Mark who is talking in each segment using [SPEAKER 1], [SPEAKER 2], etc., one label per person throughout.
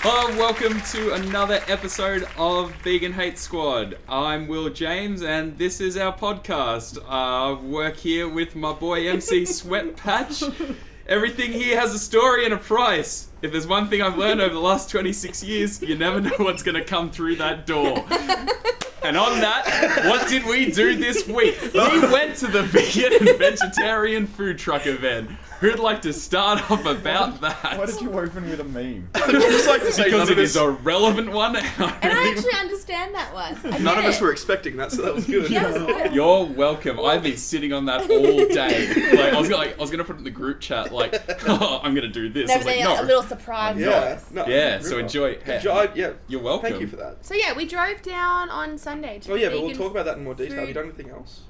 [SPEAKER 1] Hello, and welcome to another episode of Vegan Hate Squad. I'm Will James, and this is our podcast. I work here with my boy MC Sweatpatch. Everything here has a story and a price. If there's one thing I've learned over the last 26 years, you never know what's going to come through that door. And on that, what did we do this week? We went to the vegan and vegetarian food truck event. Who'd like to start off about that?
[SPEAKER 2] Why did you open with a meme?
[SPEAKER 3] just like to say
[SPEAKER 1] because
[SPEAKER 3] none
[SPEAKER 1] it
[SPEAKER 3] of,
[SPEAKER 1] is
[SPEAKER 3] us,
[SPEAKER 1] a relevant one. and I
[SPEAKER 4] And I
[SPEAKER 1] really-
[SPEAKER 4] actually understand that one. I
[SPEAKER 3] none
[SPEAKER 4] get
[SPEAKER 3] of us
[SPEAKER 4] it.
[SPEAKER 3] were expecting that, so that was good.
[SPEAKER 4] That was good.
[SPEAKER 1] You're welcome. I've been sitting on that all day. Like I was gonna, like, I was gonna put it in the group chat. Like "Oh, I'm gonna do this. I
[SPEAKER 4] No,
[SPEAKER 1] was
[SPEAKER 4] but
[SPEAKER 1] like,
[SPEAKER 4] then
[SPEAKER 1] no.
[SPEAKER 4] a little surprise. for
[SPEAKER 3] Yeah.
[SPEAKER 4] us.
[SPEAKER 3] no,
[SPEAKER 1] yeah.
[SPEAKER 3] good
[SPEAKER 1] So
[SPEAKER 3] one.
[SPEAKER 1] enjoy. Hey,
[SPEAKER 3] Enjoy- yeah.
[SPEAKER 1] You're welcome.
[SPEAKER 3] Thank you for that.
[SPEAKER 4] So yeah, we drove down on Sunday. To
[SPEAKER 3] Oh yeah, but
[SPEAKER 4] vegan-
[SPEAKER 3] we'll talk about that in more detail. Have you
[SPEAKER 4] food.
[SPEAKER 3] done anything else?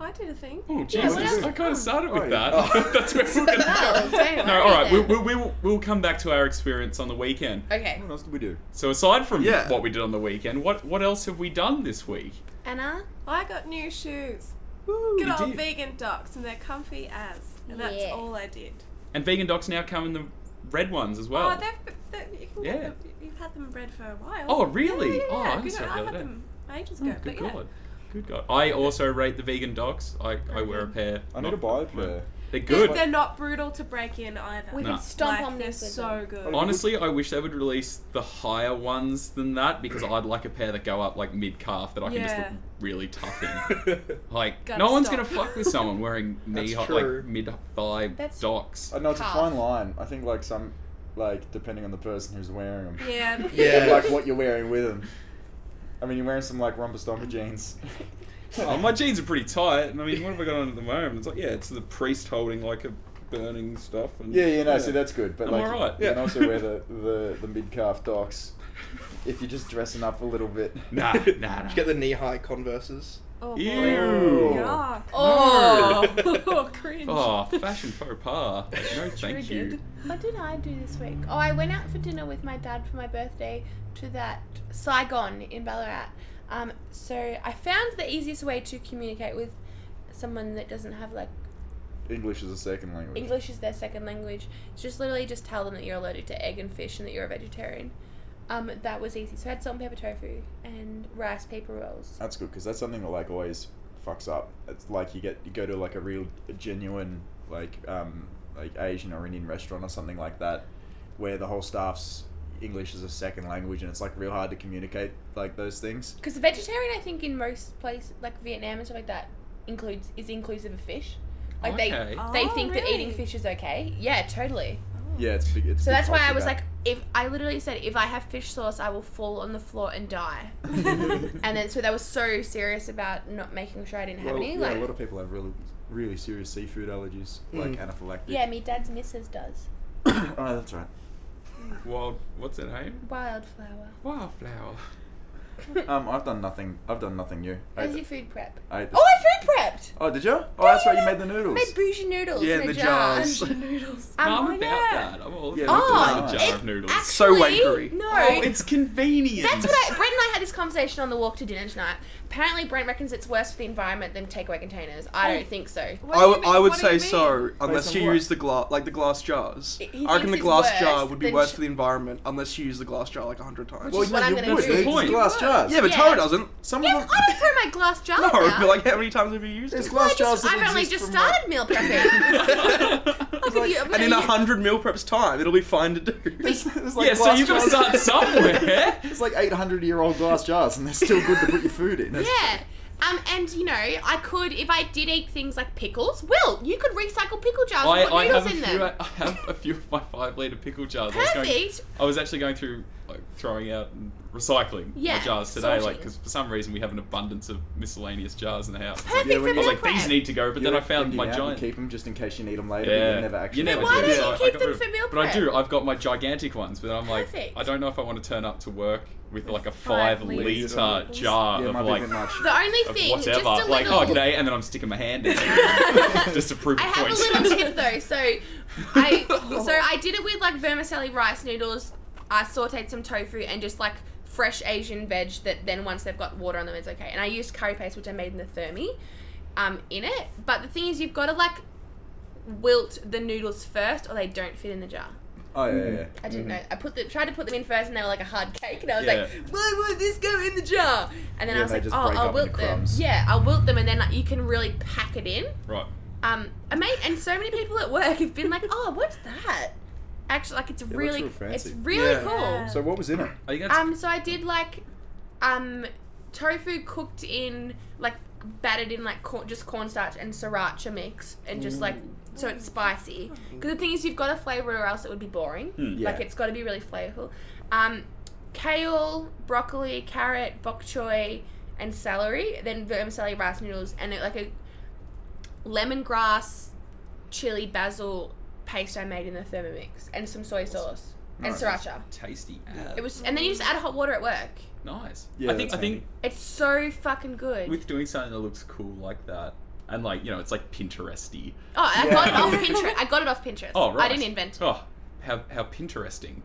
[SPEAKER 4] I did a thing.
[SPEAKER 1] Oh
[SPEAKER 4] Yeah,
[SPEAKER 1] Jesus!
[SPEAKER 4] what else?
[SPEAKER 1] I kind of started with
[SPEAKER 2] Oh,
[SPEAKER 1] that.
[SPEAKER 3] yeah. Oh.
[SPEAKER 1] That's where we're
[SPEAKER 4] No,
[SPEAKER 1] gonna go.
[SPEAKER 4] don't
[SPEAKER 1] No,
[SPEAKER 4] worry
[SPEAKER 1] all right. We,
[SPEAKER 4] then.
[SPEAKER 1] we, we, will- we'll come back to our experience on the weekend.
[SPEAKER 4] Okay,
[SPEAKER 2] What else did we do?
[SPEAKER 1] So aside from
[SPEAKER 3] Yeah.
[SPEAKER 1] what we did on the weekend, what what else have we done this week?
[SPEAKER 4] Anna.
[SPEAKER 5] I got new shoes.
[SPEAKER 1] you
[SPEAKER 5] Good old
[SPEAKER 1] did.
[SPEAKER 5] vegan docs, and they're comfy as. And that's
[SPEAKER 4] Yeah.
[SPEAKER 5] all I did.
[SPEAKER 1] And vegan docs now come in the red ones as well.
[SPEAKER 5] oh, they've, they you can get
[SPEAKER 1] Yeah.
[SPEAKER 5] them, you've had them bred for a while.
[SPEAKER 1] Oh, really?
[SPEAKER 5] Yeah, yeah,
[SPEAKER 1] Oh,
[SPEAKER 5] yeah.
[SPEAKER 1] I
[SPEAKER 5] Good,
[SPEAKER 1] saw it the
[SPEAKER 5] I
[SPEAKER 1] other
[SPEAKER 5] had
[SPEAKER 1] day.
[SPEAKER 5] them ages
[SPEAKER 1] Oh,
[SPEAKER 5] ago.
[SPEAKER 1] good
[SPEAKER 5] but yeah.
[SPEAKER 1] god. Good god. I also rate the vegan dogs. I, I wear a pair.
[SPEAKER 2] I need
[SPEAKER 1] Not-
[SPEAKER 2] to buy a pair.
[SPEAKER 1] They're
[SPEAKER 5] They're,
[SPEAKER 1] good.
[SPEAKER 5] they're not brutal to break in either.
[SPEAKER 4] We
[SPEAKER 1] No.
[SPEAKER 4] can stomp
[SPEAKER 5] like,
[SPEAKER 4] on
[SPEAKER 5] they're
[SPEAKER 4] this. with
[SPEAKER 5] so
[SPEAKER 4] them.
[SPEAKER 5] good.
[SPEAKER 1] Honestly, I wish they would release the higher ones than that because I'd like a pair that go up like mid calf that I can just look
[SPEAKER 5] Yeah.
[SPEAKER 1] really tough in.
[SPEAKER 4] Oh,
[SPEAKER 1] Like
[SPEAKER 5] Gotta
[SPEAKER 1] no one's
[SPEAKER 5] stop.
[SPEAKER 1] gonna fuck with someone wearing knee
[SPEAKER 3] That's
[SPEAKER 1] high, like
[SPEAKER 3] true.
[SPEAKER 1] mid thigh
[SPEAKER 4] That's-
[SPEAKER 1] docs.
[SPEAKER 2] I know Uh, it's a
[SPEAKER 4] Calf.
[SPEAKER 2] fine line. I think like some, like depending on the person who's wearing them,
[SPEAKER 5] Yeah.
[SPEAKER 3] Yeah.
[SPEAKER 2] like what you're wearing with them. I mean, you're wearing some like romper stomper jeans.
[SPEAKER 1] Oh, my jeans are pretty tight. and I mean, what have I got on at the moment? It's like yeah, it's the priest holding like a burning stuff. And,
[SPEAKER 2] yeah, yeah, no, see that's good, but
[SPEAKER 1] I'm
[SPEAKER 2] like
[SPEAKER 1] alright.
[SPEAKER 2] you can
[SPEAKER 3] Yeah.
[SPEAKER 2] also wear the the, the mid calf docs if you're just dressing up a little bit.
[SPEAKER 1] Nah, nah, nah.
[SPEAKER 3] Did you get the knee-high Converses?
[SPEAKER 5] Oh,
[SPEAKER 1] Ew.
[SPEAKER 5] boy. Yuck.
[SPEAKER 4] Oh.
[SPEAKER 5] oh, cringe.
[SPEAKER 1] Oh, fashion faux pas. Like, no, thank you.
[SPEAKER 5] Triggered.
[SPEAKER 4] What did I do this week? Oh, I went out for dinner with my dad for my birthday to that Saigon in Ballarat. Um, so I found the easiest way to communicate with someone that doesn't have like
[SPEAKER 2] English is a second language.
[SPEAKER 4] English is their second language. It's just literally just tell them that you're allergic to egg and fish and that you're a vegetarian. Um, that was easy. So I had salt and pepper tofu and rice paper rolls.
[SPEAKER 2] That's good because that's something that like always fucks up. It's like you get you go to like a real genuine like um like Asian or Indian restaurant or something like that, where the whole staff's English is a second language and it's like real hard to communicate like those things.
[SPEAKER 4] Because vegetarian, I think in most places like Vietnam and stuff like that, includes is inclusive of fish. Like they
[SPEAKER 1] Okay.
[SPEAKER 4] they
[SPEAKER 5] Oh,
[SPEAKER 4] think that
[SPEAKER 5] really?
[SPEAKER 4] eating fish is okay. Yeah, totally.
[SPEAKER 2] Yeah, it's big. It's
[SPEAKER 4] So
[SPEAKER 2] big
[SPEAKER 4] that's why I
[SPEAKER 2] culture
[SPEAKER 4] was
[SPEAKER 2] back.
[SPEAKER 4] like, if I literally said if I have fish sauce, I will fall on the floor and die.
[SPEAKER 5] Oh.
[SPEAKER 4] And then so they were so serious about not making sure I didn't have
[SPEAKER 2] Well,
[SPEAKER 4] any.
[SPEAKER 2] yeah,
[SPEAKER 4] like
[SPEAKER 2] a lot of people have really really serious seafood allergies, like anaphylactic.
[SPEAKER 4] Mm. yeah, me dad's missus does
[SPEAKER 2] oh, that's right.
[SPEAKER 1] Wild, what's her name?
[SPEAKER 4] wildflower.
[SPEAKER 1] Wildflower.
[SPEAKER 2] Um, I've done nothing. I've done nothing new. I,
[SPEAKER 4] How's your food prep?
[SPEAKER 2] I ate this.
[SPEAKER 4] Oh, I food prepped.
[SPEAKER 2] Oh, did you? Oh, that's right. You
[SPEAKER 4] yeah.
[SPEAKER 2] made the noodles.
[SPEAKER 4] Made bougie noodles
[SPEAKER 3] Yeah,
[SPEAKER 4] in a
[SPEAKER 3] the
[SPEAKER 4] jar.
[SPEAKER 3] jars.
[SPEAKER 4] Um,
[SPEAKER 5] noodles.
[SPEAKER 1] No, I'm
[SPEAKER 4] oh,
[SPEAKER 1] about
[SPEAKER 5] yeah.
[SPEAKER 1] that. I'm all
[SPEAKER 2] Yeah,
[SPEAKER 1] about
[SPEAKER 2] look at
[SPEAKER 1] the
[SPEAKER 2] that.
[SPEAKER 1] jar
[SPEAKER 4] it
[SPEAKER 1] of noodles.
[SPEAKER 4] actually-
[SPEAKER 3] So wankery.
[SPEAKER 4] No,
[SPEAKER 1] oh, it's convenient.
[SPEAKER 4] that's what I, Brent and I had this conversation on the walk to dinner tonight. Apparently, Brent reckons it's worse for the environment than takeaway containers. I
[SPEAKER 3] Oh.
[SPEAKER 4] don't think so.
[SPEAKER 5] What
[SPEAKER 3] I,
[SPEAKER 5] do you
[SPEAKER 3] w-
[SPEAKER 5] mean-
[SPEAKER 3] I would
[SPEAKER 5] what do
[SPEAKER 3] say
[SPEAKER 5] you mean?
[SPEAKER 3] so, unless
[SPEAKER 2] on
[SPEAKER 3] you
[SPEAKER 2] what?
[SPEAKER 3] use the glass, like the glass jars.
[SPEAKER 4] He- he
[SPEAKER 3] I reckon the
[SPEAKER 4] thinks it's
[SPEAKER 3] glass
[SPEAKER 4] worse
[SPEAKER 3] jar would be
[SPEAKER 4] than
[SPEAKER 3] worse
[SPEAKER 4] sh-
[SPEAKER 3] for the environment, unless you use the glass jar like a hundred times.
[SPEAKER 4] Which
[SPEAKER 2] Well,
[SPEAKER 4] is what
[SPEAKER 2] yeah,
[SPEAKER 4] I'm
[SPEAKER 2] you
[SPEAKER 4] gonna
[SPEAKER 2] would,
[SPEAKER 4] do.
[SPEAKER 2] dude, it's
[SPEAKER 1] point.
[SPEAKER 2] glass jars.
[SPEAKER 3] yeah, but
[SPEAKER 4] Yeah.
[SPEAKER 3] Tara doesn't.
[SPEAKER 2] Some of
[SPEAKER 4] Yes,
[SPEAKER 2] them-
[SPEAKER 4] I don't throw my glass jar
[SPEAKER 3] No,
[SPEAKER 4] out.
[SPEAKER 3] but Oh, like how many times have you used
[SPEAKER 2] There's
[SPEAKER 3] it?
[SPEAKER 4] Well,
[SPEAKER 2] glass
[SPEAKER 4] I
[SPEAKER 2] jars.
[SPEAKER 4] just,
[SPEAKER 2] that
[SPEAKER 4] I've only
[SPEAKER 2] exist
[SPEAKER 4] just
[SPEAKER 2] from, like-
[SPEAKER 4] started meal prepping. I'll give you- I'm
[SPEAKER 3] And in a
[SPEAKER 4] gonna-
[SPEAKER 3] hundred meal preps time, it'll be fine to do.
[SPEAKER 2] There's
[SPEAKER 1] yeah, so
[SPEAKER 2] glass
[SPEAKER 1] you've got to
[SPEAKER 2] jars.
[SPEAKER 1] start somewhere.
[SPEAKER 2] It's like 800 year old glass jars, and they're still good to put your food in. That's-
[SPEAKER 4] Yeah. Um, and you know, I could if I did eat things like pickles. Will you could recycle pickle jars
[SPEAKER 1] I,
[SPEAKER 4] and put
[SPEAKER 1] I,
[SPEAKER 4] noodles
[SPEAKER 1] have a
[SPEAKER 4] in
[SPEAKER 1] few,
[SPEAKER 4] them.
[SPEAKER 1] I have a few of my five litre pickle jars. I was, going,
[SPEAKER 4] Perfect.
[SPEAKER 1] I was actually going through like, throwing out and recycling
[SPEAKER 4] Yeah,
[SPEAKER 1] my jars today, like
[SPEAKER 4] sorting.
[SPEAKER 1] because for some reason we have an abundance of miscellaneous jars in the house.
[SPEAKER 4] Perfect
[SPEAKER 2] Yeah,
[SPEAKER 4] for
[SPEAKER 2] when
[SPEAKER 1] I
[SPEAKER 2] you-
[SPEAKER 4] meal
[SPEAKER 1] was like,
[SPEAKER 4] prep.
[SPEAKER 1] these need to go, but then I
[SPEAKER 2] You're
[SPEAKER 1] found
[SPEAKER 2] emptying
[SPEAKER 1] my
[SPEAKER 2] out, you
[SPEAKER 1] giant.
[SPEAKER 2] Keep them just in case you need them later. But
[SPEAKER 1] Yeah,
[SPEAKER 2] you never actually.
[SPEAKER 1] You never
[SPEAKER 4] But why
[SPEAKER 1] do,
[SPEAKER 4] don't
[SPEAKER 1] so
[SPEAKER 4] you
[SPEAKER 1] I- I
[SPEAKER 4] keep
[SPEAKER 1] got
[SPEAKER 4] them
[SPEAKER 1] rid of-
[SPEAKER 4] for meal
[SPEAKER 1] But I do.
[SPEAKER 4] prep?
[SPEAKER 1] I've got my gigantic ones, but I'm like,
[SPEAKER 4] Perfect.
[SPEAKER 1] I don't know if I want to turn up to work with like a
[SPEAKER 5] five
[SPEAKER 1] five
[SPEAKER 5] litres.
[SPEAKER 1] liter jar
[SPEAKER 2] Yeah, it
[SPEAKER 1] of
[SPEAKER 2] might be a
[SPEAKER 1] like
[SPEAKER 2] bit much.
[SPEAKER 4] The only
[SPEAKER 1] of
[SPEAKER 4] thing,
[SPEAKER 1] whatever.
[SPEAKER 4] just a
[SPEAKER 1] Like,
[SPEAKER 4] little.
[SPEAKER 1] oh, g'day, and then I'm sticking my hand in it just to prove
[SPEAKER 4] I
[SPEAKER 1] a
[SPEAKER 4] have
[SPEAKER 1] point.
[SPEAKER 4] a little tip though. So, I so I did it with like vermicelli rice noodles. I sautéed some tofu and just like fresh Asian veg that then once they've got water on them, it's okay. And I used curry paste, which I made in the thermi, um, in it. But the thing is, you've got to like wilt the noodles first, or they don't fit in the jar.
[SPEAKER 2] Oh yeah, yeah.
[SPEAKER 4] I didn't know. I put the, tried to put them in first, and they were like a hard cake, and I was
[SPEAKER 1] Yeah.
[SPEAKER 4] like, "Why won't this go in the jar?" And then
[SPEAKER 2] Yeah,
[SPEAKER 4] I was
[SPEAKER 2] they
[SPEAKER 4] like,
[SPEAKER 2] just
[SPEAKER 4] "Oh,
[SPEAKER 2] break up
[SPEAKER 4] I'll
[SPEAKER 2] into
[SPEAKER 4] wilt them."
[SPEAKER 2] crumbs.
[SPEAKER 4] Yeah, I'll wilt them, and then like, you can really pack it in.
[SPEAKER 1] Right.
[SPEAKER 4] Um, and mate, and so many people at work have been like, "Oh, what's that?" Actually, like it's
[SPEAKER 2] looks
[SPEAKER 4] really,
[SPEAKER 2] real fancy.
[SPEAKER 4] it's really
[SPEAKER 3] Yeah.
[SPEAKER 5] Yeah.
[SPEAKER 4] cool.
[SPEAKER 2] yeah. So what was in it?
[SPEAKER 1] I think that's
[SPEAKER 4] Um, so I did like, um, tofu cooked in like battered in like corn, just cornstarch and sriracha mix, and just like
[SPEAKER 2] Mm.
[SPEAKER 4] so it's spicy. Because the thing is, you've got to flavor it, or else it would be boring.
[SPEAKER 1] Hmm.
[SPEAKER 2] Yeah.
[SPEAKER 4] Like it's got to be really flavorful. Um, kale, broccoli, carrot, bok choy, and celery. Then vermicelli rice noodles, and it, like a lemongrass, chili, basil paste I made in the Thermomix, and some soy sauce and
[SPEAKER 2] Nice.
[SPEAKER 4] sriracha.
[SPEAKER 1] tasty.
[SPEAKER 4] It was, and then you just add hot water at work.
[SPEAKER 1] nice.
[SPEAKER 2] Yeah,
[SPEAKER 1] I think
[SPEAKER 2] that's
[SPEAKER 1] I think
[SPEAKER 4] It's so fucking good.
[SPEAKER 1] with doing something that looks cool like that, and like you know, it's like Pinteresty.
[SPEAKER 4] oh, I got it
[SPEAKER 2] Yeah.
[SPEAKER 4] off Pinterest. I got it off Pinterest.
[SPEAKER 1] Oh right.
[SPEAKER 4] I didn't invent it.
[SPEAKER 1] Oh, how how Pinteresting.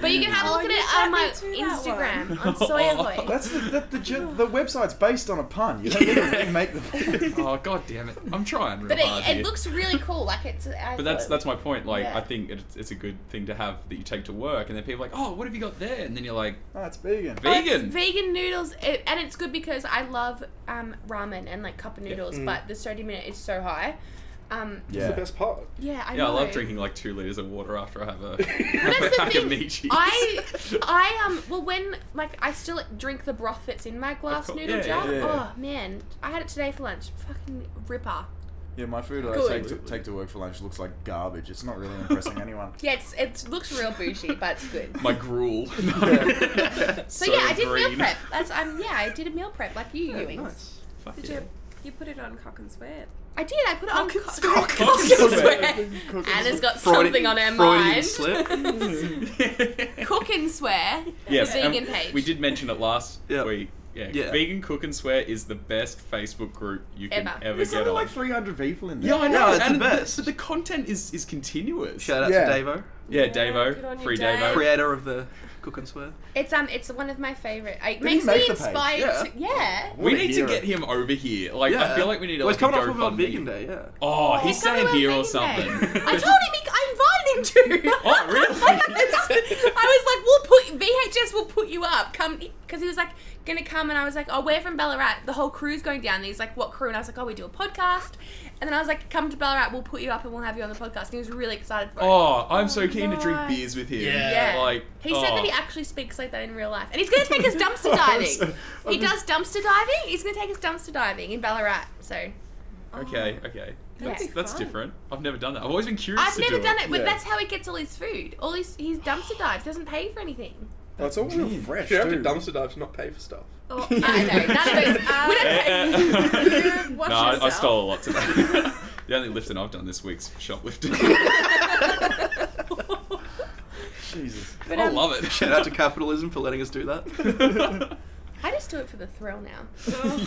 [SPEAKER 4] But you can have a
[SPEAKER 5] Oh,
[SPEAKER 4] look at
[SPEAKER 5] you
[SPEAKER 4] it
[SPEAKER 5] sent
[SPEAKER 4] on
[SPEAKER 5] me
[SPEAKER 4] my
[SPEAKER 5] to that one.
[SPEAKER 4] Instagram on Soyaboy.
[SPEAKER 2] That's the the, the,
[SPEAKER 4] Oh.
[SPEAKER 2] ju- the website's based on a pun. You don't need to remake the.
[SPEAKER 1] oh god damn it! I'm trying real
[SPEAKER 4] But
[SPEAKER 1] hard
[SPEAKER 4] it,
[SPEAKER 1] here.
[SPEAKER 4] it looks really cool. Like it's. I
[SPEAKER 1] But that's
[SPEAKER 4] thought-
[SPEAKER 1] that's my point. Like
[SPEAKER 4] Yeah.
[SPEAKER 1] I think it's, it's a good thing to have that you take to work, and then people are like, oh, what have you got there? And then you're like,
[SPEAKER 2] Oh, it's vegan.
[SPEAKER 4] Oh, it's
[SPEAKER 1] vegan.
[SPEAKER 4] vegan noodles, it, and it's good because I love um, ramen and like cup of noodles,
[SPEAKER 3] Mm.
[SPEAKER 4] but the sodium in it is so high. Um,
[SPEAKER 3] It's the
[SPEAKER 2] Yeah.
[SPEAKER 3] best part.
[SPEAKER 4] yeah, I
[SPEAKER 1] yeah, I
[SPEAKER 4] know.
[SPEAKER 1] love drinking like two liters of water after I have a,
[SPEAKER 4] But
[SPEAKER 1] have a
[SPEAKER 4] that's the
[SPEAKER 1] pack
[SPEAKER 4] thing.
[SPEAKER 1] of meat cheese.
[SPEAKER 4] I I um well when like I still drink the broth that's in my glass
[SPEAKER 1] course,
[SPEAKER 4] noodle
[SPEAKER 1] yeah,
[SPEAKER 4] jar.
[SPEAKER 2] yeah, yeah.
[SPEAKER 4] Oh man, I had it today for lunch. Fucking ripper.
[SPEAKER 2] Yeah, my food that I
[SPEAKER 4] Good.
[SPEAKER 2] take to, take to work for lunch looks like garbage. It's not really impressing anyone.
[SPEAKER 4] Yeah, it's, it looks real bougie, but it's good.
[SPEAKER 1] my gruel.
[SPEAKER 3] Yeah.
[SPEAKER 4] So, yeah, I did meal
[SPEAKER 1] green.
[SPEAKER 4] prep. That's um yeah, I did a meal prep like you,
[SPEAKER 3] Yeah,
[SPEAKER 4] Ewings.
[SPEAKER 3] nice.
[SPEAKER 1] Fuck
[SPEAKER 5] Did
[SPEAKER 1] yeah.
[SPEAKER 5] you, you put it on cock and sweat?
[SPEAKER 4] I did. I put it on.
[SPEAKER 5] Cock and
[SPEAKER 4] co-
[SPEAKER 5] sweat.
[SPEAKER 4] cock and
[SPEAKER 1] Cock and
[SPEAKER 4] sweat.
[SPEAKER 2] Cook it.
[SPEAKER 4] Anna's got
[SPEAKER 3] Freudian-
[SPEAKER 4] something on her
[SPEAKER 3] Freudian
[SPEAKER 4] mind.
[SPEAKER 3] slip.
[SPEAKER 4] cook and swear.
[SPEAKER 1] yes,
[SPEAKER 4] the vegan
[SPEAKER 1] um,
[SPEAKER 4] page.
[SPEAKER 1] We did mention it last
[SPEAKER 3] Yep.
[SPEAKER 1] week. Yeah.
[SPEAKER 3] Yeah.
[SPEAKER 1] vegan cook and swear is the best Facebook group you can
[SPEAKER 4] Ever.
[SPEAKER 1] ever,
[SPEAKER 2] There's
[SPEAKER 1] get
[SPEAKER 2] only
[SPEAKER 1] on.
[SPEAKER 2] like 300 people in there.
[SPEAKER 1] yeah, I know.
[SPEAKER 3] Yeah, it's the
[SPEAKER 1] and
[SPEAKER 3] best.
[SPEAKER 1] but the content is is continuous.
[SPEAKER 3] Shout out
[SPEAKER 2] Yeah.
[SPEAKER 3] to Davo,
[SPEAKER 1] Yeah,
[SPEAKER 5] Yeah, good on
[SPEAKER 1] Davo,
[SPEAKER 5] you,
[SPEAKER 1] free
[SPEAKER 5] Dave.
[SPEAKER 1] Davo.
[SPEAKER 3] creator of the Cook and Swear.
[SPEAKER 4] It's um, it's one of my favorite. It
[SPEAKER 2] he
[SPEAKER 4] makes
[SPEAKER 2] make
[SPEAKER 4] me
[SPEAKER 2] the page?
[SPEAKER 4] inspired.
[SPEAKER 3] Yeah.
[SPEAKER 4] To, yeah.
[SPEAKER 1] We
[SPEAKER 2] What a
[SPEAKER 1] need to
[SPEAKER 2] hero.
[SPEAKER 1] get him over here. Like, I feel like we need to.
[SPEAKER 3] Well,
[SPEAKER 1] like,
[SPEAKER 3] it's coming up
[SPEAKER 1] go
[SPEAKER 3] for World
[SPEAKER 1] GoFundMe.
[SPEAKER 3] Vegan Day, yeah.
[SPEAKER 1] Oh,
[SPEAKER 4] Oh,
[SPEAKER 1] he's
[SPEAKER 4] it's coming
[SPEAKER 1] staying
[SPEAKER 4] up
[SPEAKER 1] here
[SPEAKER 4] Vegan
[SPEAKER 1] or
[SPEAKER 4] Day.
[SPEAKER 1] something.
[SPEAKER 4] I told him he, I invited him to.
[SPEAKER 1] Oh, really?
[SPEAKER 4] I was like, we'll put VHS will put you up. Come, because he was like gonna come, and I was like, oh, we're from Ballarat. The whole crew's going down. And he's like, what crew? And I was like, oh, we do a podcast. And then I was like, come to Ballarat. We'll put you up, and we'll have you on the podcast. And he was really excited for it.
[SPEAKER 1] Oh, I'm so keen to drink
[SPEAKER 5] nice.
[SPEAKER 1] beers with him.
[SPEAKER 4] Yeah.
[SPEAKER 1] Like
[SPEAKER 4] he said
[SPEAKER 1] oh.
[SPEAKER 4] that he actually speaks like that in real life, and he's gonna take us dumpster diving. He does dumpster diving. He's gonna take us dumpster diving in Ballarat. So
[SPEAKER 1] Okay, okay. That's,
[SPEAKER 5] be
[SPEAKER 1] that's
[SPEAKER 5] fun.
[SPEAKER 1] different. I've never done that. I've always been curious.
[SPEAKER 4] I've
[SPEAKER 1] to
[SPEAKER 4] never
[SPEAKER 1] do
[SPEAKER 4] done it, but
[SPEAKER 2] Yeah.
[SPEAKER 4] that's how he gets all his food. All his he's dumpster dives. Doesn't pay for anything.
[SPEAKER 2] Oh, it's all real fresh.
[SPEAKER 3] You have to
[SPEAKER 2] too.
[SPEAKER 3] dumpster dive to not pay for stuff.
[SPEAKER 5] Oh,
[SPEAKER 4] I know. None of those.
[SPEAKER 5] Uh,
[SPEAKER 4] we don't pay.
[SPEAKER 1] Eh, eh.
[SPEAKER 5] You watch
[SPEAKER 1] no, I, I
[SPEAKER 5] yourself.
[SPEAKER 1] stole a lot today. the only lifting I've done this week's shoplifting.
[SPEAKER 2] Jesus.
[SPEAKER 1] I
[SPEAKER 4] um,
[SPEAKER 1] love it.
[SPEAKER 3] Shout out to capitalism for letting us do that.
[SPEAKER 4] I just do it for the thrill now,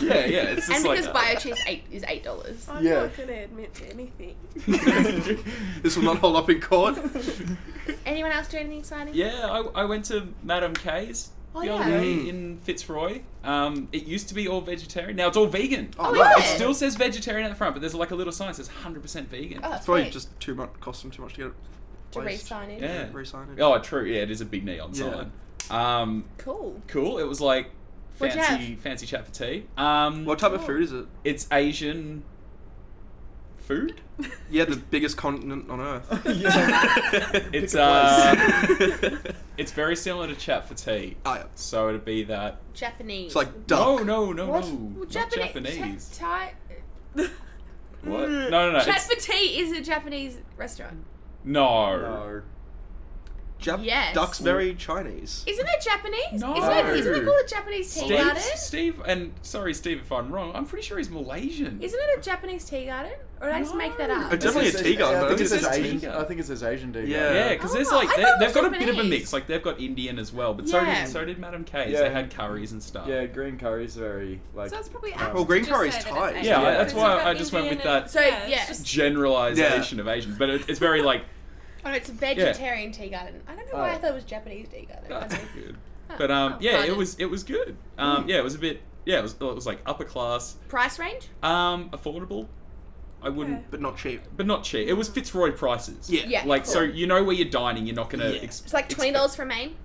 [SPEAKER 1] yeah, yeah. It's
[SPEAKER 4] and
[SPEAKER 1] just
[SPEAKER 4] because
[SPEAKER 1] like.
[SPEAKER 4] biocheese eight is eight dollars.
[SPEAKER 5] I'm
[SPEAKER 2] Yeah.
[SPEAKER 5] not gonna admit to anything.
[SPEAKER 3] this will not hold up in court.
[SPEAKER 4] Anyone else do anything exciting?
[SPEAKER 1] yeah, I, I went to Madame K's
[SPEAKER 4] Oh,
[SPEAKER 1] the other
[SPEAKER 4] yeah.
[SPEAKER 1] day
[SPEAKER 3] Mm.
[SPEAKER 1] in Fitzroy. Um, it used to be all vegetarian. Now it's all vegan.
[SPEAKER 4] Oh,
[SPEAKER 3] nice.
[SPEAKER 4] yeah.
[SPEAKER 1] It still says vegetarian at the front, but there's like a little sign that says 100% vegan.
[SPEAKER 4] Oh,
[SPEAKER 1] Oh,
[SPEAKER 4] that's
[SPEAKER 3] It's probably
[SPEAKER 4] great.
[SPEAKER 3] just too much. Cost them too much to get it.
[SPEAKER 4] to
[SPEAKER 3] placed.
[SPEAKER 4] re-sign in.
[SPEAKER 1] Yeah.
[SPEAKER 3] Re-sign it.
[SPEAKER 1] Oh, true. Yeah, it is a big neon
[SPEAKER 3] Yeah.
[SPEAKER 1] sign. Um,
[SPEAKER 4] Cool.
[SPEAKER 1] cool. It was like
[SPEAKER 4] What'd you
[SPEAKER 1] fancy, fancy chat for tea. Um,
[SPEAKER 3] What type of food is it?
[SPEAKER 1] it's Asian food.
[SPEAKER 3] Yeah, the biggest continent on earth.
[SPEAKER 1] It's
[SPEAKER 2] Pick a
[SPEAKER 1] uh, it's very similar to chat for tea.
[SPEAKER 3] Ah, yeah.
[SPEAKER 1] So it'd be that.
[SPEAKER 4] Japanese.
[SPEAKER 3] It's like duck.
[SPEAKER 1] No, no, no,
[SPEAKER 2] What?
[SPEAKER 1] no.
[SPEAKER 4] well,
[SPEAKER 1] not
[SPEAKER 4] Japanese.
[SPEAKER 1] Japanese.
[SPEAKER 4] Thai.
[SPEAKER 1] what?
[SPEAKER 3] Mm.
[SPEAKER 1] No, no, no.
[SPEAKER 4] Chat
[SPEAKER 1] It's,
[SPEAKER 4] for tea is a Japanese restaurant.
[SPEAKER 1] no.
[SPEAKER 2] No.
[SPEAKER 3] Jap-
[SPEAKER 4] Yes.
[SPEAKER 3] Duck's very Chinese.
[SPEAKER 4] Isn't it Japanese?
[SPEAKER 1] No.
[SPEAKER 4] Isn't it, isn't it called a Japanese tea
[SPEAKER 1] Steve,
[SPEAKER 4] garden?
[SPEAKER 1] Steve, and sorry, Steve, if I'm wrong, I'm pretty sure he's Malaysian.
[SPEAKER 4] Isn't it a Japanese tea garden? Or did I just make that
[SPEAKER 1] No.
[SPEAKER 4] up?
[SPEAKER 3] It's definitely a
[SPEAKER 2] says-
[SPEAKER 3] tea garden,
[SPEAKER 2] I
[SPEAKER 3] but
[SPEAKER 2] think it
[SPEAKER 1] it's
[SPEAKER 2] says
[SPEAKER 1] just
[SPEAKER 2] Asian.
[SPEAKER 1] tea.
[SPEAKER 2] I think it says Asian tea.
[SPEAKER 3] Yeah.
[SPEAKER 1] Yeah, because there's
[SPEAKER 4] Oh,
[SPEAKER 1] like
[SPEAKER 4] I
[SPEAKER 1] they,
[SPEAKER 4] thought it
[SPEAKER 1] they've
[SPEAKER 4] was
[SPEAKER 1] got a bit of a
[SPEAKER 4] Japanese.
[SPEAKER 1] mix. Like they've got Indian as well, but so
[SPEAKER 4] Yeah.
[SPEAKER 1] did so did Madame K's.
[SPEAKER 2] Yeah.
[SPEAKER 1] They had curries and stuff.
[SPEAKER 2] Yeah, green curry's very like.
[SPEAKER 5] So it's probably
[SPEAKER 2] um,
[SPEAKER 5] apt
[SPEAKER 3] Well,
[SPEAKER 5] to
[SPEAKER 3] green
[SPEAKER 5] just
[SPEAKER 3] curry's
[SPEAKER 5] say that it's
[SPEAKER 3] Thai.
[SPEAKER 5] Asian.
[SPEAKER 1] Yeah,
[SPEAKER 2] Yeah.
[SPEAKER 1] that's
[SPEAKER 5] It's
[SPEAKER 1] why
[SPEAKER 5] got
[SPEAKER 1] I just went with
[SPEAKER 5] Indian and-
[SPEAKER 1] that
[SPEAKER 4] So,
[SPEAKER 5] it's
[SPEAKER 4] yeah.
[SPEAKER 5] just-
[SPEAKER 1] generalization of Asian, but it, it's very like
[SPEAKER 4] Oh, it's a vegetarian tea garden. I don't know why I
[SPEAKER 2] Oh.
[SPEAKER 4] thought it was Japanese tea garden.
[SPEAKER 1] that's
[SPEAKER 4] I mean,
[SPEAKER 1] good.
[SPEAKER 4] huh.
[SPEAKER 1] But um,
[SPEAKER 4] Oh,
[SPEAKER 1] yeah, it
[SPEAKER 4] pardon.
[SPEAKER 1] was it was good. Um, yeah, it was a bit. Yeah, it was it was like upper class,
[SPEAKER 4] price range.
[SPEAKER 1] um, affordable. I wouldn't.
[SPEAKER 5] Okay.
[SPEAKER 3] but not cheap.
[SPEAKER 1] But not cheap. It was Fitzroy prices.
[SPEAKER 3] Yeah.
[SPEAKER 4] Yeah.
[SPEAKER 1] Like so,
[SPEAKER 4] cool.
[SPEAKER 1] you know where you're dining. You're not gonna.
[SPEAKER 3] Yeah.
[SPEAKER 1] ex-
[SPEAKER 4] It's like twenty dollars for Maine.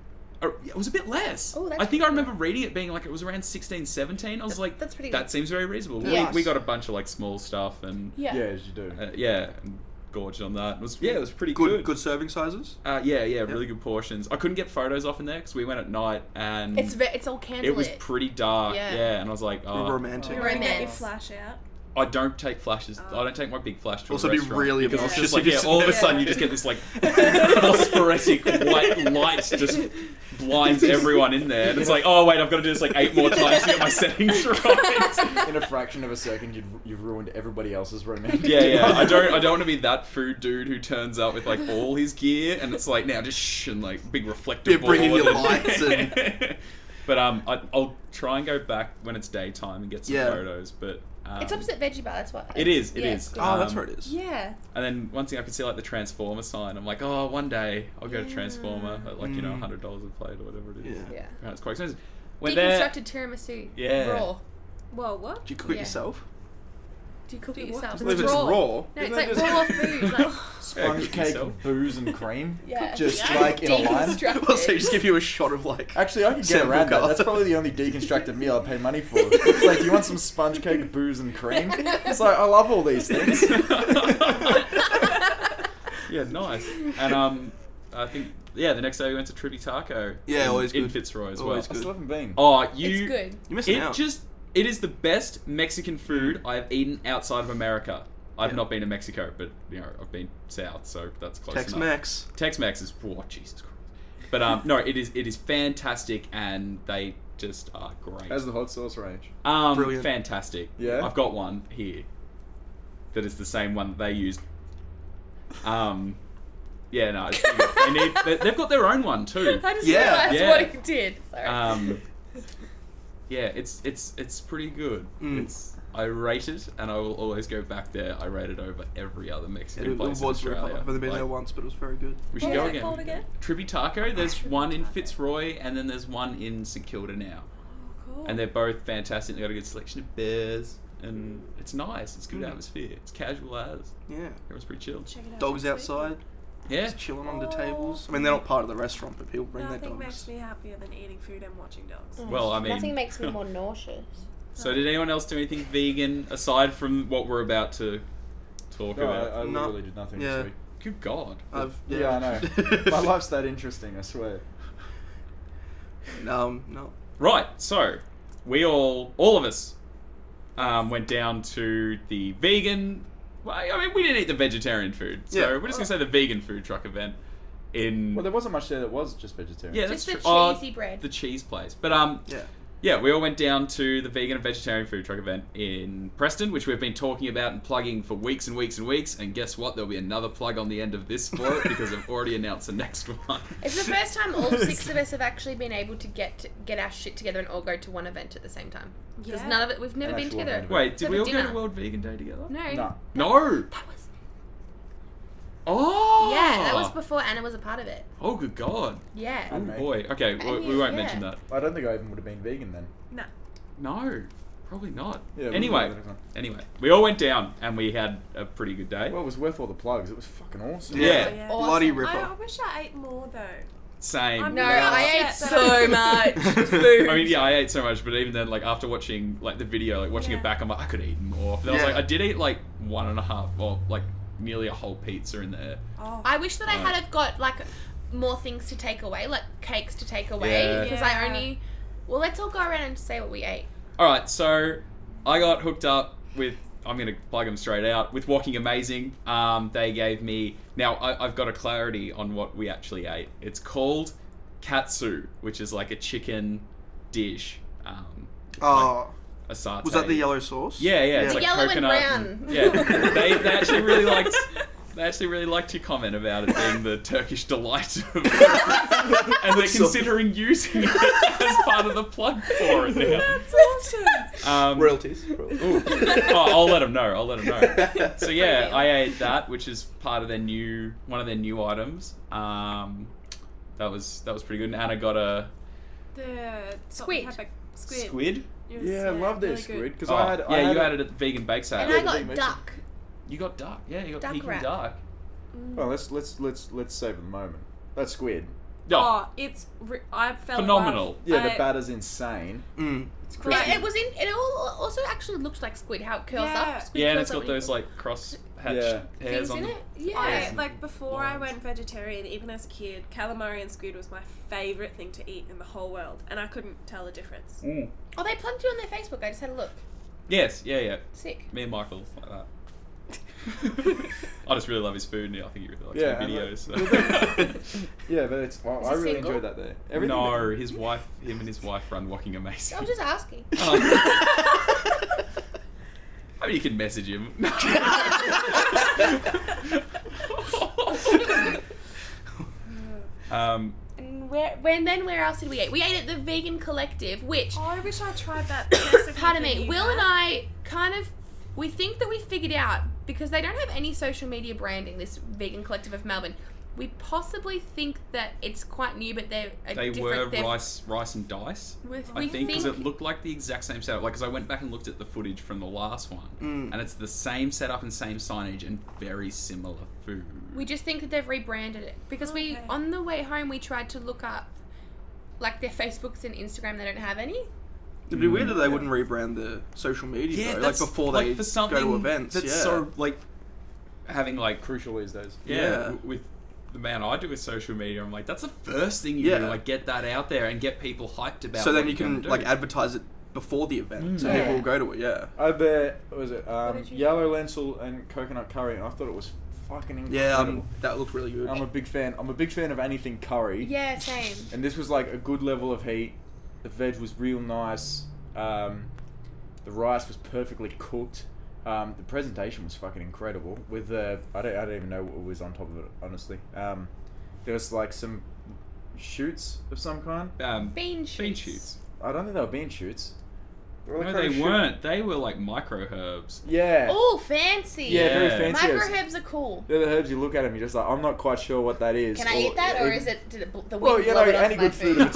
[SPEAKER 1] or- it was a bit less.
[SPEAKER 4] Oh, that's
[SPEAKER 1] I think I
[SPEAKER 4] pretty
[SPEAKER 1] remember reading it being like it was around 16, 17. I was like,
[SPEAKER 4] that's pretty
[SPEAKER 1] That
[SPEAKER 4] good.
[SPEAKER 1] seems very reasonable.
[SPEAKER 4] Yeah.
[SPEAKER 1] We, we got a bunch of like small stuff and
[SPEAKER 2] Yeah, as you do.
[SPEAKER 1] uh, yeah, and gorged on that. It was yeah, it was pretty
[SPEAKER 3] Good,
[SPEAKER 1] good.
[SPEAKER 3] good serving sizes.
[SPEAKER 1] Uh, yeah, yeah, really good portions. I couldn't get photos off in there because we went at night and
[SPEAKER 4] It's ve- it's all candlelit.
[SPEAKER 1] it was pretty dark.
[SPEAKER 4] Yeah.
[SPEAKER 1] Yeah. and I was like, oh,
[SPEAKER 3] romantic.
[SPEAKER 5] You're gonna get your
[SPEAKER 4] Romance.
[SPEAKER 5] flash out.
[SPEAKER 1] I don't take flashes.
[SPEAKER 5] Oh.
[SPEAKER 1] I don't take my big flash. To
[SPEAKER 3] Also,
[SPEAKER 1] a
[SPEAKER 3] be
[SPEAKER 1] restaurant
[SPEAKER 3] really
[SPEAKER 1] because it's
[SPEAKER 3] obnoxious if
[SPEAKER 1] just like
[SPEAKER 3] you
[SPEAKER 1] yeah,
[SPEAKER 3] sit
[SPEAKER 1] all of a
[SPEAKER 5] there.
[SPEAKER 1] sudden you just get this like phosphorescent white light just blinds everyone in there, and it's like, oh wait, I've got to do this like eight more times to get my settings right.
[SPEAKER 2] In a fraction of a second, you've, you've ruined everybody else's romantic.
[SPEAKER 1] Yeah, yeah. I
[SPEAKER 2] life.
[SPEAKER 1] don't. I don't want to be that food dude who turns up with like all his gear, and it's like now just shh and like big reflective.
[SPEAKER 3] Yeah, bring in
[SPEAKER 1] board
[SPEAKER 3] your lights and-
[SPEAKER 1] but um, I, I'll try and go back when it's daytime and get some
[SPEAKER 3] Yeah.
[SPEAKER 1] photos. But um,
[SPEAKER 4] It's opposite Veggie Bar. That's what
[SPEAKER 1] It is. It is.
[SPEAKER 4] yeah.
[SPEAKER 3] Oh, that's
[SPEAKER 1] Um,
[SPEAKER 3] where it is.
[SPEAKER 4] Yeah.
[SPEAKER 1] And then one thing I could see like the Transformer sign. I'm like, oh, one day I'll go to Transformer at like you know
[SPEAKER 3] Mm.
[SPEAKER 1] hundred dollars a plate or whatever it is.
[SPEAKER 3] Yeah.
[SPEAKER 4] Yeah.
[SPEAKER 1] Apparently it's quite expensive. Went there.
[SPEAKER 4] Deconstructed tiramisu.
[SPEAKER 1] Yeah.
[SPEAKER 4] Raw.
[SPEAKER 5] Whoa, what?
[SPEAKER 3] Did you cook it
[SPEAKER 4] Yeah.
[SPEAKER 3] yourself?
[SPEAKER 5] Do you cook
[SPEAKER 4] Do
[SPEAKER 5] it
[SPEAKER 4] it
[SPEAKER 5] what?
[SPEAKER 4] yourself.
[SPEAKER 5] Just
[SPEAKER 3] Well, if it's
[SPEAKER 4] raw.
[SPEAKER 3] raw,
[SPEAKER 4] No, it's
[SPEAKER 2] Isn't
[SPEAKER 4] like
[SPEAKER 2] that
[SPEAKER 4] raw
[SPEAKER 2] just-
[SPEAKER 4] food. Like,
[SPEAKER 1] Yeah,
[SPEAKER 2] Sponge
[SPEAKER 1] good
[SPEAKER 2] cake,
[SPEAKER 1] yourself.
[SPEAKER 2] booze, and cream.
[SPEAKER 4] yeah.
[SPEAKER 2] Just
[SPEAKER 4] Yeah.
[SPEAKER 2] like in a line.
[SPEAKER 4] Deconstructed.
[SPEAKER 3] Well, so just give you a shot of like.
[SPEAKER 2] Actually, I could get
[SPEAKER 3] Sample
[SPEAKER 2] around that.
[SPEAKER 3] colour.
[SPEAKER 2] That's probably the only deconstructed meal I pay money for. It's like, do you want some sponge cake, booze, and cream? It's like, I love all these things.
[SPEAKER 1] yeah, nice. And um, I think yeah, the next day we went to Trippy Taco.
[SPEAKER 3] Yeah,
[SPEAKER 1] in,
[SPEAKER 3] always
[SPEAKER 1] in
[SPEAKER 3] good.
[SPEAKER 1] Fitzroy as
[SPEAKER 3] Always
[SPEAKER 2] I
[SPEAKER 1] well.
[SPEAKER 2] still haven't been.
[SPEAKER 1] Oh, you.
[SPEAKER 4] it's good.
[SPEAKER 3] You're missing
[SPEAKER 1] It
[SPEAKER 3] out.
[SPEAKER 1] just it is the best Mexican food I've eaten outside of America. I've
[SPEAKER 3] Mm. Yeah.
[SPEAKER 1] not been to Mexico, but you know I've been south, so that's close
[SPEAKER 3] Tex
[SPEAKER 1] enough.
[SPEAKER 3] Mex.
[SPEAKER 1] Tex Mex is oh Jesus Christ. But um, no, it is it is fantastic, and they just are great.
[SPEAKER 2] How's the hot sauce range?
[SPEAKER 1] um,
[SPEAKER 3] Brilliant.
[SPEAKER 1] fantastic.
[SPEAKER 2] Yeah?
[SPEAKER 1] I've got one here that is the same one they used. Um, yeah, no, it's, they need, they, they've got their own one too.
[SPEAKER 4] I just
[SPEAKER 3] Yeah.
[SPEAKER 4] realized
[SPEAKER 1] Yeah.
[SPEAKER 4] what it did. Sorry.
[SPEAKER 1] Um, yeah, it's it's it's pretty good.
[SPEAKER 3] Mm.
[SPEAKER 1] It's I rate it, and I will always go back there. I rate it over every other
[SPEAKER 3] It,
[SPEAKER 1] Mexican
[SPEAKER 3] it was.
[SPEAKER 1] place in
[SPEAKER 3] I've
[SPEAKER 1] Australia.
[SPEAKER 3] only been
[SPEAKER 1] Like,
[SPEAKER 3] there once, but it was very good.
[SPEAKER 1] we should
[SPEAKER 5] What
[SPEAKER 1] go
[SPEAKER 5] was it
[SPEAKER 1] again.
[SPEAKER 5] called again?
[SPEAKER 1] Trippy Taco. There's
[SPEAKER 5] Trippy
[SPEAKER 1] one in
[SPEAKER 5] Taco.
[SPEAKER 1] Fitzroy, and then there's one in St Kilda now,
[SPEAKER 5] Cool.
[SPEAKER 1] and they're both fantastic. They got a good selection of beers, and it's nice. It's good
[SPEAKER 3] Mm.
[SPEAKER 1] atmosphere. It's casual as.
[SPEAKER 3] Yeah.
[SPEAKER 1] Everyone's pretty chilled.
[SPEAKER 5] Check it out
[SPEAKER 3] Dogs
[SPEAKER 5] next week.
[SPEAKER 3] outside,
[SPEAKER 1] Yeah,
[SPEAKER 3] just chilling on the
[SPEAKER 5] Oh.
[SPEAKER 3] tables. I mean, they're not part of the restaurant, but people bring their
[SPEAKER 5] Nothing
[SPEAKER 3] dogs.
[SPEAKER 5] makes me happier than eating food and watching dogs.
[SPEAKER 4] Mm.
[SPEAKER 1] well, I mean,
[SPEAKER 4] Nothing makes me more nauseous.
[SPEAKER 1] So, did anyone else do anything vegan aside from what we're about to talk
[SPEAKER 2] No,
[SPEAKER 1] about?
[SPEAKER 2] I, I
[SPEAKER 3] No.
[SPEAKER 2] literally did nothing
[SPEAKER 3] Yeah.
[SPEAKER 2] this week.
[SPEAKER 1] Good God.
[SPEAKER 3] I've,
[SPEAKER 2] Yeah, I know. My life's that interesting, I swear.
[SPEAKER 3] Um, no.
[SPEAKER 1] Right, so we all, all of us, um, went down to the vegan. Well, I mean, we didn't eat the vegetarian food, so
[SPEAKER 3] Yeah.
[SPEAKER 1] we're just gonna say the vegan food truck event in.
[SPEAKER 2] Well, there wasn't much there that was just vegetarian.
[SPEAKER 1] yeah, that's true.
[SPEAKER 4] Just the
[SPEAKER 1] Oh,
[SPEAKER 4] cheesy bread.
[SPEAKER 1] the cheese place. But um,
[SPEAKER 3] Yeah.
[SPEAKER 1] yeah, we all went down to the vegan and vegetarian food truck event in Preston, which we've been talking about and plugging for weeks and weeks and weeks. And guess what? There'll be another plug on the end of this for it because I've already announced the next one.
[SPEAKER 4] it's the first time all six of us have actually been able to get to, get our shit together and all go to one event at the same time. Because
[SPEAKER 5] Yeah.
[SPEAKER 4] none of it, we've never
[SPEAKER 2] An
[SPEAKER 4] been
[SPEAKER 2] actual
[SPEAKER 4] together.
[SPEAKER 2] event.
[SPEAKER 1] Wait,
[SPEAKER 4] So
[SPEAKER 1] did we
[SPEAKER 4] the
[SPEAKER 1] all go
[SPEAKER 4] dinner.
[SPEAKER 1] to World Vegan Day together?
[SPEAKER 4] No.
[SPEAKER 2] No.
[SPEAKER 1] No.
[SPEAKER 4] That was.
[SPEAKER 1] Oh.
[SPEAKER 4] Yeah, that was before Anna was a part of it.
[SPEAKER 1] Oh, good God.
[SPEAKER 4] Yeah.
[SPEAKER 1] Oh,
[SPEAKER 2] Mate.
[SPEAKER 1] boy. Okay, we, we
[SPEAKER 4] yeah,
[SPEAKER 1] won't
[SPEAKER 4] yeah.
[SPEAKER 1] mention that.
[SPEAKER 2] I don't think I even would have been vegan then.
[SPEAKER 5] No.
[SPEAKER 1] No, probably not.
[SPEAKER 2] Yeah, we
[SPEAKER 1] anyway,
[SPEAKER 2] would've been vegan.
[SPEAKER 1] anyway, we all went down and we had a pretty good day.
[SPEAKER 2] Well, it was worth all the plugs. It was fucking awesome.
[SPEAKER 1] Yeah.
[SPEAKER 3] Bloody
[SPEAKER 5] I, I
[SPEAKER 3] ripper.
[SPEAKER 5] wish I ate more though.
[SPEAKER 1] Same.
[SPEAKER 5] I'm
[SPEAKER 4] No,
[SPEAKER 5] Yeah.
[SPEAKER 4] I ate
[SPEAKER 5] Yeah.
[SPEAKER 4] so much food.
[SPEAKER 1] I mean, yeah, I ate so much, but even then, like after watching like the video, like watching
[SPEAKER 5] Yeah.
[SPEAKER 1] it back, I'm like, I could eat more. But I was
[SPEAKER 3] Yeah.
[SPEAKER 1] like, I did eat like one and a half, or like nearly a whole pizza in there.
[SPEAKER 5] Oh.
[SPEAKER 4] I wish that I had
[SPEAKER 1] Right.
[SPEAKER 4] have got like more things to take away, like cakes to take away,
[SPEAKER 1] Yeah.
[SPEAKER 4] because I
[SPEAKER 5] Yeah.
[SPEAKER 4] only. Well, let's all go around and say what we ate.
[SPEAKER 1] All right, so I got hooked up with. I'm gonna plug them straight out with Walking Amazing. Um, they gave me now. I, I've got a clarity on what we actually ate. It's called katsu, which is like a chicken dish. Um,
[SPEAKER 3] Oh,
[SPEAKER 1] a satay.
[SPEAKER 3] was that the yellow sauce?
[SPEAKER 1] Yeah, yeah. It's
[SPEAKER 4] The
[SPEAKER 1] like
[SPEAKER 4] yellow and
[SPEAKER 1] coconut.
[SPEAKER 4] brown.
[SPEAKER 1] yeah, they, they actually really liked. They actually really liked your comment about it being the Turkish delight, of, and they're considering using it as part of the plug for it now.
[SPEAKER 5] That's awesome.
[SPEAKER 1] Um,
[SPEAKER 3] Royalties.
[SPEAKER 1] Ooh. oh, I'll let them know. I'll let them know. So yeah,
[SPEAKER 4] Brilliant.
[SPEAKER 1] I ate that, which is part of their new one of their new items. Um, that was that was pretty good. And Anna got a
[SPEAKER 5] the
[SPEAKER 4] Squid.
[SPEAKER 5] Pepper, squid.
[SPEAKER 1] squid.
[SPEAKER 5] It was,
[SPEAKER 2] Yeah, I love
[SPEAKER 5] really
[SPEAKER 2] this
[SPEAKER 5] good.
[SPEAKER 2] squid. Because
[SPEAKER 1] Oh,
[SPEAKER 2] I had.
[SPEAKER 1] yeah,
[SPEAKER 2] I had
[SPEAKER 1] you
[SPEAKER 2] a-
[SPEAKER 1] had it at the vegan bake sale.
[SPEAKER 4] And I got
[SPEAKER 2] amazing.
[SPEAKER 4] duck.
[SPEAKER 1] You got duck. Yeah, you got
[SPEAKER 4] Duck
[SPEAKER 1] Peking
[SPEAKER 4] wrap.
[SPEAKER 1] duck.
[SPEAKER 2] Well, let's let's let's let's savor the moment. That's squid.
[SPEAKER 1] No.
[SPEAKER 5] Oh, it's re- I fell in
[SPEAKER 1] Phenomenal.
[SPEAKER 5] love.
[SPEAKER 2] Yeah, the
[SPEAKER 5] I-
[SPEAKER 2] batter's insane.
[SPEAKER 3] Mm.
[SPEAKER 2] It's
[SPEAKER 5] Right.
[SPEAKER 2] crazy.
[SPEAKER 4] It, it was in. It all also actually looked like squid. How it curls
[SPEAKER 5] Yeah.
[SPEAKER 4] up. Squid
[SPEAKER 1] yeah, and
[SPEAKER 4] curls
[SPEAKER 1] it's
[SPEAKER 4] up
[SPEAKER 1] got
[SPEAKER 4] when you-
[SPEAKER 1] those like cross hatched
[SPEAKER 2] Yeah.
[SPEAKER 1] hairs
[SPEAKER 4] things
[SPEAKER 1] on
[SPEAKER 4] in
[SPEAKER 1] the
[SPEAKER 4] it. Yeah.
[SPEAKER 5] I,
[SPEAKER 1] Yeah.
[SPEAKER 5] like before I
[SPEAKER 1] Lines.
[SPEAKER 5] went vegetarian, even as a kid, calamari and squid was my favorite thing to eat in the whole world, and I couldn't tell the difference.
[SPEAKER 1] Mm.
[SPEAKER 4] Oh, they plugged you on their Facebook. I just had a look.
[SPEAKER 1] Yes, yeah, yeah.
[SPEAKER 4] Sick.
[SPEAKER 1] Me and Michael like that. I just really love his food, and I think he really likes
[SPEAKER 2] Yeah,
[SPEAKER 1] my
[SPEAKER 2] and like-
[SPEAKER 1] videos. So.
[SPEAKER 2] yeah, but it's. Well,
[SPEAKER 4] Is
[SPEAKER 2] I
[SPEAKER 4] it
[SPEAKER 2] really
[SPEAKER 4] single?
[SPEAKER 2] enjoyed that there. Everything
[SPEAKER 1] no, his wife, him and his wife run Walking Amazing.
[SPEAKER 4] I was just asking.
[SPEAKER 1] Um, Oh. I mean, you can message him. um,
[SPEAKER 4] and where? When then? Where else did we eat? We ate at the Vegan Collective, which
[SPEAKER 5] Oh, I wish I tried that. Mexican
[SPEAKER 4] Pardon
[SPEAKER 5] thing
[SPEAKER 4] me.
[SPEAKER 5] you
[SPEAKER 4] Will
[SPEAKER 5] had.
[SPEAKER 4] and I kind of we think that we figured out because they don't have any social media branding. This vegan collective of Melbourne, we possibly think that it's quite new, but they're a
[SPEAKER 1] they were
[SPEAKER 4] different. they're-
[SPEAKER 1] rice, rice and dice.
[SPEAKER 4] With,
[SPEAKER 1] I
[SPEAKER 4] we
[SPEAKER 1] think
[SPEAKER 4] think,
[SPEAKER 1] because it looked like the exact same setup. Like, because I went back and looked at the footage from the last one,
[SPEAKER 3] Mm.
[SPEAKER 1] and it's the same setup and same signage and very similar food.
[SPEAKER 4] we just think that they've rebranded it because we
[SPEAKER 5] Okay.
[SPEAKER 4] on the way home we tried to look up like their Facebooks and Instagram. They don't have any.
[SPEAKER 3] It'd be weird that they wouldn't rebrand the social media though, like
[SPEAKER 1] that's-
[SPEAKER 3] before
[SPEAKER 1] like,
[SPEAKER 3] they
[SPEAKER 1] for something
[SPEAKER 3] go to events.
[SPEAKER 1] That's
[SPEAKER 3] yeah.
[SPEAKER 1] so like having like
[SPEAKER 2] crucial these days.
[SPEAKER 1] yeah,
[SPEAKER 3] Yeah.
[SPEAKER 1] w- with the man I do with social media. I'm like, that's the first thing you
[SPEAKER 3] Yeah.
[SPEAKER 1] do, like get that out there and get people hyped about.
[SPEAKER 3] so
[SPEAKER 1] what
[SPEAKER 3] then you
[SPEAKER 1] you're
[SPEAKER 3] can
[SPEAKER 1] gonna do.
[SPEAKER 3] like advertise it before the event, so
[SPEAKER 4] Yeah.
[SPEAKER 3] people will go to it. Yeah.
[SPEAKER 2] I bet what was it um,
[SPEAKER 4] did you-
[SPEAKER 2] yellow lentil and coconut curry, and I thought it was fucking incredible.
[SPEAKER 3] Yeah, um, that looked really good.
[SPEAKER 2] I'm a big fan. I'm a big fan of anything curry.
[SPEAKER 4] Yeah, same.
[SPEAKER 2] And this was like a good level of heat. The veg was real nice. Um, the rice was perfectly cooked. Um, the presentation was fucking incredible. With the I don't I don't even know what was on top of it honestly. Um, there was like some shoots of some kind.
[SPEAKER 1] um,
[SPEAKER 4] Bean shoots.
[SPEAKER 1] bean shoots.
[SPEAKER 2] I don't think they were bean shoots. They were like
[SPEAKER 1] No,
[SPEAKER 2] kind
[SPEAKER 1] they
[SPEAKER 2] of shoot-
[SPEAKER 1] weren't. They were like micro herbs.
[SPEAKER 2] Yeah.
[SPEAKER 4] Oh, fancy.
[SPEAKER 2] yeah, very
[SPEAKER 1] Yeah.
[SPEAKER 2] fancy.
[SPEAKER 4] Micro
[SPEAKER 2] herbs.
[SPEAKER 4] herbs are cool.
[SPEAKER 2] They're the herbs you look at them, you're just like, I'm not quite sure what that is.
[SPEAKER 4] Can I eat that, or is it did it bl- the wind
[SPEAKER 2] Well, you
[SPEAKER 4] blow
[SPEAKER 2] know,
[SPEAKER 4] it onto
[SPEAKER 2] any
[SPEAKER 4] my
[SPEAKER 2] good food
[SPEAKER 4] food?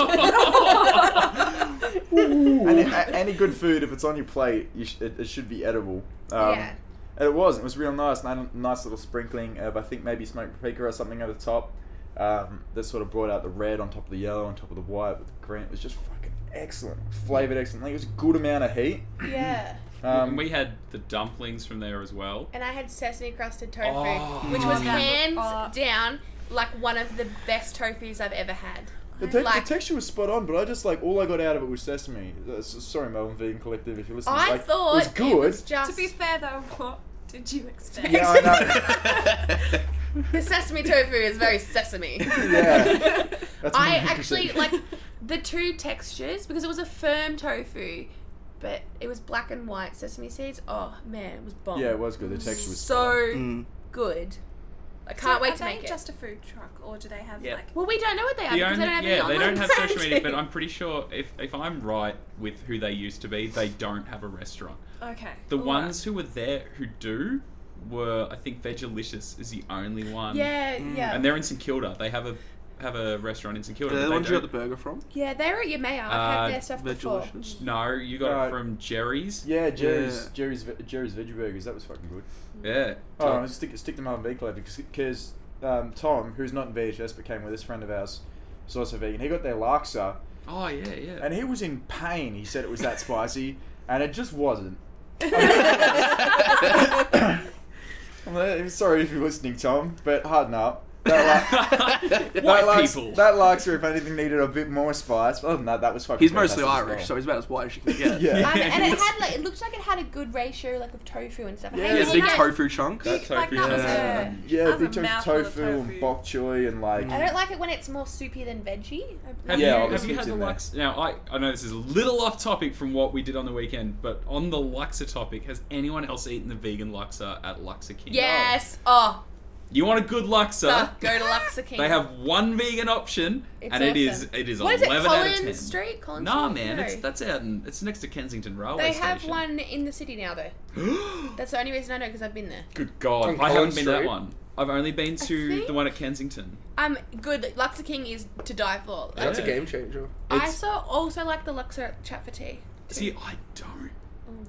[SPEAKER 2] Any, a- any good food, if it's on your plate, you sh- it, it should be edible. Um,
[SPEAKER 4] yeah.
[SPEAKER 2] And it was. It was real nice. And I had a nice little sprinkling of, I think, maybe smoked paprika or something over the top. Um, that sort of brought out the red on top of the yellow, on top of the white with the green. It was just fucking excellent. Flavored excellent. Like, it was a good amount of heat.
[SPEAKER 4] Yeah.
[SPEAKER 2] Um,
[SPEAKER 1] and we had the dumplings from there as well.
[SPEAKER 4] And I had sesame crusted tofu,
[SPEAKER 1] Oh.
[SPEAKER 4] which was
[SPEAKER 5] Mm.
[SPEAKER 4] hands
[SPEAKER 5] Oh.
[SPEAKER 4] down like one of the best tofus I've ever had.
[SPEAKER 2] the, te-
[SPEAKER 4] like-
[SPEAKER 2] the texture was spot on, but I just like all I got out of it was sesame. Uh, s- sorry, Melbourne Vegan Collective, if you're listening.
[SPEAKER 4] I
[SPEAKER 2] like,
[SPEAKER 4] thought
[SPEAKER 2] it was good.
[SPEAKER 4] just
[SPEAKER 5] To be fair, though, what did you expect?
[SPEAKER 2] Yeah, I know.
[SPEAKER 4] the sesame tofu is very sesame.
[SPEAKER 2] Yeah. That's
[SPEAKER 4] I
[SPEAKER 2] 100%.
[SPEAKER 4] actually like the two textures because it was a firm tofu, but it was black and white sesame seeds. Oh man, it was bomb.
[SPEAKER 2] Yeah, it was good. The texture was
[SPEAKER 4] so
[SPEAKER 3] Mm.
[SPEAKER 4] good. I can't
[SPEAKER 5] So
[SPEAKER 4] wait
[SPEAKER 5] are
[SPEAKER 4] to
[SPEAKER 5] they
[SPEAKER 4] make it.
[SPEAKER 5] Just a food truck, or do they have
[SPEAKER 1] Yeah.
[SPEAKER 5] like?
[SPEAKER 4] well, we don't know what they are
[SPEAKER 1] The only,
[SPEAKER 4] because they don't have any
[SPEAKER 1] yeah, they
[SPEAKER 4] online
[SPEAKER 1] don't have social media, but
[SPEAKER 4] branding.
[SPEAKER 1] I'm pretty sure if, if I'm right with who they used to be, they don't have a restaurant.
[SPEAKER 5] Okay.
[SPEAKER 1] The
[SPEAKER 4] Right.
[SPEAKER 1] ones who were there who do were, I think, Vegalicious is the only one.
[SPEAKER 4] Yeah,
[SPEAKER 2] Mm.
[SPEAKER 4] yeah.
[SPEAKER 1] And they're in St Kilda. They have a have a restaurant in St
[SPEAKER 3] Are
[SPEAKER 1] Kilda.
[SPEAKER 3] they
[SPEAKER 1] but
[SPEAKER 3] the
[SPEAKER 1] they
[SPEAKER 3] ones you got the
[SPEAKER 1] don't-
[SPEAKER 3] burger from?
[SPEAKER 4] Yeah, they were at your mayor. I've
[SPEAKER 1] Uh,
[SPEAKER 4] had their stuff
[SPEAKER 3] They're
[SPEAKER 4] before.
[SPEAKER 3] delicious.
[SPEAKER 1] no, you got
[SPEAKER 2] Right.
[SPEAKER 1] it from Jerry's.
[SPEAKER 2] Yeah, Jerry's
[SPEAKER 3] Yeah.
[SPEAKER 2] Jerry's ve- Jerry's veggie burgers. That was fucking good.
[SPEAKER 1] Yeah.
[SPEAKER 2] Oh, I'll stick stick them up in Big Club because um, Tom, who's not in VHS but came with this friend of ours, was also vegan. He got their laksa
[SPEAKER 1] Oh, yeah, yeah.
[SPEAKER 2] and he was in pain. He said it was that spicy, and it just wasn't. I'm like, "I'm sorry if you're listening, Tom, but harden up. That la-
[SPEAKER 1] White
[SPEAKER 2] that laks-
[SPEAKER 1] people.
[SPEAKER 2] That laksa, if anything, needed a bit more spice. Other than that, that was fucking.
[SPEAKER 3] He's mostly
[SPEAKER 2] fantastic as
[SPEAKER 3] Irish, so
[SPEAKER 2] well.
[SPEAKER 3] he's about as white as you can get.
[SPEAKER 2] yeah.
[SPEAKER 4] Um, and it
[SPEAKER 1] Yes.
[SPEAKER 4] had like it looks like it had a good ratio like of tofu and stuff. I
[SPEAKER 2] Yeah,
[SPEAKER 4] hate
[SPEAKER 3] There's
[SPEAKER 2] it's
[SPEAKER 3] a
[SPEAKER 4] when
[SPEAKER 3] big
[SPEAKER 4] they-
[SPEAKER 3] tofu chunk.
[SPEAKER 1] That
[SPEAKER 5] like
[SPEAKER 1] tofu
[SPEAKER 5] that
[SPEAKER 1] was
[SPEAKER 5] was
[SPEAKER 4] Yeah.
[SPEAKER 5] a-
[SPEAKER 2] Yeah,
[SPEAKER 5] That's
[SPEAKER 2] big tofu,
[SPEAKER 5] a mouthful of
[SPEAKER 2] tofu and
[SPEAKER 5] tofu.
[SPEAKER 2] bok choy and like.
[SPEAKER 4] I don't like it when it's more soupy than veggie.
[SPEAKER 1] Have
[SPEAKER 2] Yeah,
[SPEAKER 1] you,
[SPEAKER 2] all the
[SPEAKER 1] have you
[SPEAKER 2] sweets
[SPEAKER 1] had the
[SPEAKER 2] in there.
[SPEAKER 1] Lux? Now, I, I know this is a little off topic from what we did on the weekend, but on the Luxa topic, has anyone else eaten the vegan Luxa at Luxa King?
[SPEAKER 4] Yes. Oh,
[SPEAKER 1] You want a good Luxa?
[SPEAKER 4] so go to Luxa King.
[SPEAKER 1] They have one vegan option,
[SPEAKER 4] It's
[SPEAKER 1] and it is
[SPEAKER 4] awesome.
[SPEAKER 1] it is
[SPEAKER 4] What is it,
[SPEAKER 1] eleven out of
[SPEAKER 4] Collins
[SPEAKER 1] ten.
[SPEAKER 4] Street? Collins
[SPEAKER 1] nah,
[SPEAKER 4] Street?
[SPEAKER 1] man,
[SPEAKER 4] No.
[SPEAKER 1] it's that's out in it's next to Kensington Railway
[SPEAKER 4] They
[SPEAKER 1] Station.
[SPEAKER 4] have one in the city now though. That's the only reason I know because I've been there.
[SPEAKER 1] good God,
[SPEAKER 3] On
[SPEAKER 1] I haven't
[SPEAKER 3] Collins
[SPEAKER 1] been to that
[SPEAKER 3] Street?
[SPEAKER 1] one. I've only been
[SPEAKER 4] I
[SPEAKER 1] to
[SPEAKER 4] think-
[SPEAKER 1] the one at Kensington.
[SPEAKER 4] Um, good. Luxa King is to die for. Like,
[SPEAKER 3] That's a
[SPEAKER 1] Yeah.
[SPEAKER 3] game changer.
[SPEAKER 4] I
[SPEAKER 1] It's-
[SPEAKER 4] saw also like the Luxa chat for tea.
[SPEAKER 1] See, I don't. I'm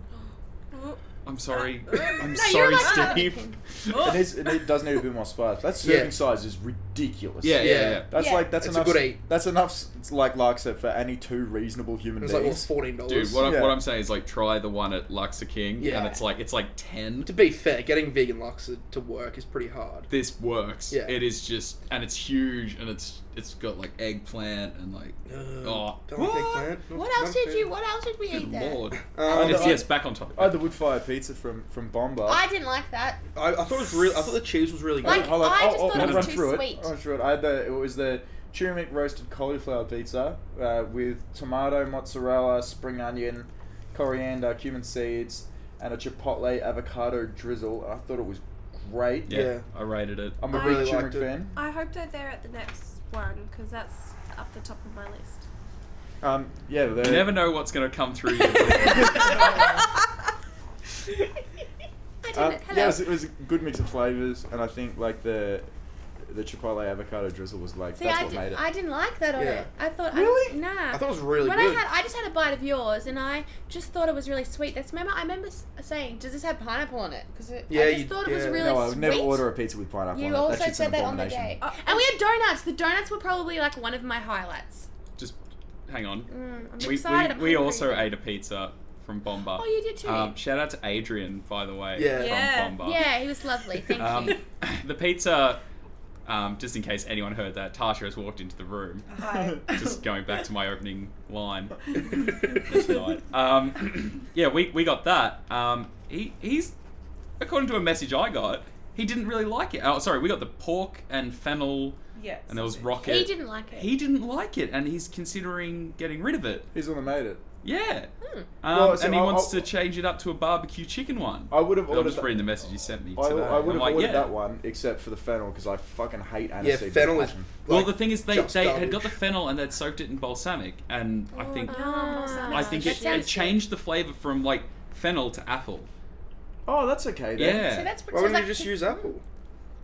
[SPEAKER 1] sorry. I'm
[SPEAKER 4] Oh, No, you're
[SPEAKER 1] sorry,
[SPEAKER 4] allowed to have an
[SPEAKER 1] Steve.
[SPEAKER 4] opinion.
[SPEAKER 2] It, is, it need- does need a bit more spice. That
[SPEAKER 6] Yeah.
[SPEAKER 2] serving size is ridiculous.
[SPEAKER 1] Yeah, yeah, yeah.
[SPEAKER 6] Yeah.
[SPEAKER 2] That's
[SPEAKER 4] Yeah.
[SPEAKER 2] like that's
[SPEAKER 6] It's a
[SPEAKER 2] enough.
[SPEAKER 6] good eight.
[SPEAKER 2] That's enough. s- It's like Lark said for any two reasonable human
[SPEAKER 6] It was like what,
[SPEAKER 2] beings.
[SPEAKER 6] fourteen dollars.
[SPEAKER 1] Dude, what,
[SPEAKER 2] Yeah.
[SPEAKER 1] I'm, what I'm saying is like try the one at Luxor King,
[SPEAKER 6] Yeah.
[SPEAKER 1] and it's like it's like ten.
[SPEAKER 6] To be fair, getting vegan locks to work is pretty hard.
[SPEAKER 1] This works.
[SPEAKER 6] Yeah.
[SPEAKER 1] It is just, and it's huge, and it's it's got like eggplant and like.
[SPEAKER 6] Uh,
[SPEAKER 1] Oh.
[SPEAKER 6] don't like eggplant. Not-
[SPEAKER 4] What else
[SPEAKER 6] not
[SPEAKER 4] did you?
[SPEAKER 6] fair.
[SPEAKER 4] What else did we eat
[SPEAKER 1] Good
[SPEAKER 4] there?
[SPEAKER 1] lord.
[SPEAKER 6] Um,
[SPEAKER 1] It's,
[SPEAKER 2] I-
[SPEAKER 1] yes, back on topic.
[SPEAKER 2] I had the wood fire pizza from from Bomba.
[SPEAKER 4] I didn't like that.
[SPEAKER 6] I, I thought it was real. I thought the cheese was really
[SPEAKER 4] Like-
[SPEAKER 6] good.
[SPEAKER 2] Uh, Hold on. Oh,
[SPEAKER 4] I just
[SPEAKER 2] I'll-
[SPEAKER 4] thought
[SPEAKER 2] I'll
[SPEAKER 4] it was
[SPEAKER 2] run
[SPEAKER 4] too
[SPEAKER 2] through
[SPEAKER 4] sweet.
[SPEAKER 2] It. I'll run through it. I had the it was the turmeric roasted cauliflower pizza uh, with tomato, mozzarella, spring onion, coriander, cumin seeds, and a chipotle avocado drizzle. And I thought it was great.
[SPEAKER 1] Yeah,
[SPEAKER 6] Yeah.
[SPEAKER 1] I rated it.
[SPEAKER 2] I'm a
[SPEAKER 5] I
[SPEAKER 2] big
[SPEAKER 6] really
[SPEAKER 2] turmeric
[SPEAKER 6] liked it.
[SPEAKER 2] fan.
[SPEAKER 5] I hope they're there at the next one because that's up the top of my list.
[SPEAKER 2] Um, yeah, the,
[SPEAKER 1] You never know what's going to come through. your-
[SPEAKER 4] I didn't.
[SPEAKER 2] Um,
[SPEAKER 4] hello.
[SPEAKER 2] yeah, it was, it was a good mix of flavors, and I think like the the chipotle avocado drizzle was like
[SPEAKER 4] See,
[SPEAKER 2] that's
[SPEAKER 4] I,
[SPEAKER 2] what
[SPEAKER 4] did,
[SPEAKER 2] made it.
[SPEAKER 4] I didn't like that on
[SPEAKER 6] Yeah.
[SPEAKER 4] it. I thought. I,
[SPEAKER 6] Really?
[SPEAKER 4] nah.
[SPEAKER 6] I thought it was really
[SPEAKER 4] when
[SPEAKER 6] good.
[SPEAKER 4] I had, I just had a bite of yours, and I just thought it was really sweet. That's remember, I remember s- saying, "Does this have pineapple on it?" Because
[SPEAKER 6] Yeah,
[SPEAKER 4] I just
[SPEAKER 6] you-
[SPEAKER 4] thought it was
[SPEAKER 6] yeah.
[SPEAKER 4] really
[SPEAKER 2] no, I would
[SPEAKER 4] sweet.
[SPEAKER 2] never order a pizza with pineapple. on
[SPEAKER 4] you
[SPEAKER 2] it.
[SPEAKER 4] also
[SPEAKER 2] shit's an
[SPEAKER 4] said that on the
[SPEAKER 2] abomination.
[SPEAKER 4] day,
[SPEAKER 5] Uh,
[SPEAKER 4] and we had donuts. The donuts were probably like one of my highlights.
[SPEAKER 1] Just hang on.
[SPEAKER 4] Mm, I'm
[SPEAKER 1] we,
[SPEAKER 4] excited. I'm
[SPEAKER 1] we, we
[SPEAKER 4] hungry.
[SPEAKER 1] also ate a pizza from Bomba.
[SPEAKER 4] Oh, you did too.
[SPEAKER 1] Um, shout out to Adrian, by the way,
[SPEAKER 6] Yeah.
[SPEAKER 1] from
[SPEAKER 5] Yeah.
[SPEAKER 1] Bomba.
[SPEAKER 4] yeah, he was lovely. Thank
[SPEAKER 1] Um,
[SPEAKER 4] you.
[SPEAKER 1] the pizza, um, just in case anyone heard that, Tasha has walked into the room.
[SPEAKER 5] Hi.
[SPEAKER 1] Just going back to my opening line tonight. Um, yeah, we, we got that. Um, he he's according to a message I got, he didn't really like it. Oh, sorry, we got the pork and fennel,
[SPEAKER 5] yes.
[SPEAKER 1] and there was rocket.
[SPEAKER 4] He didn't like it.
[SPEAKER 1] He didn't like it, and he's considering getting rid of it.
[SPEAKER 2] He's the one that made it.
[SPEAKER 1] Yeah.
[SPEAKER 4] Hmm.
[SPEAKER 1] Um,
[SPEAKER 2] Well, so
[SPEAKER 1] and he
[SPEAKER 2] I'll-
[SPEAKER 1] wants to
[SPEAKER 2] I'll-
[SPEAKER 1] change it up to a barbecue chicken one.
[SPEAKER 2] I would have
[SPEAKER 1] I'm
[SPEAKER 2] ordered.
[SPEAKER 1] just
[SPEAKER 2] that-
[SPEAKER 1] reading the message he sent me
[SPEAKER 2] I,
[SPEAKER 1] today.
[SPEAKER 2] I would
[SPEAKER 1] I'm
[SPEAKER 2] have
[SPEAKER 1] like,
[SPEAKER 2] ordered
[SPEAKER 1] yeah.
[SPEAKER 2] that one except for the fennel because I fucking hate
[SPEAKER 6] yeah,
[SPEAKER 2] aniseed. with
[SPEAKER 6] fennel is.
[SPEAKER 2] passion.
[SPEAKER 1] Well,
[SPEAKER 6] like,
[SPEAKER 1] the thing is, they,
[SPEAKER 6] just
[SPEAKER 1] they had got
[SPEAKER 6] garbage.
[SPEAKER 1] the fennel and they'd soaked it in balsamic, and I think
[SPEAKER 4] Oh, no.
[SPEAKER 1] I think
[SPEAKER 4] That
[SPEAKER 1] it,
[SPEAKER 4] sounds
[SPEAKER 1] it changed the flavor from like fennel to apple.
[SPEAKER 2] Oh, that's okay. Then.
[SPEAKER 1] Yeah.
[SPEAKER 4] So that's
[SPEAKER 6] Why wouldn't you
[SPEAKER 4] like-
[SPEAKER 6] just use apple?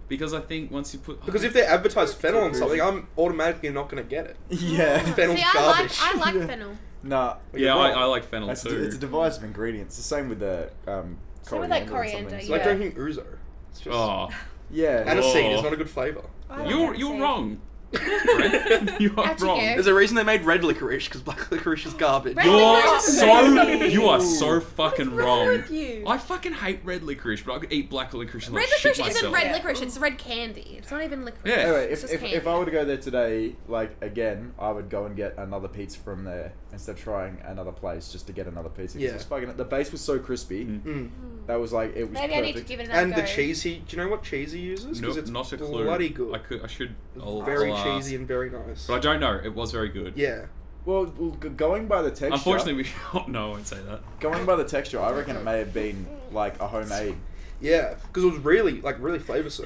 [SPEAKER 1] Because I think once you put oh,
[SPEAKER 6] Because if they advertise fennel on something, I'm automatically not going to get it.
[SPEAKER 2] Yeah.
[SPEAKER 6] Fennel's
[SPEAKER 4] See, I like
[SPEAKER 6] garbage.
[SPEAKER 4] I like
[SPEAKER 2] Yeah.
[SPEAKER 4] fennel.
[SPEAKER 2] nah.
[SPEAKER 1] yeah, I, I like fennel
[SPEAKER 2] That's
[SPEAKER 1] too.
[SPEAKER 2] a, it's a device of ingredients. The same with the um.
[SPEAKER 4] Same with,
[SPEAKER 2] coriander and
[SPEAKER 4] like, coriander,
[SPEAKER 6] It's
[SPEAKER 2] something.
[SPEAKER 6] like
[SPEAKER 4] Yeah.
[SPEAKER 6] drinking ouzo. It's just
[SPEAKER 1] oh,
[SPEAKER 2] Yeah.
[SPEAKER 6] aniseed
[SPEAKER 1] Oh.
[SPEAKER 6] is not a good flavor.
[SPEAKER 4] I like
[SPEAKER 1] you're
[SPEAKER 4] that
[SPEAKER 1] you're
[SPEAKER 4] too.
[SPEAKER 1] wrong. you are
[SPEAKER 4] Actually,
[SPEAKER 1] wrong.
[SPEAKER 4] yeah.
[SPEAKER 6] There's a reason they made red licorice because black licorice is garbage.
[SPEAKER 4] Red-
[SPEAKER 1] You're so you are
[SPEAKER 2] What
[SPEAKER 1] so
[SPEAKER 2] is
[SPEAKER 1] fucking
[SPEAKER 5] wrong
[SPEAKER 1] wrong.
[SPEAKER 5] with you?
[SPEAKER 1] I fucking hate red licorice, but I could eat black licorice and
[SPEAKER 4] Red
[SPEAKER 1] like shit
[SPEAKER 4] licorice
[SPEAKER 1] myself.
[SPEAKER 4] isn't red
[SPEAKER 5] Yeah.
[SPEAKER 4] licorice, it's red candy. It's not even licorice.
[SPEAKER 1] Yeah.
[SPEAKER 2] Anyway,
[SPEAKER 4] It's
[SPEAKER 2] if,
[SPEAKER 4] just
[SPEAKER 2] if,
[SPEAKER 4] candy.
[SPEAKER 2] if I were to go there today, like again, I would go and get another pizza from there instead of trying another place just to get another pizza. 'cause
[SPEAKER 6] Yeah.
[SPEAKER 2] it's fucking, the base was so crispy.
[SPEAKER 1] Mm.
[SPEAKER 6] Mm.
[SPEAKER 2] That was like it was
[SPEAKER 4] Maybe I
[SPEAKER 2] perfect.
[SPEAKER 4] need to give it another
[SPEAKER 6] And the
[SPEAKER 4] go.
[SPEAKER 6] cheese he, do you know what cheese he uses?
[SPEAKER 1] No,
[SPEAKER 6] Because it's
[SPEAKER 1] not a clue.
[SPEAKER 6] bloody good.
[SPEAKER 1] I could I should.
[SPEAKER 6] It's
[SPEAKER 1] I'll-
[SPEAKER 6] very
[SPEAKER 1] I'll ask.
[SPEAKER 6] cheesy and very nice.
[SPEAKER 1] But I don't know. It was very good.
[SPEAKER 6] Yeah,
[SPEAKER 2] well, well, g- going by the texture,
[SPEAKER 1] Unfortunately, we. Oh, no, I won't say that.
[SPEAKER 2] going by the texture, I reckon it may have been like a homemade.
[SPEAKER 6] yeah, because it was really like really flavoursome.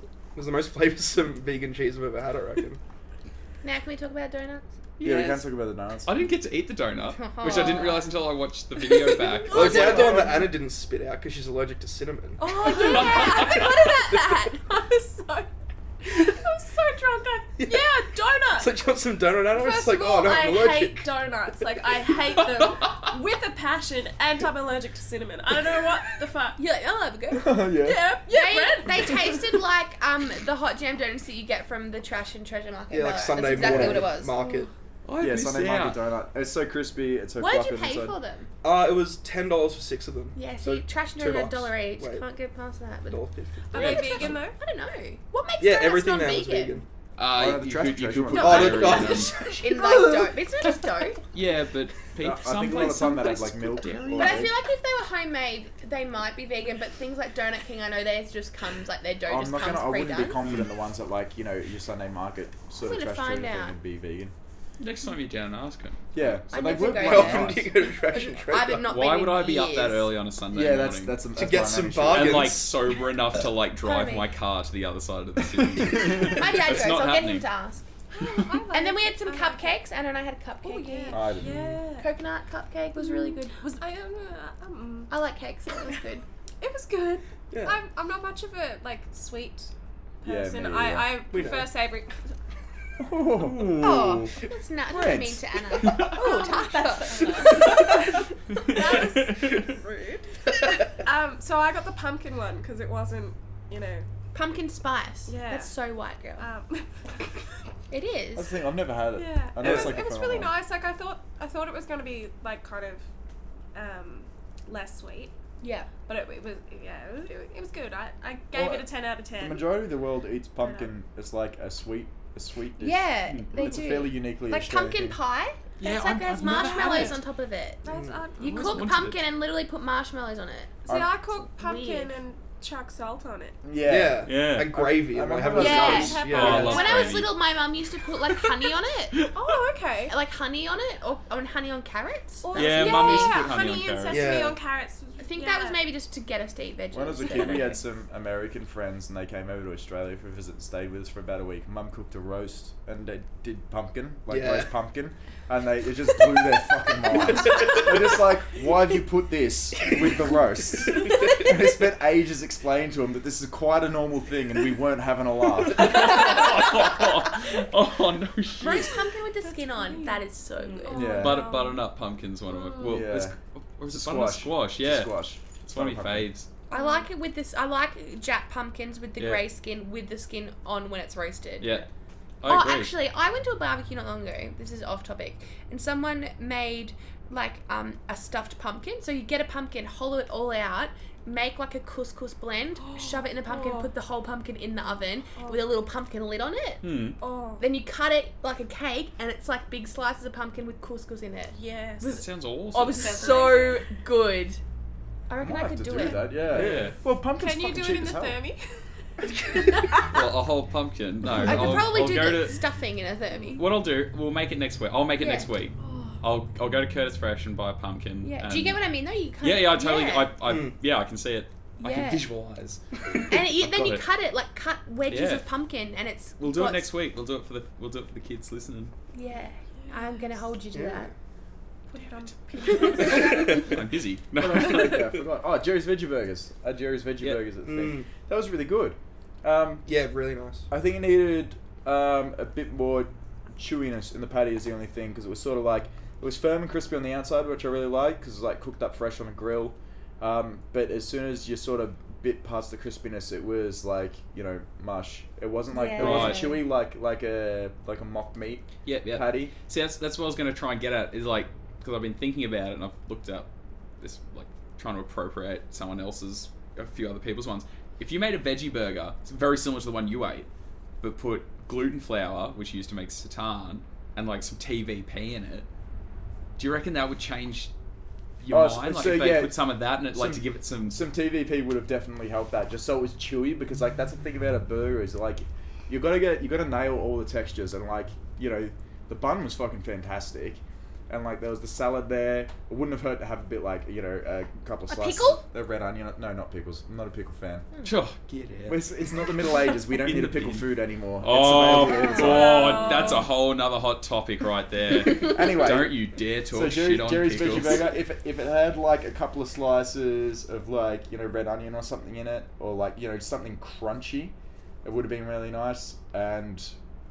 [SPEAKER 6] It was the most flavoursome vegan cheese I've ever had. I reckon.
[SPEAKER 4] Now, can we talk about donuts?
[SPEAKER 2] Yeah, we can't talk about the donuts.
[SPEAKER 1] I didn't get to eat the donut, which I didn't realize until I watched the video back.
[SPEAKER 6] Well, it's the other one
[SPEAKER 4] um,
[SPEAKER 6] that Anna didn't spit out because she's allergic to cinnamon.
[SPEAKER 5] Oh yeah, I forgot about that. I was so, I was so drunk. I, yeah. donuts.
[SPEAKER 6] So she wants some donut Anna. was
[SPEAKER 5] First
[SPEAKER 6] just like,
[SPEAKER 5] of
[SPEAKER 6] oh
[SPEAKER 5] all,
[SPEAKER 6] no,
[SPEAKER 5] I
[SPEAKER 6] I'm allergic.
[SPEAKER 5] hate donuts. Like I hate them with a passion, and I'm allergic to cinnamon. I don't know what the fuck. You're like,
[SPEAKER 4] oh,
[SPEAKER 5] I'll have a go.
[SPEAKER 2] yeah.
[SPEAKER 5] Yeah,
[SPEAKER 4] they,
[SPEAKER 5] yeah, bread.
[SPEAKER 4] they tasted like um the hot jam donuts that you get from the trash and treasure market. in
[SPEAKER 6] yeah, like
[SPEAKER 4] Ballarat.
[SPEAKER 6] Sunday
[SPEAKER 4] That's exactly
[SPEAKER 6] morning
[SPEAKER 4] what it was.
[SPEAKER 6] market.
[SPEAKER 1] I
[SPEAKER 2] Yeah,
[SPEAKER 1] missed
[SPEAKER 2] Sunday
[SPEAKER 1] out.
[SPEAKER 2] market donut. It's so crispy. It's so
[SPEAKER 4] What did
[SPEAKER 2] fluffy
[SPEAKER 4] you pay
[SPEAKER 2] inside.
[SPEAKER 4] for them?
[SPEAKER 6] Uh, it was ten dollars for six of them.
[SPEAKER 4] Yeah, see,
[SPEAKER 6] So,
[SPEAKER 4] trash and
[SPEAKER 6] two
[SPEAKER 4] donut a
[SPEAKER 6] bucks.
[SPEAKER 4] dollar each.
[SPEAKER 6] Wait.
[SPEAKER 4] Can't get past that. But
[SPEAKER 6] Dollar fifty.
[SPEAKER 5] Are they
[SPEAKER 4] Yeah, trash-
[SPEAKER 5] vegan though?
[SPEAKER 4] I don't know. What makes
[SPEAKER 6] Yeah,
[SPEAKER 4] donuts
[SPEAKER 6] everything
[SPEAKER 4] non-vegan?
[SPEAKER 6] there was vegan.
[SPEAKER 2] Oh, no,
[SPEAKER 1] Uh,
[SPEAKER 2] the
[SPEAKER 1] you
[SPEAKER 2] trash
[SPEAKER 1] could, you
[SPEAKER 2] treasure
[SPEAKER 1] could put
[SPEAKER 2] one.
[SPEAKER 6] Oh,
[SPEAKER 1] dairy
[SPEAKER 6] no,
[SPEAKER 1] in
[SPEAKER 6] no,
[SPEAKER 1] them.
[SPEAKER 4] In like dough. It's not just dough.
[SPEAKER 1] Yeah, but
[SPEAKER 2] No,
[SPEAKER 1] people,
[SPEAKER 2] I think
[SPEAKER 1] some
[SPEAKER 2] a lot of
[SPEAKER 1] places
[SPEAKER 2] time
[SPEAKER 1] some
[SPEAKER 2] that has,
[SPEAKER 1] places
[SPEAKER 2] like,
[SPEAKER 1] put
[SPEAKER 2] milk
[SPEAKER 1] dairy
[SPEAKER 2] in it.
[SPEAKER 1] in
[SPEAKER 4] But I
[SPEAKER 1] it.
[SPEAKER 4] feel like if they were homemade, they might be vegan. But things like Donut King, I know theirs just comes like their dough
[SPEAKER 2] I'm
[SPEAKER 4] just
[SPEAKER 2] not
[SPEAKER 4] comes
[SPEAKER 2] gonna. I wouldn't
[SPEAKER 4] pre-done.
[SPEAKER 2] be confident the ones that like you know your Sunday market sort
[SPEAKER 4] I'm
[SPEAKER 2] of
[SPEAKER 4] gonna
[SPEAKER 2] trash
[SPEAKER 4] find
[SPEAKER 2] food thing
[SPEAKER 4] out.
[SPEAKER 2] would be vegan.
[SPEAKER 1] Next time you're down, ask him.
[SPEAKER 2] Yeah, so
[SPEAKER 4] I
[SPEAKER 2] they
[SPEAKER 4] need to
[SPEAKER 2] work
[SPEAKER 4] go
[SPEAKER 6] How
[SPEAKER 2] quite
[SPEAKER 4] there.
[SPEAKER 6] often do you
[SPEAKER 2] nice.
[SPEAKER 6] go to trash and treasure?
[SPEAKER 4] I did not.
[SPEAKER 1] Why
[SPEAKER 4] been
[SPEAKER 1] would
[SPEAKER 4] in
[SPEAKER 1] I be up that
[SPEAKER 4] years.
[SPEAKER 1] early on a Sunday
[SPEAKER 2] Yeah,
[SPEAKER 1] morning?
[SPEAKER 2] that's that's to
[SPEAKER 6] get some
[SPEAKER 1] And
[SPEAKER 6] bargain.
[SPEAKER 1] like
[SPEAKER 6] Bargains.
[SPEAKER 1] sober enough to like drive
[SPEAKER 4] Honey.
[SPEAKER 1] my car to the other side of the city.
[SPEAKER 4] My dad
[SPEAKER 1] It's
[SPEAKER 4] goes.
[SPEAKER 1] not
[SPEAKER 4] I'll get
[SPEAKER 1] happening.
[SPEAKER 4] him to ask. And then we had some cupcakes. Anna and I had a cupcake.
[SPEAKER 5] Oh
[SPEAKER 4] yeah. Mm.
[SPEAKER 5] yeah.
[SPEAKER 2] I didn't.
[SPEAKER 5] Yeah.
[SPEAKER 4] Coconut cupcake was really good. Was uh,
[SPEAKER 5] I don't know. Um,
[SPEAKER 4] I like cakes. So it was good.
[SPEAKER 5] it was good.
[SPEAKER 6] Yeah.
[SPEAKER 5] I'm, I'm not much of a like sweet
[SPEAKER 2] Yeah,
[SPEAKER 5] person.
[SPEAKER 2] me neither.
[SPEAKER 5] I, I
[SPEAKER 6] We
[SPEAKER 5] prefer
[SPEAKER 6] know.
[SPEAKER 5] savory.
[SPEAKER 4] Oh, that's not what I
[SPEAKER 2] Brent.
[SPEAKER 4] mean to
[SPEAKER 5] Oh,
[SPEAKER 4] Anna. oh, Tasha.
[SPEAKER 5] That was rude. Um, So I got the pumpkin one because it wasn't, you know.
[SPEAKER 4] Pumpkin spice.
[SPEAKER 5] Yeah.
[SPEAKER 4] That's so white, girl.
[SPEAKER 5] Um,
[SPEAKER 4] it
[SPEAKER 2] That's
[SPEAKER 4] is.
[SPEAKER 2] the thing. I've never had it.
[SPEAKER 5] yeah,
[SPEAKER 2] I
[SPEAKER 5] it
[SPEAKER 2] know
[SPEAKER 5] was,
[SPEAKER 2] it's like a
[SPEAKER 5] it was really
[SPEAKER 2] phenomenon.
[SPEAKER 5] nice. Like I thought, I thought it was going to be like kind of um, less sweet,
[SPEAKER 4] Yeah.
[SPEAKER 5] but it, it was yeah, it was, it was good. I, I gave
[SPEAKER 2] Well,
[SPEAKER 5] it a ten out of
[SPEAKER 2] The
[SPEAKER 5] ten.
[SPEAKER 2] majority of the world eats pumpkin. It's like a sweet, a sweet dish.
[SPEAKER 4] Yeah,
[SPEAKER 2] Mm.
[SPEAKER 4] they
[SPEAKER 2] it's
[SPEAKER 4] do.
[SPEAKER 2] fairly uniquely
[SPEAKER 4] Like
[SPEAKER 2] Australian
[SPEAKER 4] pumpkin
[SPEAKER 2] thing.
[SPEAKER 4] pie.
[SPEAKER 1] Yeah,
[SPEAKER 4] it's like
[SPEAKER 1] I'm-
[SPEAKER 4] there's
[SPEAKER 1] I've never had
[SPEAKER 4] marshmallows
[SPEAKER 1] it.
[SPEAKER 4] on top of it.
[SPEAKER 5] Those are-
[SPEAKER 4] You
[SPEAKER 1] always
[SPEAKER 4] cook
[SPEAKER 1] wanted
[SPEAKER 4] pumpkin
[SPEAKER 1] it.
[SPEAKER 4] and literally put marshmallows on it.
[SPEAKER 5] See,
[SPEAKER 2] Mm. I'm-
[SPEAKER 5] I cook pumpkin
[SPEAKER 4] Weird.
[SPEAKER 5] and chuck salt on it.
[SPEAKER 2] Yeah.
[SPEAKER 6] Yeah.
[SPEAKER 1] Yeah.
[SPEAKER 6] And gravy.
[SPEAKER 2] I
[SPEAKER 6] and like
[SPEAKER 2] remember
[SPEAKER 6] having
[SPEAKER 4] that.
[SPEAKER 6] those.
[SPEAKER 5] Yeah.
[SPEAKER 6] Yeah.
[SPEAKER 5] Oh, I
[SPEAKER 6] yeah.
[SPEAKER 5] love
[SPEAKER 4] when I was
[SPEAKER 1] gravy.
[SPEAKER 4] little, my mum used to put like honey on it,
[SPEAKER 5] Oh, okay.
[SPEAKER 4] like honey on it, or on honey on carrots.
[SPEAKER 5] Or-
[SPEAKER 1] Yeah, mum used to put honey
[SPEAKER 5] honey,
[SPEAKER 1] on
[SPEAKER 5] and
[SPEAKER 1] carrots.
[SPEAKER 5] sesame
[SPEAKER 6] Yeah.
[SPEAKER 5] on carrots.
[SPEAKER 4] I think
[SPEAKER 5] yeah.
[SPEAKER 4] that was maybe just to get us to eat veggies.
[SPEAKER 2] When I was a kid, we had some American friends, and they came over to Australia for a visit and stayed with us for about a week. Mum cooked a roast, and they did pumpkin, like
[SPEAKER 6] Yeah.
[SPEAKER 2] roast pumpkin, and they it just blew their fucking minds. They're just like, why have you put this with the roast? And I spent ages explaining to them that this is quite a normal thing, and we weren't having a laugh.
[SPEAKER 1] oh, no shit.
[SPEAKER 4] roast pumpkin with the skin on. That is so
[SPEAKER 1] Mm.
[SPEAKER 4] good.
[SPEAKER 5] Oh.
[SPEAKER 2] Yeah.
[SPEAKER 1] Butter, butternut pumpkin's one of my. Well,
[SPEAKER 2] Yeah.
[SPEAKER 1] it's, or is it butternut squash? Yeah,
[SPEAKER 2] It's squash.
[SPEAKER 1] it's one of my
[SPEAKER 2] Butter
[SPEAKER 1] faves.
[SPEAKER 4] I like it with this. I like jack pumpkins with the
[SPEAKER 1] Mm. Yeah.
[SPEAKER 4] grey skin with the skin on when it's roasted.
[SPEAKER 1] Yeah, I
[SPEAKER 4] Oh,
[SPEAKER 1] agree.
[SPEAKER 4] actually, I went to a barbecue not long ago. This is off topic, and someone made like um, a stuffed pumpkin. So you get a pumpkin, hollow it all out, make like a couscous blend, shove it in the pumpkin,
[SPEAKER 5] Oh.
[SPEAKER 4] put the whole pumpkin in the oven
[SPEAKER 1] Oh.
[SPEAKER 4] with a little pumpkin lid on it.
[SPEAKER 1] Hmm.
[SPEAKER 5] Oh,
[SPEAKER 4] Then you cut it like a cake, and it's like big slices of pumpkin with couscous in it.
[SPEAKER 5] yes.
[SPEAKER 1] That sounds awesome.
[SPEAKER 4] Oh, it was so good. I
[SPEAKER 2] pumpkin.
[SPEAKER 4] reckon
[SPEAKER 2] Might
[SPEAKER 4] I
[SPEAKER 2] have
[SPEAKER 4] could
[SPEAKER 2] to
[SPEAKER 4] do,
[SPEAKER 2] do
[SPEAKER 4] it.
[SPEAKER 2] that. Yeah.
[SPEAKER 1] Yeah.
[SPEAKER 2] Well, pumpkin's
[SPEAKER 5] Can you do
[SPEAKER 2] fucking
[SPEAKER 5] it
[SPEAKER 2] cheap
[SPEAKER 5] in the
[SPEAKER 2] as hell.
[SPEAKER 5] thermi?
[SPEAKER 1] Well, a whole pumpkin. No,
[SPEAKER 4] I could
[SPEAKER 1] will
[SPEAKER 4] probably
[SPEAKER 1] I'll
[SPEAKER 4] do
[SPEAKER 1] go
[SPEAKER 4] the
[SPEAKER 1] to.
[SPEAKER 4] stuffing in a thermi.
[SPEAKER 1] What I'll do, we'll make it next week. I'll make it
[SPEAKER 4] Yeah.
[SPEAKER 1] next week.
[SPEAKER 4] Oh,
[SPEAKER 1] I'll I'll go to Curtis Fresh and buy a pumpkin.
[SPEAKER 4] Yeah.
[SPEAKER 1] And
[SPEAKER 4] do you get what I mean? though? you kind
[SPEAKER 1] Um, Yeah,
[SPEAKER 4] of,
[SPEAKER 1] yeah, I totally.
[SPEAKER 4] Yeah.
[SPEAKER 1] I, I
[SPEAKER 6] Mm.
[SPEAKER 2] Hmm.
[SPEAKER 1] yeah, I can see it. I
[SPEAKER 4] Yeah.
[SPEAKER 1] can visualize.
[SPEAKER 4] And it, you,
[SPEAKER 1] I've
[SPEAKER 4] then
[SPEAKER 1] got
[SPEAKER 4] you
[SPEAKER 1] it.
[SPEAKER 4] cut it like cut wedges
[SPEAKER 1] Yeah.
[SPEAKER 4] of pumpkin, and it's.
[SPEAKER 1] We'll do
[SPEAKER 4] got-
[SPEAKER 1] it next week. We'll do it for the we'll do it for the kids listening.
[SPEAKER 4] Yeah, I'm gonna hold you to
[SPEAKER 6] Yeah.
[SPEAKER 5] Put it on.
[SPEAKER 1] I'm busy. No.
[SPEAKER 2] What else did I get? I forgot. Oh, Jerry's Veggie Burgers. Uh, Jerry's Veggie
[SPEAKER 1] Yeah.
[SPEAKER 2] Burgers. At the thing.
[SPEAKER 6] Mm.
[SPEAKER 2] That was really good. Um,
[SPEAKER 6] Yeah, really nice.
[SPEAKER 2] I think it needed um, a bit more chewiness in the patty is the only thing because it was sort of like it was firm and crispy on the outside, which I really like because it's like cooked up fresh on a grill. Um, but as soon as you sort of bit past the crispiness, it was like you know mush. It wasn't like it wasn't
[SPEAKER 1] Yeah.
[SPEAKER 2] chewy like like a like a mock meat
[SPEAKER 1] Yeah, yeah.
[SPEAKER 2] patty.
[SPEAKER 1] See, that's, that's what I was going to try and get at is like because I've been thinking about it and I've looked up this like trying to appropriate someone else's a few other people's ones. If you made a veggie burger, it's very similar to the one you ate, but put gluten flour, which you used to make satan, and like some TVP in it. Do you reckon that would change your
[SPEAKER 2] Oh, so-
[SPEAKER 1] mind? Like
[SPEAKER 2] so,
[SPEAKER 1] if they
[SPEAKER 2] yeah,
[SPEAKER 1] put some of that in it, like to
[SPEAKER 2] some-
[SPEAKER 1] give it some.
[SPEAKER 2] Some TVP would have definitely helped that, just so it was chewy. Because like that's the thing about a burger is like you gotta get you gotta nail all the textures and like you know the bun was fucking fantastic, and like there was the salad there. It wouldn't have hurt to have a bit like you know a couple of
[SPEAKER 4] A
[SPEAKER 2] slices.
[SPEAKER 4] pickle?
[SPEAKER 2] The red onion. No, not pickles. I'm not a pickle fan.
[SPEAKER 1] Sure, get
[SPEAKER 2] Well,
[SPEAKER 1] out.
[SPEAKER 2] It's, it's not the Middle Ages. We don't
[SPEAKER 1] In
[SPEAKER 2] need a
[SPEAKER 1] the
[SPEAKER 2] pickle
[SPEAKER 1] bin.
[SPEAKER 2] food anymore.
[SPEAKER 1] Oh,
[SPEAKER 2] it's available all the time.
[SPEAKER 1] God, that's a whole nother hot topic right there.
[SPEAKER 2] Anyway,
[SPEAKER 1] Don't you dare talk
[SPEAKER 2] so Jerry,
[SPEAKER 1] shit on
[SPEAKER 2] Jerry's
[SPEAKER 1] pickles.
[SPEAKER 2] veggie burger, if it, if it had like a couple of slices of like you know red onion or something in it, or like you know something crunchy, it would have been really nice. And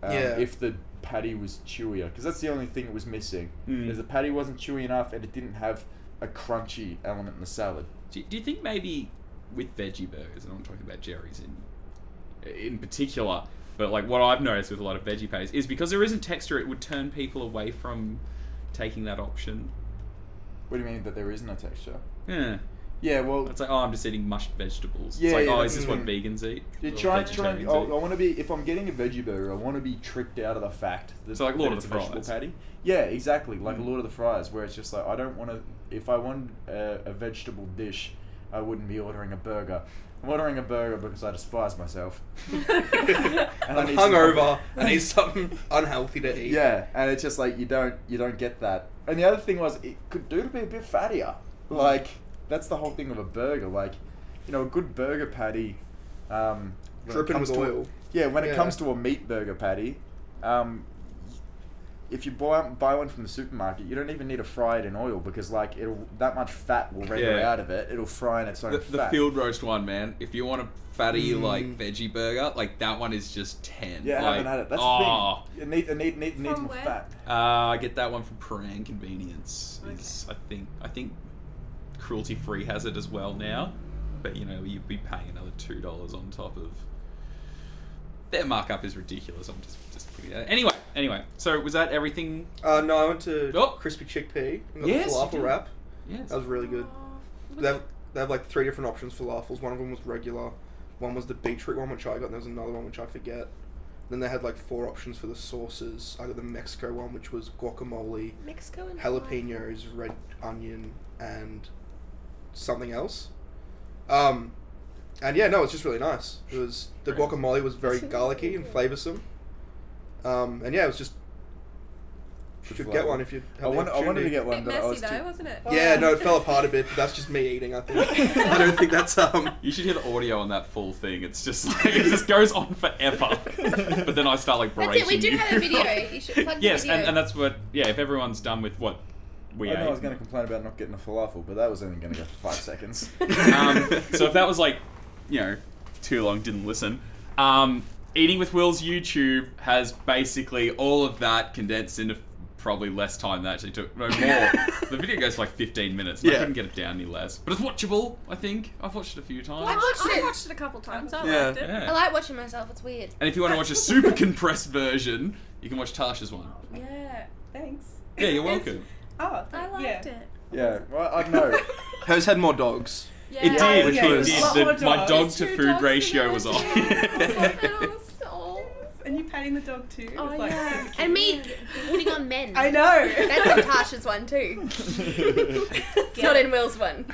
[SPEAKER 2] um,
[SPEAKER 6] Yeah.
[SPEAKER 2] if the patty was chewier, because that's the only thing it was missing,
[SPEAKER 1] Mm.
[SPEAKER 2] is the patty wasn't chewy enough, and it didn't have a crunchy element in the salad.
[SPEAKER 1] Do, do you think maybe with veggie burgers, and I'm talking about Jerry's in in particular, but like what I've noticed with a lot of veggie patties is because there isn't texture, it would turn people away from taking that option.
[SPEAKER 2] What do you mean that there is no texture?
[SPEAKER 1] Yeah,
[SPEAKER 2] Yeah, well,
[SPEAKER 1] it's like oh, I'm just eating mushed vegetables.
[SPEAKER 2] Yeah,
[SPEAKER 1] it's like
[SPEAKER 2] yeah,
[SPEAKER 1] oh,
[SPEAKER 2] that's
[SPEAKER 1] is this
[SPEAKER 2] the
[SPEAKER 1] what
[SPEAKER 2] thing.
[SPEAKER 1] vegans eat?
[SPEAKER 2] you
[SPEAKER 1] Or
[SPEAKER 2] try, try. and-
[SPEAKER 1] vegetarians
[SPEAKER 2] I,
[SPEAKER 1] eat?
[SPEAKER 2] want to be if I'm getting a veggie burger, I want to be tricked out of the fact that
[SPEAKER 1] So, like, Lord
[SPEAKER 2] that
[SPEAKER 1] of
[SPEAKER 2] it's
[SPEAKER 1] the
[SPEAKER 2] a vegetable
[SPEAKER 1] Fries.
[SPEAKER 2] patty. Yeah, exactly. Like
[SPEAKER 1] Mm.
[SPEAKER 2] Lord of the Fries, where it's just like I don't want to. If I wanted a, a vegetable dish, I wouldn't be ordering a burger. I'm ordering a burger because I despise myself. And I
[SPEAKER 6] I'm
[SPEAKER 2] need some-
[SPEAKER 6] hungover. I need something unhealthy to eat.
[SPEAKER 2] Yeah, and it's just like you don't you don't get that. And the other thing was it could do to be a bit fattier.
[SPEAKER 1] Mm.
[SPEAKER 2] Like that's the whole thing of a burger. Like you know, a good burger patty. Um, when it
[SPEAKER 6] Dripping
[SPEAKER 2] comes
[SPEAKER 6] with
[SPEAKER 2] to a-
[SPEAKER 6] oil.
[SPEAKER 2] yeah, when it
[SPEAKER 6] Yeah.
[SPEAKER 2] comes to a meat burger patty, um, if you buy buy one from the supermarket, you don't even need to fry it in oil because like it'll that much fat will render
[SPEAKER 1] Yeah.
[SPEAKER 2] out of it. It'll fry in its own
[SPEAKER 1] the,
[SPEAKER 2] fat.
[SPEAKER 1] the field roast one, man. If you want a fatty like
[SPEAKER 6] Mm.
[SPEAKER 1] veggie burger, like that one is just ten.
[SPEAKER 2] yeah, I
[SPEAKER 1] like,
[SPEAKER 2] haven't had it. That's
[SPEAKER 1] oh,
[SPEAKER 2] the thing. It need, it need, need, needs
[SPEAKER 5] From
[SPEAKER 2] more
[SPEAKER 5] where?
[SPEAKER 2] fat.
[SPEAKER 1] Uh, I get that one from Pran Convenience. Is I think I think cruelty free has it as well now, but you know you'd be paying another two dollars on top of their markup is ridiculous. I'm just just putting that. Anyway, anyway, so was that everything?
[SPEAKER 6] Uh, no, I went to
[SPEAKER 1] Oh.
[SPEAKER 6] crispy chickpea. And got
[SPEAKER 1] Yes,
[SPEAKER 6] the
[SPEAKER 1] you did.
[SPEAKER 6] falafel wrap.
[SPEAKER 1] Yes.
[SPEAKER 6] That was really good. They have, they have like three different options for falafels. One of them was regular. One was the beetroot one, which I got. And there was another one which I forget. Then they had like four options for the sauces. I got the Mexico one, which was guacamole,
[SPEAKER 4] Mexico and
[SPEAKER 6] jalapenos, red onion, and something else. Um, and yeah, no, it's just really nice. It was the
[SPEAKER 1] Right.
[SPEAKER 6] guacamole was very garlicky and flavoursome. Um, and yeah, it was just. You
[SPEAKER 2] Good
[SPEAKER 6] should get
[SPEAKER 2] flavour.
[SPEAKER 6] one if you. Have
[SPEAKER 2] I,
[SPEAKER 6] the
[SPEAKER 2] want, I wanted to
[SPEAKER 6] opportunity.
[SPEAKER 2] get one,
[SPEAKER 5] Bit
[SPEAKER 2] but I was
[SPEAKER 5] messy
[SPEAKER 2] too.
[SPEAKER 5] though, wasn't it?
[SPEAKER 6] Yeah, no, it fell apart a bit, but that's just me eating. I think. I don't think that's um.
[SPEAKER 1] You should hear the audio on that full thing. It's just like it just goes on forever. but then I start like
[SPEAKER 4] That's
[SPEAKER 1] berating
[SPEAKER 4] it, we do
[SPEAKER 1] you.
[SPEAKER 4] have a video. You should plug the
[SPEAKER 1] yes,
[SPEAKER 4] video.
[SPEAKER 1] and, and that's what. Yeah, if everyone's done with what we
[SPEAKER 2] I know I
[SPEAKER 1] ate.
[SPEAKER 2] was going to complain about not getting a falafel, but that was only going to go for five seconds.
[SPEAKER 1] um, so if that was like, you know, too long, didn't listen. Um, Eating with Will's YouTube has basically all of that condensed into probably less time than it actually took. No more. the video goes for like 15 minutes. and I
[SPEAKER 6] Yeah.
[SPEAKER 1] couldn't get it down any less, but it's watchable. I think I've watched it a few times.
[SPEAKER 4] I watched
[SPEAKER 5] I
[SPEAKER 4] it.
[SPEAKER 5] watched it a couple times. I
[SPEAKER 6] Yeah.
[SPEAKER 5] liked it.
[SPEAKER 1] Yeah.
[SPEAKER 4] I like watching myself. It's weird.
[SPEAKER 1] And if you want to watch a super compressed version, you can watch Tasha's one.
[SPEAKER 5] Yeah, thanks.
[SPEAKER 1] Yeah, you're
[SPEAKER 5] It's-
[SPEAKER 1] welcome.
[SPEAKER 5] Oh, th-
[SPEAKER 4] I liked
[SPEAKER 5] yeah.
[SPEAKER 4] it.
[SPEAKER 2] yeah, well, I know.
[SPEAKER 6] Hers had more dogs.
[SPEAKER 5] Yeah.
[SPEAKER 1] It did.
[SPEAKER 6] Which
[SPEAKER 1] it
[SPEAKER 6] was-
[SPEAKER 1] did.
[SPEAKER 5] Lot
[SPEAKER 1] The-
[SPEAKER 5] more
[SPEAKER 1] my
[SPEAKER 5] dogs.
[SPEAKER 1] dog to
[SPEAKER 5] Two
[SPEAKER 1] food
[SPEAKER 5] dogs
[SPEAKER 1] ratio
[SPEAKER 5] together.
[SPEAKER 1] was off.
[SPEAKER 5] And you patting the dog too. It
[SPEAKER 4] Oh,
[SPEAKER 5] was like
[SPEAKER 4] yeah.
[SPEAKER 5] super cute.
[SPEAKER 4] And me hitting on men.
[SPEAKER 5] I know.
[SPEAKER 4] That's on Tasha's one too. It's not in Will's one.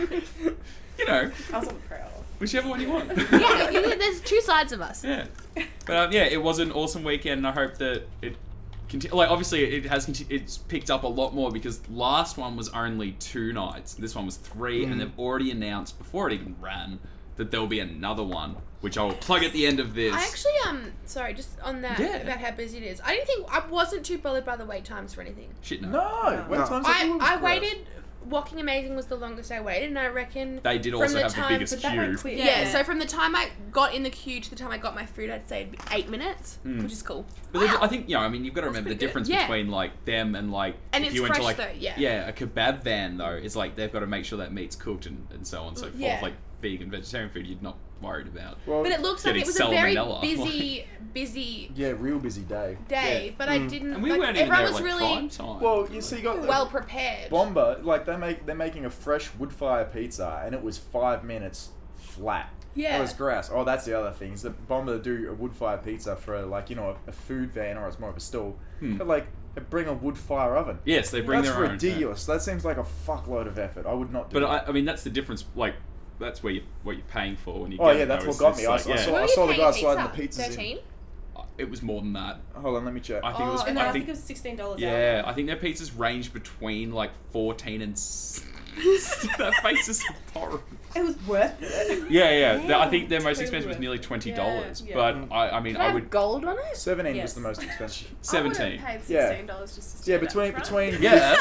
[SPEAKER 1] you know,
[SPEAKER 5] I was on the prowl.
[SPEAKER 1] whichever one you want.
[SPEAKER 4] yeah, you- there's two sides of us.
[SPEAKER 1] Yeah. But um, yeah, it was an awesome weekend. And I hope that it conti- like obviously it has conti- it's picked up a lot more because last one was only two nights. This one was three,
[SPEAKER 4] Mm.
[SPEAKER 1] and they've already announced before it even ran that there will be another one, which I will plug at the end of this.
[SPEAKER 4] I actually um sorry, just on that
[SPEAKER 1] Yeah.
[SPEAKER 4] about how busy it is. I didn't think I wasn't too bothered by the wait times for anything.
[SPEAKER 1] Shit no.
[SPEAKER 2] No, wait
[SPEAKER 6] No.
[SPEAKER 2] time's up.
[SPEAKER 4] I,
[SPEAKER 2] Ooh,
[SPEAKER 4] I
[SPEAKER 2] "Oh, gross.
[SPEAKER 4] waited. Walking Amazing was the longest I waited, and I reckon.
[SPEAKER 1] They did
[SPEAKER 4] From
[SPEAKER 1] also
[SPEAKER 4] the
[SPEAKER 1] have the
[SPEAKER 4] time-
[SPEAKER 1] biggest
[SPEAKER 5] But that went
[SPEAKER 1] queue.
[SPEAKER 5] quick.
[SPEAKER 4] yeah. so from the time I got in the queue to the time I got my food, I'd say it'd be eight minutes,
[SPEAKER 1] Mm.
[SPEAKER 4] which is cool.
[SPEAKER 1] But they- I think you know. I mean, you've got to remember the
[SPEAKER 4] pretty good.
[SPEAKER 1] difference
[SPEAKER 4] Yeah.
[SPEAKER 1] between like them and like
[SPEAKER 4] And
[SPEAKER 1] if
[SPEAKER 4] it's
[SPEAKER 1] you went
[SPEAKER 4] fresh
[SPEAKER 1] to like
[SPEAKER 4] though, yeah.
[SPEAKER 1] yeah a kebab van though. It's like they've got to make sure that meat's cooked and, and so on and so forth.
[SPEAKER 4] Mm, yeah.
[SPEAKER 1] Like vegan, vegetarian food, you're not worried about.
[SPEAKER 2] Well,
[SPEAKER 4] But it looks like
[SPEAKER 1] Getting
[SPEAKER 4] it was a very
[SPEAKER 1] salmonella,
[SPEAKER 4] busy, busy
[SPEAKER 2] yeah, real busy day.
[SPEAKER 4] day,
[SPEAKER 2] Yeah.
[SPEAKER 4] but I didn't.
[SPEAKER 1] And we
[SPEAKER 4] Mm, like,
[SPEAKER 1] weren't even
[SPEAKER 4] everyone
[SPEAKER 1] there
[SPEAKER 4] was
[SPEAKER 1] like
[SPEAKER 4] really
[SPEAKER 1] prime time.
[SPEAKER 2] Well, you see, you got the
[SPEAKER 4] well prepared.
[SPEAKER 2] bomber. Like they make they're making a fresh wood fire pizza, and it was five minutes flat.
[SPEAKER 4] Yeah.
[SPEAKER 2] It was gross. Oh, that's the other thing. Is the bomber do a wood fire pizza for like you know a, food van or it's more of a stall,
[SPEAKER 1] Hmm.
[SPEAKER 2] but like they bring a wood fire oven.
[SPEAKER 1] yes, they bring
[SPEAKER 2] that's
[SPEAKER 1] their own. yeah.
[SPEAKER 2] ridiculous. That seems like a fuckload of effort. I would not do.
[SPEAKER 1] But
[SPEAKER 2] that.
[SPEAKER 1] I, I mean, that's the difference. Like, that's where you what you're paying for when you.
[SPEAKER 2] Oh,
[SPEAKER 1] get
[SPEAKER 2] yeah,
[SPEAKER 1] it,
[SPEAKER 2] that's
[SPEAKER 1] though,
[SPEAKER 2] what
[SPEAKER 1] is
[SPEAKER 2] got
[SPEAKER 1] it's
[SPEAKER 2] me. I
[SPEAKER 1] like,
[SPEAKER 2] saw- I
[SPEAKER 1] yeah. Uh,
[SPEAKER 2] saw-
[SPEAKER 4] What
[SPEAKER 2] I
[SPEAKER 4] were
[SPEAKER 2] the
[SPEAKER 4] you paying
[SPEAKER 2] guy
[SPEAKER 4] pizza?
[SPEAKER 2] sliding the pizzas in.
[SPEAKER 4] 13?
[SPEAKER 1] It was more than that.
[SPEAKER 2] hold on, let me check.
[SPEAKER 1] I think it
[SPEAKER 4] Oh,
[SPEAKER 1] was.
[SPEAKER 4] and
[SPEAKER 5] And
[SPEAKER 1] I think.
[SPEAKER 5] it was sixteen dollars.
[SPEAKER 1] yeah, I think their pizzas range between like fourteen and. S- that face is horrible.
[SPEAKER 5] It was worth it.
[SPEAKER 1] Yeah, yeah. The- I
[SPEAKER 5] Yeah,
[SPEAKER 1] think their most
[SPEAKER 5] totally
[SPEAKER 1] expensive was nearly twenty dollars.
[SPEAKER 5] Yeah,
[SPEAKER 1] But
[SPEAKER 6] yeah.
[SPEAKER 1] I, I mean,
[SPEAKER 4] Did
[SPEAKER 1] I
[SPEAKER 4] have
[SPEAKER 1] would
[SPEAKER 4] gold on it?
[SPEAKER 2] Seventeen was
[SPEAKER 5] Yes.
[SPEAKER 2] the most expensive.
[SPEAKER 1] seventeen.
[SPEAKER 5] I would have paid
[SPEAKER 2] Yeah.
[SPEAKER 5] sixteen dollars just to
[SPEAKER 2] yeah,
[SPEAKER 5] sit
[SPEAKER 2] between
[SPEAKER 5] up front.
[SPEAKER 2] between
[SPEAKER 1] Yeah.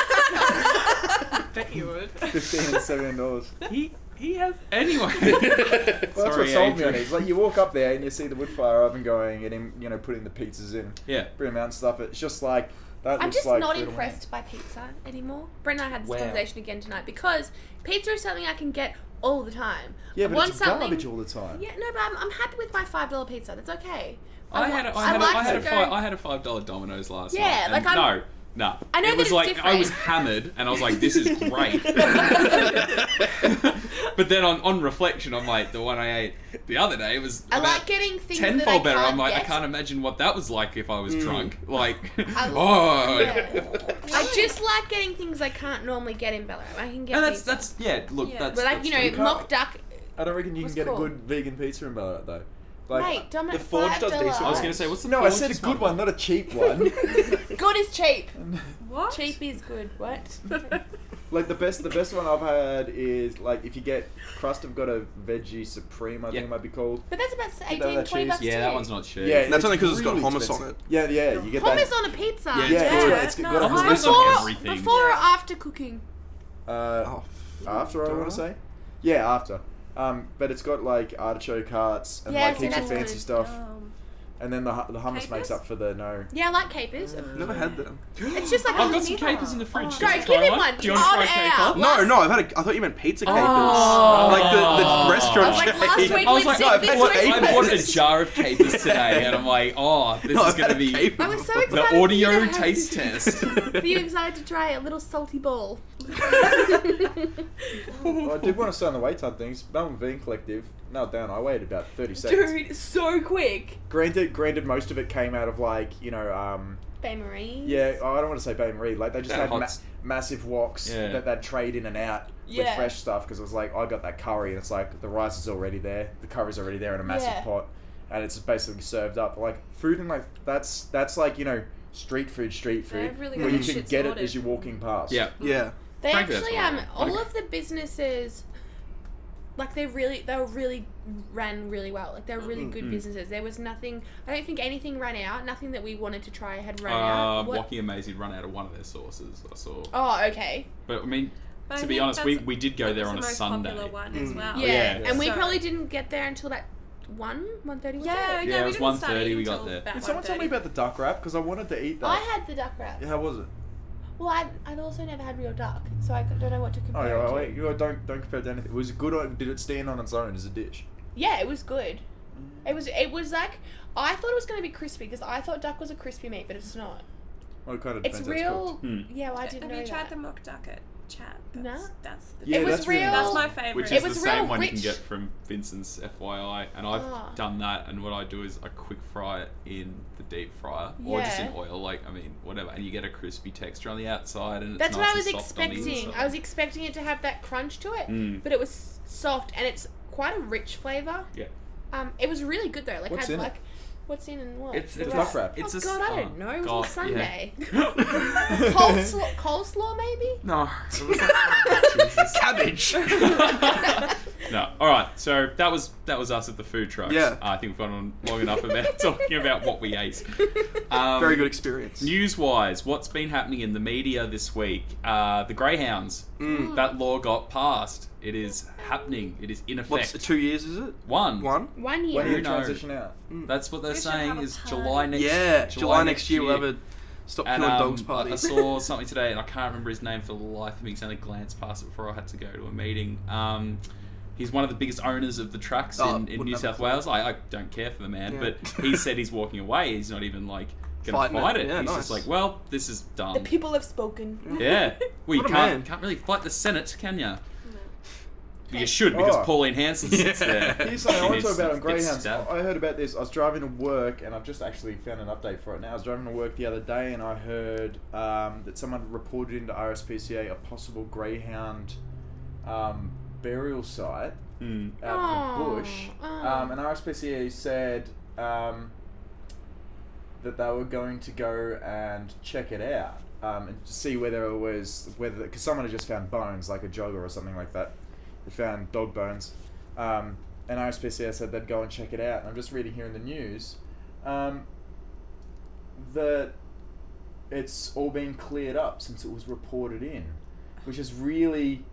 [SPEAKER 5] Bet you would.
[SPEAKER 2] fifteen and seventeen dollars.
[SPEAKER 1] he he has anyway.
[SPEAKER 2] Well, that's
[SPEAKER 1] Sorry,
[SPEAKER 2] what sold
[SPEAKER 1] Adrian.
[SPEAKER 2] me on it. It's like you walk up there and you see the wood fire oven going and him, you know, putting the pizzas in,
[SPEAKER 1] Yeah.
[SPEAKER 2] bring them out and stuff. It's just like that.
[SPEAKER 4] I'm
[SPEAKER 2] looks
[SPEAKER 4] just
[SPEAKER 2] like
[SPEAKER 4] not
[SPEAKER 2] food away.
[SPEAKER 4] impressed by pizza anymore. Brent and I had this
[SPEAKER 1] Wow.
[SPEAKER 4] conversation again tonight because pizza is something I can get all the time.
[SPEAKER 2] Yeah,
[SPEAKER 4] I
[SPEAKER 2] but
[SPEAKER 4] want
[SPEAKER 2] it's
[SPEAKER 4] something.
[SPEAKER 2] garbage all the time.
[SPEAKER 4] Yeah, no, but I'm, I'm happy with my five dollar pizza. That's okay.
[SPEAKER 1] I
[SPEAKER 4] wa-
[SPEAKER 1] had a, I had a,
[SPEAKER 4] like
[SPEAKER 1] I had
[SPEAKER 4] to
[SPEAKER 1] a
[SPEAKER 4] go-
[SPEAKER 1] five I had a five dollar Domino's last
[SPEAKER 4] Yeah,
[SPEAKER 1] night. and
[SPEAKER 4] like, I'm-
[SPEAKER 1] no. No,
[SPEAKER 4] I know
[SPEAKER 1] it
[SPEAKER 4] that
[SPEAKER 1] was
[SPEAKER 4] it's
[SPEAKER 1] like I was
[SPEAKER 4] different.
[SPEAKER 1] hammered, and I was like, "This is great." but then on, on reflection, I'm like, the one I ate the other day was
[SPEAKER 4] I
[SPEAKER 1] about
[SPEAKER 4] like getting things that I
[SPEAKER 1] tenfold
[SPEAKER 4] can't
[SPEAKER 1] better. I'm like,
[SPEAKER 4] get.
[SPEAKER 1] I can't imagine what that was like if I was drunk. Like,
[SPEAKER 4] I-
[SPEAKER 1] oh,
[SPEAKER 4] Yeah. I just like getting things I can't normally get in Bellarine. I can get.
[SPEAKER 1] and that's
[SPEAKER 4] pizza.
[SPEAKER 1] that's yeah. Look,
[SPEAKER 5] Yeah.
[SPEAKER 1] that's
[SPEAKER 4] But like
[SPEAKER 1] that's
[SPEAKER 4] you
[SPEAKER 1] true.
[SPEAKER 4] know,
[SPEAKER 2] can't-
[SPEAKER 4] mock duck.
[SPEAKER 2] I don't reckon you can
[SPEAKER 4] What's
[SPEAKER 2] get
[SPEAKER 4] cool?
[SPEAKER 2] a good vegan pizza in Ballarat though.
[SPEAKER 4] Mate, Dominic,
[SPEAKER 6] the Forge does
[SPEAKER 4] $5.
[SPEAKER 6] decent.
[SPEAKER 1] I was gonna say, what's the
[SPEAKER 2] no, I
[SPEAKER 1] Forge's
[SPEAKER 2] said a good one, not a cheap one.
[SPEAKER 4] Good is cheap.
[SPEAKER 5] What?
[SPEAKER 4] Cheap is good. What?
[SPEAKER 2] like the best, the best one I've had is like if you get crust, I've got a veggie supreme. I
[SPEAKER 1] Yeah.
[SPEAKER 2] think it might be called.
[SPEAKER 4] But that's about s-
[SPEAKER 2] that
[SPEAKER 4] 18, 20
[SPEAKER 2] cheese?
[SPEAKER 4] bucks
[SPEAKER 1] Yeah,
[SPEAKER 4] too.
[SPEAKER 1] that one's not cheap.
[SPEAKER 2] Yeah,
[SPEAKER 6] That's only 'cause it's got
[SPEAKER 2] really
[SPEAKER 6] hummus on
[SPEAKER 2] expensive.
[SPEAKER 6] it.
[SPEAKER 2] Yeah, yeah, you get
[SPEAKER 4] Hummus
[SPEAKER 2] that.
[SPEAKER 4] on a pizza.
[SPEAKER 6] Yeah,
[SPEAKER 2] Yeah, it's
[SPEAKER 5] Yeah,
[SPEAKER 2] got, it's got
[SPEAKER 5] no,
[SPEAKER 2] hummus.
[SPEAKER 5] hummus
[SPEAKER 2] It's
[SPEAKER 1] on
[SPEAKER 2] got-
[SPEAKER 1] every- everything.
[SPEAKER 4] Before, before or after cooking?
[SPEAKER 2] Uh,
[SPEAKER 6] Oh,
[SPEAKER 2] after I want to say. Yeah, after. Um, but it's got like artichoke hearts and
[SPEAKER 4] Yeah,
[SPEAKER 2] like
[SPEAKER 4] so
[SPEAKER 2] heaps of
[SPEAKER 4] that's
[SPEAKER 2] fancy
[SPEAKER 4] good.
[SPEAKER 2] stuff.
[SPEAKER 5] Um,
[SPEAKER 2] And then the, hu- the hummus makes
[SPEAKER 5] Capers?
[SPEAKER 2] up for the no.
[SPEAKER 4] Yeah, I like capers.
[SPEAKER 3] Never had them.
[SPEAKER 4] It's just like
[SPEAKER 1] Mm. I've
[SPEAKER 4] a
[SPEAKER 1] got some
[SPEAKER 4] caper.
[SPEAKER 1] capers in the fridge.
[SPEAKER 4] Go,
[SPEAKER 1] Do you want to try
[SPEAKER 4] give him one.
[SPEAKER 1] Do you want to
[SPEAKER 4] On
[SPEAKER 1] try
[SPEAKER 4] air.
[SPEAKER 1] caper?
[SPEAKER 4] Last-
[SPEAKER 3] No, no, I've had. A, I thought you meant pizza capers.
[SPEAKER 1] Oh.
[SPEAKER 3] Like the,
[SPEAKER 1] I
[SPEAKER 3] the
[SPEAKER 4] I
[SPEAKER 3] restaurant.
[SPEAKER 4] was like, last
[SPEAKER 3] chain.
[SPEAKER 4] week we
[SPEAKER 1] I was
[SPEAKER 4] did
[SPEAKER 1] like,
[SPEAKER 4] this
[SPEAKER 1] no, I
[SPEAKER 3] bought-
[SPEAKER 4] week.
[SPEAKER 1] I bought a
[SPEAKER 3] Capers.
[SPEAKER 1] jar of capers today, and I'm like, oh, this
[SPEAKER 3] No,
[SPEAKER 1] is
[SPEAKER 3] I've
[SPEAKER 1] going
[SPEAKER 3] had a
[SPEAKER 1] to be
[SPEAKER 3] caper.
[SPEAKER 4] I was so
[SPEAKER 3] The
[SPEAKER 1] the
[SPEAKER 4] excited. for you to
[SPEAKER 1] audio
[SPEAKER 4] have-
[SPEAKER 1] taste test.
[SPEAKER 4] For you excited to try a little salty ball.
[SPEAKER 2] Well, I did want to say on the weight side of things, Melbourne Vegan Collective, nailed down, I weighed about 30 seconds.
[SPEAKER 4] Dude, so quick.
[SPEAKER 2] Granted, granted, most of it came out of like, you know, um,
[SPEAKER 4] Bay Marie.
[SPEAKER 2] yeah, I don't want to say Bain Marie, like they just
[SPEAKER 1] That
[SPEAKER 2] had
[SPEAKER 1] hot
[SPEAKER 2] ma-
[SPEAKER 1] s-
[SPEAKER 2] massive woks
[SPEAKER 1] Yeah.
[SPEAKER 2] that they'd trade in and out with
[SPEAKER 4] Yeah.
[SPEAKER 2] fresh stuff because it was like, I got that curry and it's like the rice is already there, the curry's already there in a massive
[SPEAKER 4] Yeah.
[SPEAKER 2] pot and it's basically served up. Like food and like, that's, that's like, you know, street food, street
[SPEAKER 5] They
[SPEAKER 2] food
[SPEAKER 5] have really
[SPEAKER 2] where
[SPEAKER 5] good
[SPEAKER 2] you can
[SPEAKER 5] shit
[SPEAKER 2] get it
[SPEAKER 5] sorted.
[SPEAKER 2] as you're walking past.
[SPEAKER 1] yeah.
[SPEAKER 3] Yeah.
[SPEAKER 4] They
[SPEAKER 1] Frankly, that's
[SPEAKER 4] actually,
[SPEAKER 1] what I
[SPEAKER 4] um,
[SPEAKER 1] like.
[SPEAKER 4] all of the businesses, like they really, they were really ran really well. Like they were really good
[SPEAKER 1] Mm.
[SPEAKER 4] businesses. There was nothing. I don't think anything ran out. Nothing that we wanted to try had run
[SPEAKER 1] Uh,
[SPEAKER 4] out. What-
[SPEAKER 1] Wacky Amazing run out of one of their sauces. I saw.
[SPEAKER 4] Oh, okay.
[SPEAKER 1] But I mean,
[SPEAKER 5] But I
[SPEAKER 1] to be
[SPEAKER 5] think
[SPEAKER 1] honest, we,
[SPEAKER 5] that's-
[SPEAKER 1] we did go
[SPEAKER 5] that
[SPEAKER 1] there
[SPEAKER 5] was
[SPEAKER 1] on a
[SPEAKER 5] the most
[SPEAKER 1] Sunday.
[SPEAKER 5] Popular one as
[SPEAKER 3] Mm.
[SPEAKER 5] well.
[SPEAKER 1] Oh,
[SPEAKER 4] Yeah.
[SPEAKER 1] Yeah.
[SPEAKER 4] and we
[SPEAKER 5] So-
[SPEAKER 4] probably didn't get there until like one, one thirty.
[SPEAKER 5] Yeah, yeah,
[SPEAKER 4] it?
[SPEAKER 1] Yeah, it
[SPEAKER 5] we
[SPEAKER 1] was
[SPEAKER 5] didn't start
[SPEAKER 1] 1:30 we
[SPEAKER 5] eating
[SPEAKER 1] got
[SPEAKER 5] till
[SPEAKER 1] there.
[SPEAKER 5] about
[SPEAKER 2] Did someone tell me
[SPEAKER 5] 1:30.
[SPEAKER 2] about the duck wrap? Because I wanted to eat that.
[SPEAKER 4] I had the duck wrap.
[SPEAKER 2] Yeah, how was it?
[SPEAKER 4] Well, I I'd also never had real duck, so I don't know what to
[SPEAKER 2] Oh,
[SPEAKER 4] compare.
[SPEAKER 2] yeah,
[SPEAKER 4] it to.
[SPEAKER 2] wait, you don't don't compare it to anything. Was it good or did it stand on its own as a dish?
[SPEAKER 4] Yeah, it was good.
[SPEAKER 1] Mm.
[SPEAKER 4] It was it was like I thought it was gonna be crispy because I thought duck was a crispy meat, but it's not.
[SPEAKER 2] Well, it kind of
[SPEAKER 4] It's
[SPEAKER 2] depends how
[SPEAKER 4] real.
[SPEAKER 2] cooked.
[SPEAKER 1] Hmm.
[SPEAKER 4] Yeah, well, I didn't
[SPEAKER 5] Have
[SPEAKER 4] know
[SPEAKER 5] you
[SPEAKER 4] that.
[SPEAKER 5] tried the mock duck at chat?
[SPEAKER 4] No.
[SPEAKER 5] That's, that's the
[SPEAKER 2] Yeah,
[SPEAKER 4] it was
[SPEAKER 2] that's really
[SPEAKER 4] real.
[SPEAKER 2] nice.
[SPEAKER 5] That's my favorite.
[SPEAKER 1] Which
[SPEAKER 4] It
[SPEAKER 1] is the
[SPEAKER 4] was
[SPEAKER 1] same
[SPEAKER 4] real
[SPEAKER 1] one you
[SPEAKER 4] rich.
[SPEAKER 1] can get from Vincent's FYI, and I've
[SPEAKER 4] Ah.
[SPEAKER 1] done that. And what I do is I quick fry it in the deep fryer, or just in
[SPEAKER 4] Yeah.
[SPEAKER 1] oil, like I mean, whatever, and you get a crispy texture on the outside, and it's
[SPEAKER 4] That's
[SPEAKER 1] nice
[SPEAKER 4] what I was
[SPEAKER 1] and soft on the
[SPEAKER 4] expecting.
[SPEAKER 1] inside.
[SPEAKER 4] I was expecting it to have that crunch to it,
[SPEAKER 1] Mm.
[SPEAKER 4] but it was soft and it's quite a rich flavor.
[SPEAKER 1] Yeah.
[SPEAKER 4] Um, it was really good though. Like
[SPEAKER 2] What's
[SPEAKER 4] had
[SPEAKER 2] in it?
[SPEAKER 4] like what's in and what.
[SPEAKER 1] It's
[SPEAKER 2] It's
[SPEAKER 1] it's
[SPEAKER 2] duck wrap.
[SPEAKER 1] It's
[SPEAKER 4] oh
[SPEAKER 1] a
[SPEAKER 4] God, I
[SPEAKER 1] oh,
[SPEAKER 4] don't know. It was on
[SPEAKER 1] God,
[SPEAKER 4] Sunday.
[SPEAKER 1] yeah.
[SPEAKER 4] coleslaw, coleslaw maybe.
[SPEAKER 1] No. It was like-
[SPEAKER 3] Cabbage.
[SPEAKER 1] no. All right. So that was that was us at the food trucks.
[SPEAKER 3] Yeah.
[SPEAKER 1] Uh, I think we've gone on long enough about talking about what we ate. Um,
[SPEAKER 3] Very good experience.
[SPEAKER 1] News wise, what's been happening in the media this week? Uh, the Greyhounds.
[SPEAKER 4] Hmm.
[SPEAKER 3] Mm.
[SPEAKER 1] That law got passed. It is happening. It is in effect.
[SPEAKER 3] What's two years? Is it
[SPEAKER 1] One.
[SPEAKER 3] one?
[SPEAKER 4] One
[SPEAKER 2] When
[SPEAKER 4] year.
[SPEAKER 2] did
[SPEAKER 1] You
[SPEAKER 2] it
[SPEAKER 1] know.
[SPEAKER 2] transition out?
[SPEAKER 1] That's what they're
[SPEAKER 5] We should
[SPEAKER 1] saying
[SPEAKER 5] have a
[SPEAKER 1] is
[SPEAKER 5] party.
[SPEAKER 1] July next.
[SPEAKER 3] yeah, July, next year we'll have a stop
[SPEAKER 1] And,
[SPEAKER 3] killing
[SPEAKER 1] um,
[SPEAKER 3] dogs party.
[SPEAKER 1] I, I saw something today, and I can't remember his name for the life of me. Because I only glanced past it before I had to go to a meeting. Um, he's one of the biggest owners of the tracks
[SPEAKER 3] Oh,
[SPEAKER 1] in, in
[SPEAKER 3] wouldn't
[SPEAKER 1] New
[SPEAKER 3] have a
[SPEAKER 1] South
[SPEAKER 3] clue.
[SPEAKER 1] Wales. I, I don't care for the man,
[SPEAKER 3] Yeah.
[SPEAKER 1] but he said he's walking away. He's not even like gonna
[SPEAKER 3] Fighting it.
[SPEAKER 1] fight it.
[SPEAKER 3] Yeah,
[SPEAKER 1] he's
[SPEAKER 3] nice.
[SPEAKER 1] just like, well, this is done.
[SPEAKER 4] The people have spoken.
[SPEAKER 1] Yeah. Well, you
[SPEAKER 3] What a
[SPEAKER 1] can't,
[SPEAKER 3] man.
[SPEAKER 1] can't really fight the Senate, can you? You should, because
[SPEAKER 2] Oh.
[SPEAKER 1] Pauline Hanson sits
[SPEAKER 3] Yeah.
[SPEAKER 1] there.
[SPEAKER 2] Here's something I
[SPEAKER 1] She
[SPEAKER 2] want
[SPEAKER 1] needs
[SPEAKER 2] to talk about
[SPEAKER 1] to
[SPEAKER 2] on
[SPEAKER 1] get
[SPEAKER 2] Greyhounds.
[SPEAKER 1] stabbed.
[SPEAKER 2] I heard about this. I was driving to work, and I've just actually found an update for it now. I was driving to work the other day, and I heard um, that someone reported into RSPCA a possible Greyhound um, burial site
[SPEAKER 1] Hmm.
[SPEAKER 2] out in the
[SPEAKER 4] Aw,
[SPEAKER 2] bush.
[SPEAKER 4] aw.
[SPEAKER 2] Um, and RSPCA said um, that they were going to go and check it out um, and to see whether it was whether because someone had just found bones like a jogger or something like that. They found dog bones, um, and RSPCA said they'd go and check it out. And I'm just reading here in the news um, that it's all been cleared up since it was reported in, which is really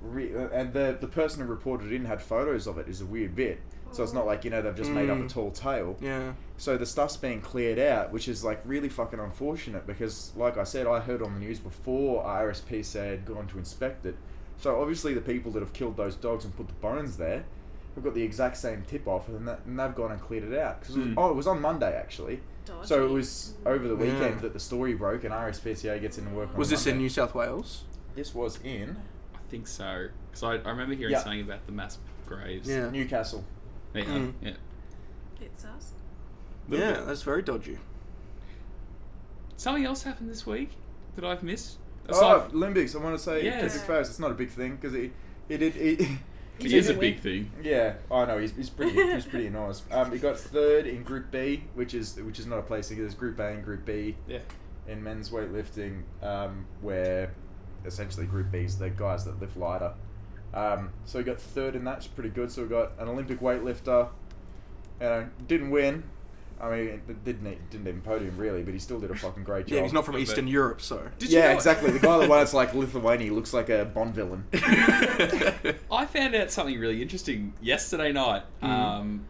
[SPEAKER 2] re- uh, and the the person who reported in had photos of it is a weird bit. So it's not like you know they've just made up a
[SPEAKER 3] Mm.
[SPEAKER 2] tall tale.
[SPEAKER 3] yeah.
[SPEAKER 2] So the stuff's being cleared out, which is like really fucking unfortunate because, like I said, I heard on the news before RSPCA had gone to inspect it. So obviously the people that have killed those dogs and put the bones there have got the exact same tip off, and, that, and they've gone and cleared it out. 'Cause it was-
[SPEAKER 1] Mm.
[SPEAKER 2] oh, it was on Monday actually.
[SPEAKER 5] Dodgy.
[SPEAKER 2] So it was over the weekend
[SPEAKER 3] Yeah.
[SPEAKER 2] that the story broke, and RSPCA gets into work. On
[SPEAKER 3] Was this in
[SPEAKER 2] Monday.
[SPEAKER 3] New South Wales?
[SPEAKER 2] This was in
[SPEAKER 1] I think so. Because I, I remember hearing
[SPEAKER 2] Yeah.
[SPEAKER 1] something about the mass graves.
[SPEAKER 3] Yeah.
[SPEAKER 2] Newcastle.
[SPEAKER 1] Yeah.
[SPEAKER 3] Mm.
[SPEAKER 1] yeah.
[SPEAKER 5] It's us.
[SPEAKER 1] Little
[SPEAKER 3] Yeah,
[SPEAKER 1] bit.
[SPEAKER 3] that's very dodgy.
[SPEAKER 1] Something else happened this week that I've missed.
[SPEAKER 2] Oh,
[SPEAKER 1] Aside-
[SPEAKER 2] Olympics. I want to say
[SPEAKER 1] Yeah.
[SPEAKER 2] Kendrick Ferris. It's not a big thing because he, he did. He,
[SPEAKER 1] it is a big thing.
[SPEAKER 2] Yeah, I know he's, he's pretty he's pretty enormous. Um, he got third in Group B, which is which is not a place. There's Group A and Group B
[SPEAKER 1] Yeah.
[SPEAKER 2] in men's weightlifting, um, where essentially Group B's the guys that lift lighter. Um, so he got third in that, which is pretty good. So we got an Olympic weightlifter, uh, didn't win. I mean, it didn't it didn't even podium really, but he still did a fucking great job.
[SPEAKER 3] Yeah, he's not from
[SPEAKER 1] Not
[SPEAKER 3] Eastern
[SPEAKER 1] bad.
[SPEAKER 3] Europe, so.
[SPEAKER 1] Did
[SPEAKER 2] yeah,
[SPEAKER 1] you know-
[SPEAKER 2] exactly. The guy that wears like Lithuania he looks like a Bond villain.
[SPEAKER 3] Hmm.
[SPEAKER 1] I found out something really interesting yesterday night. Um,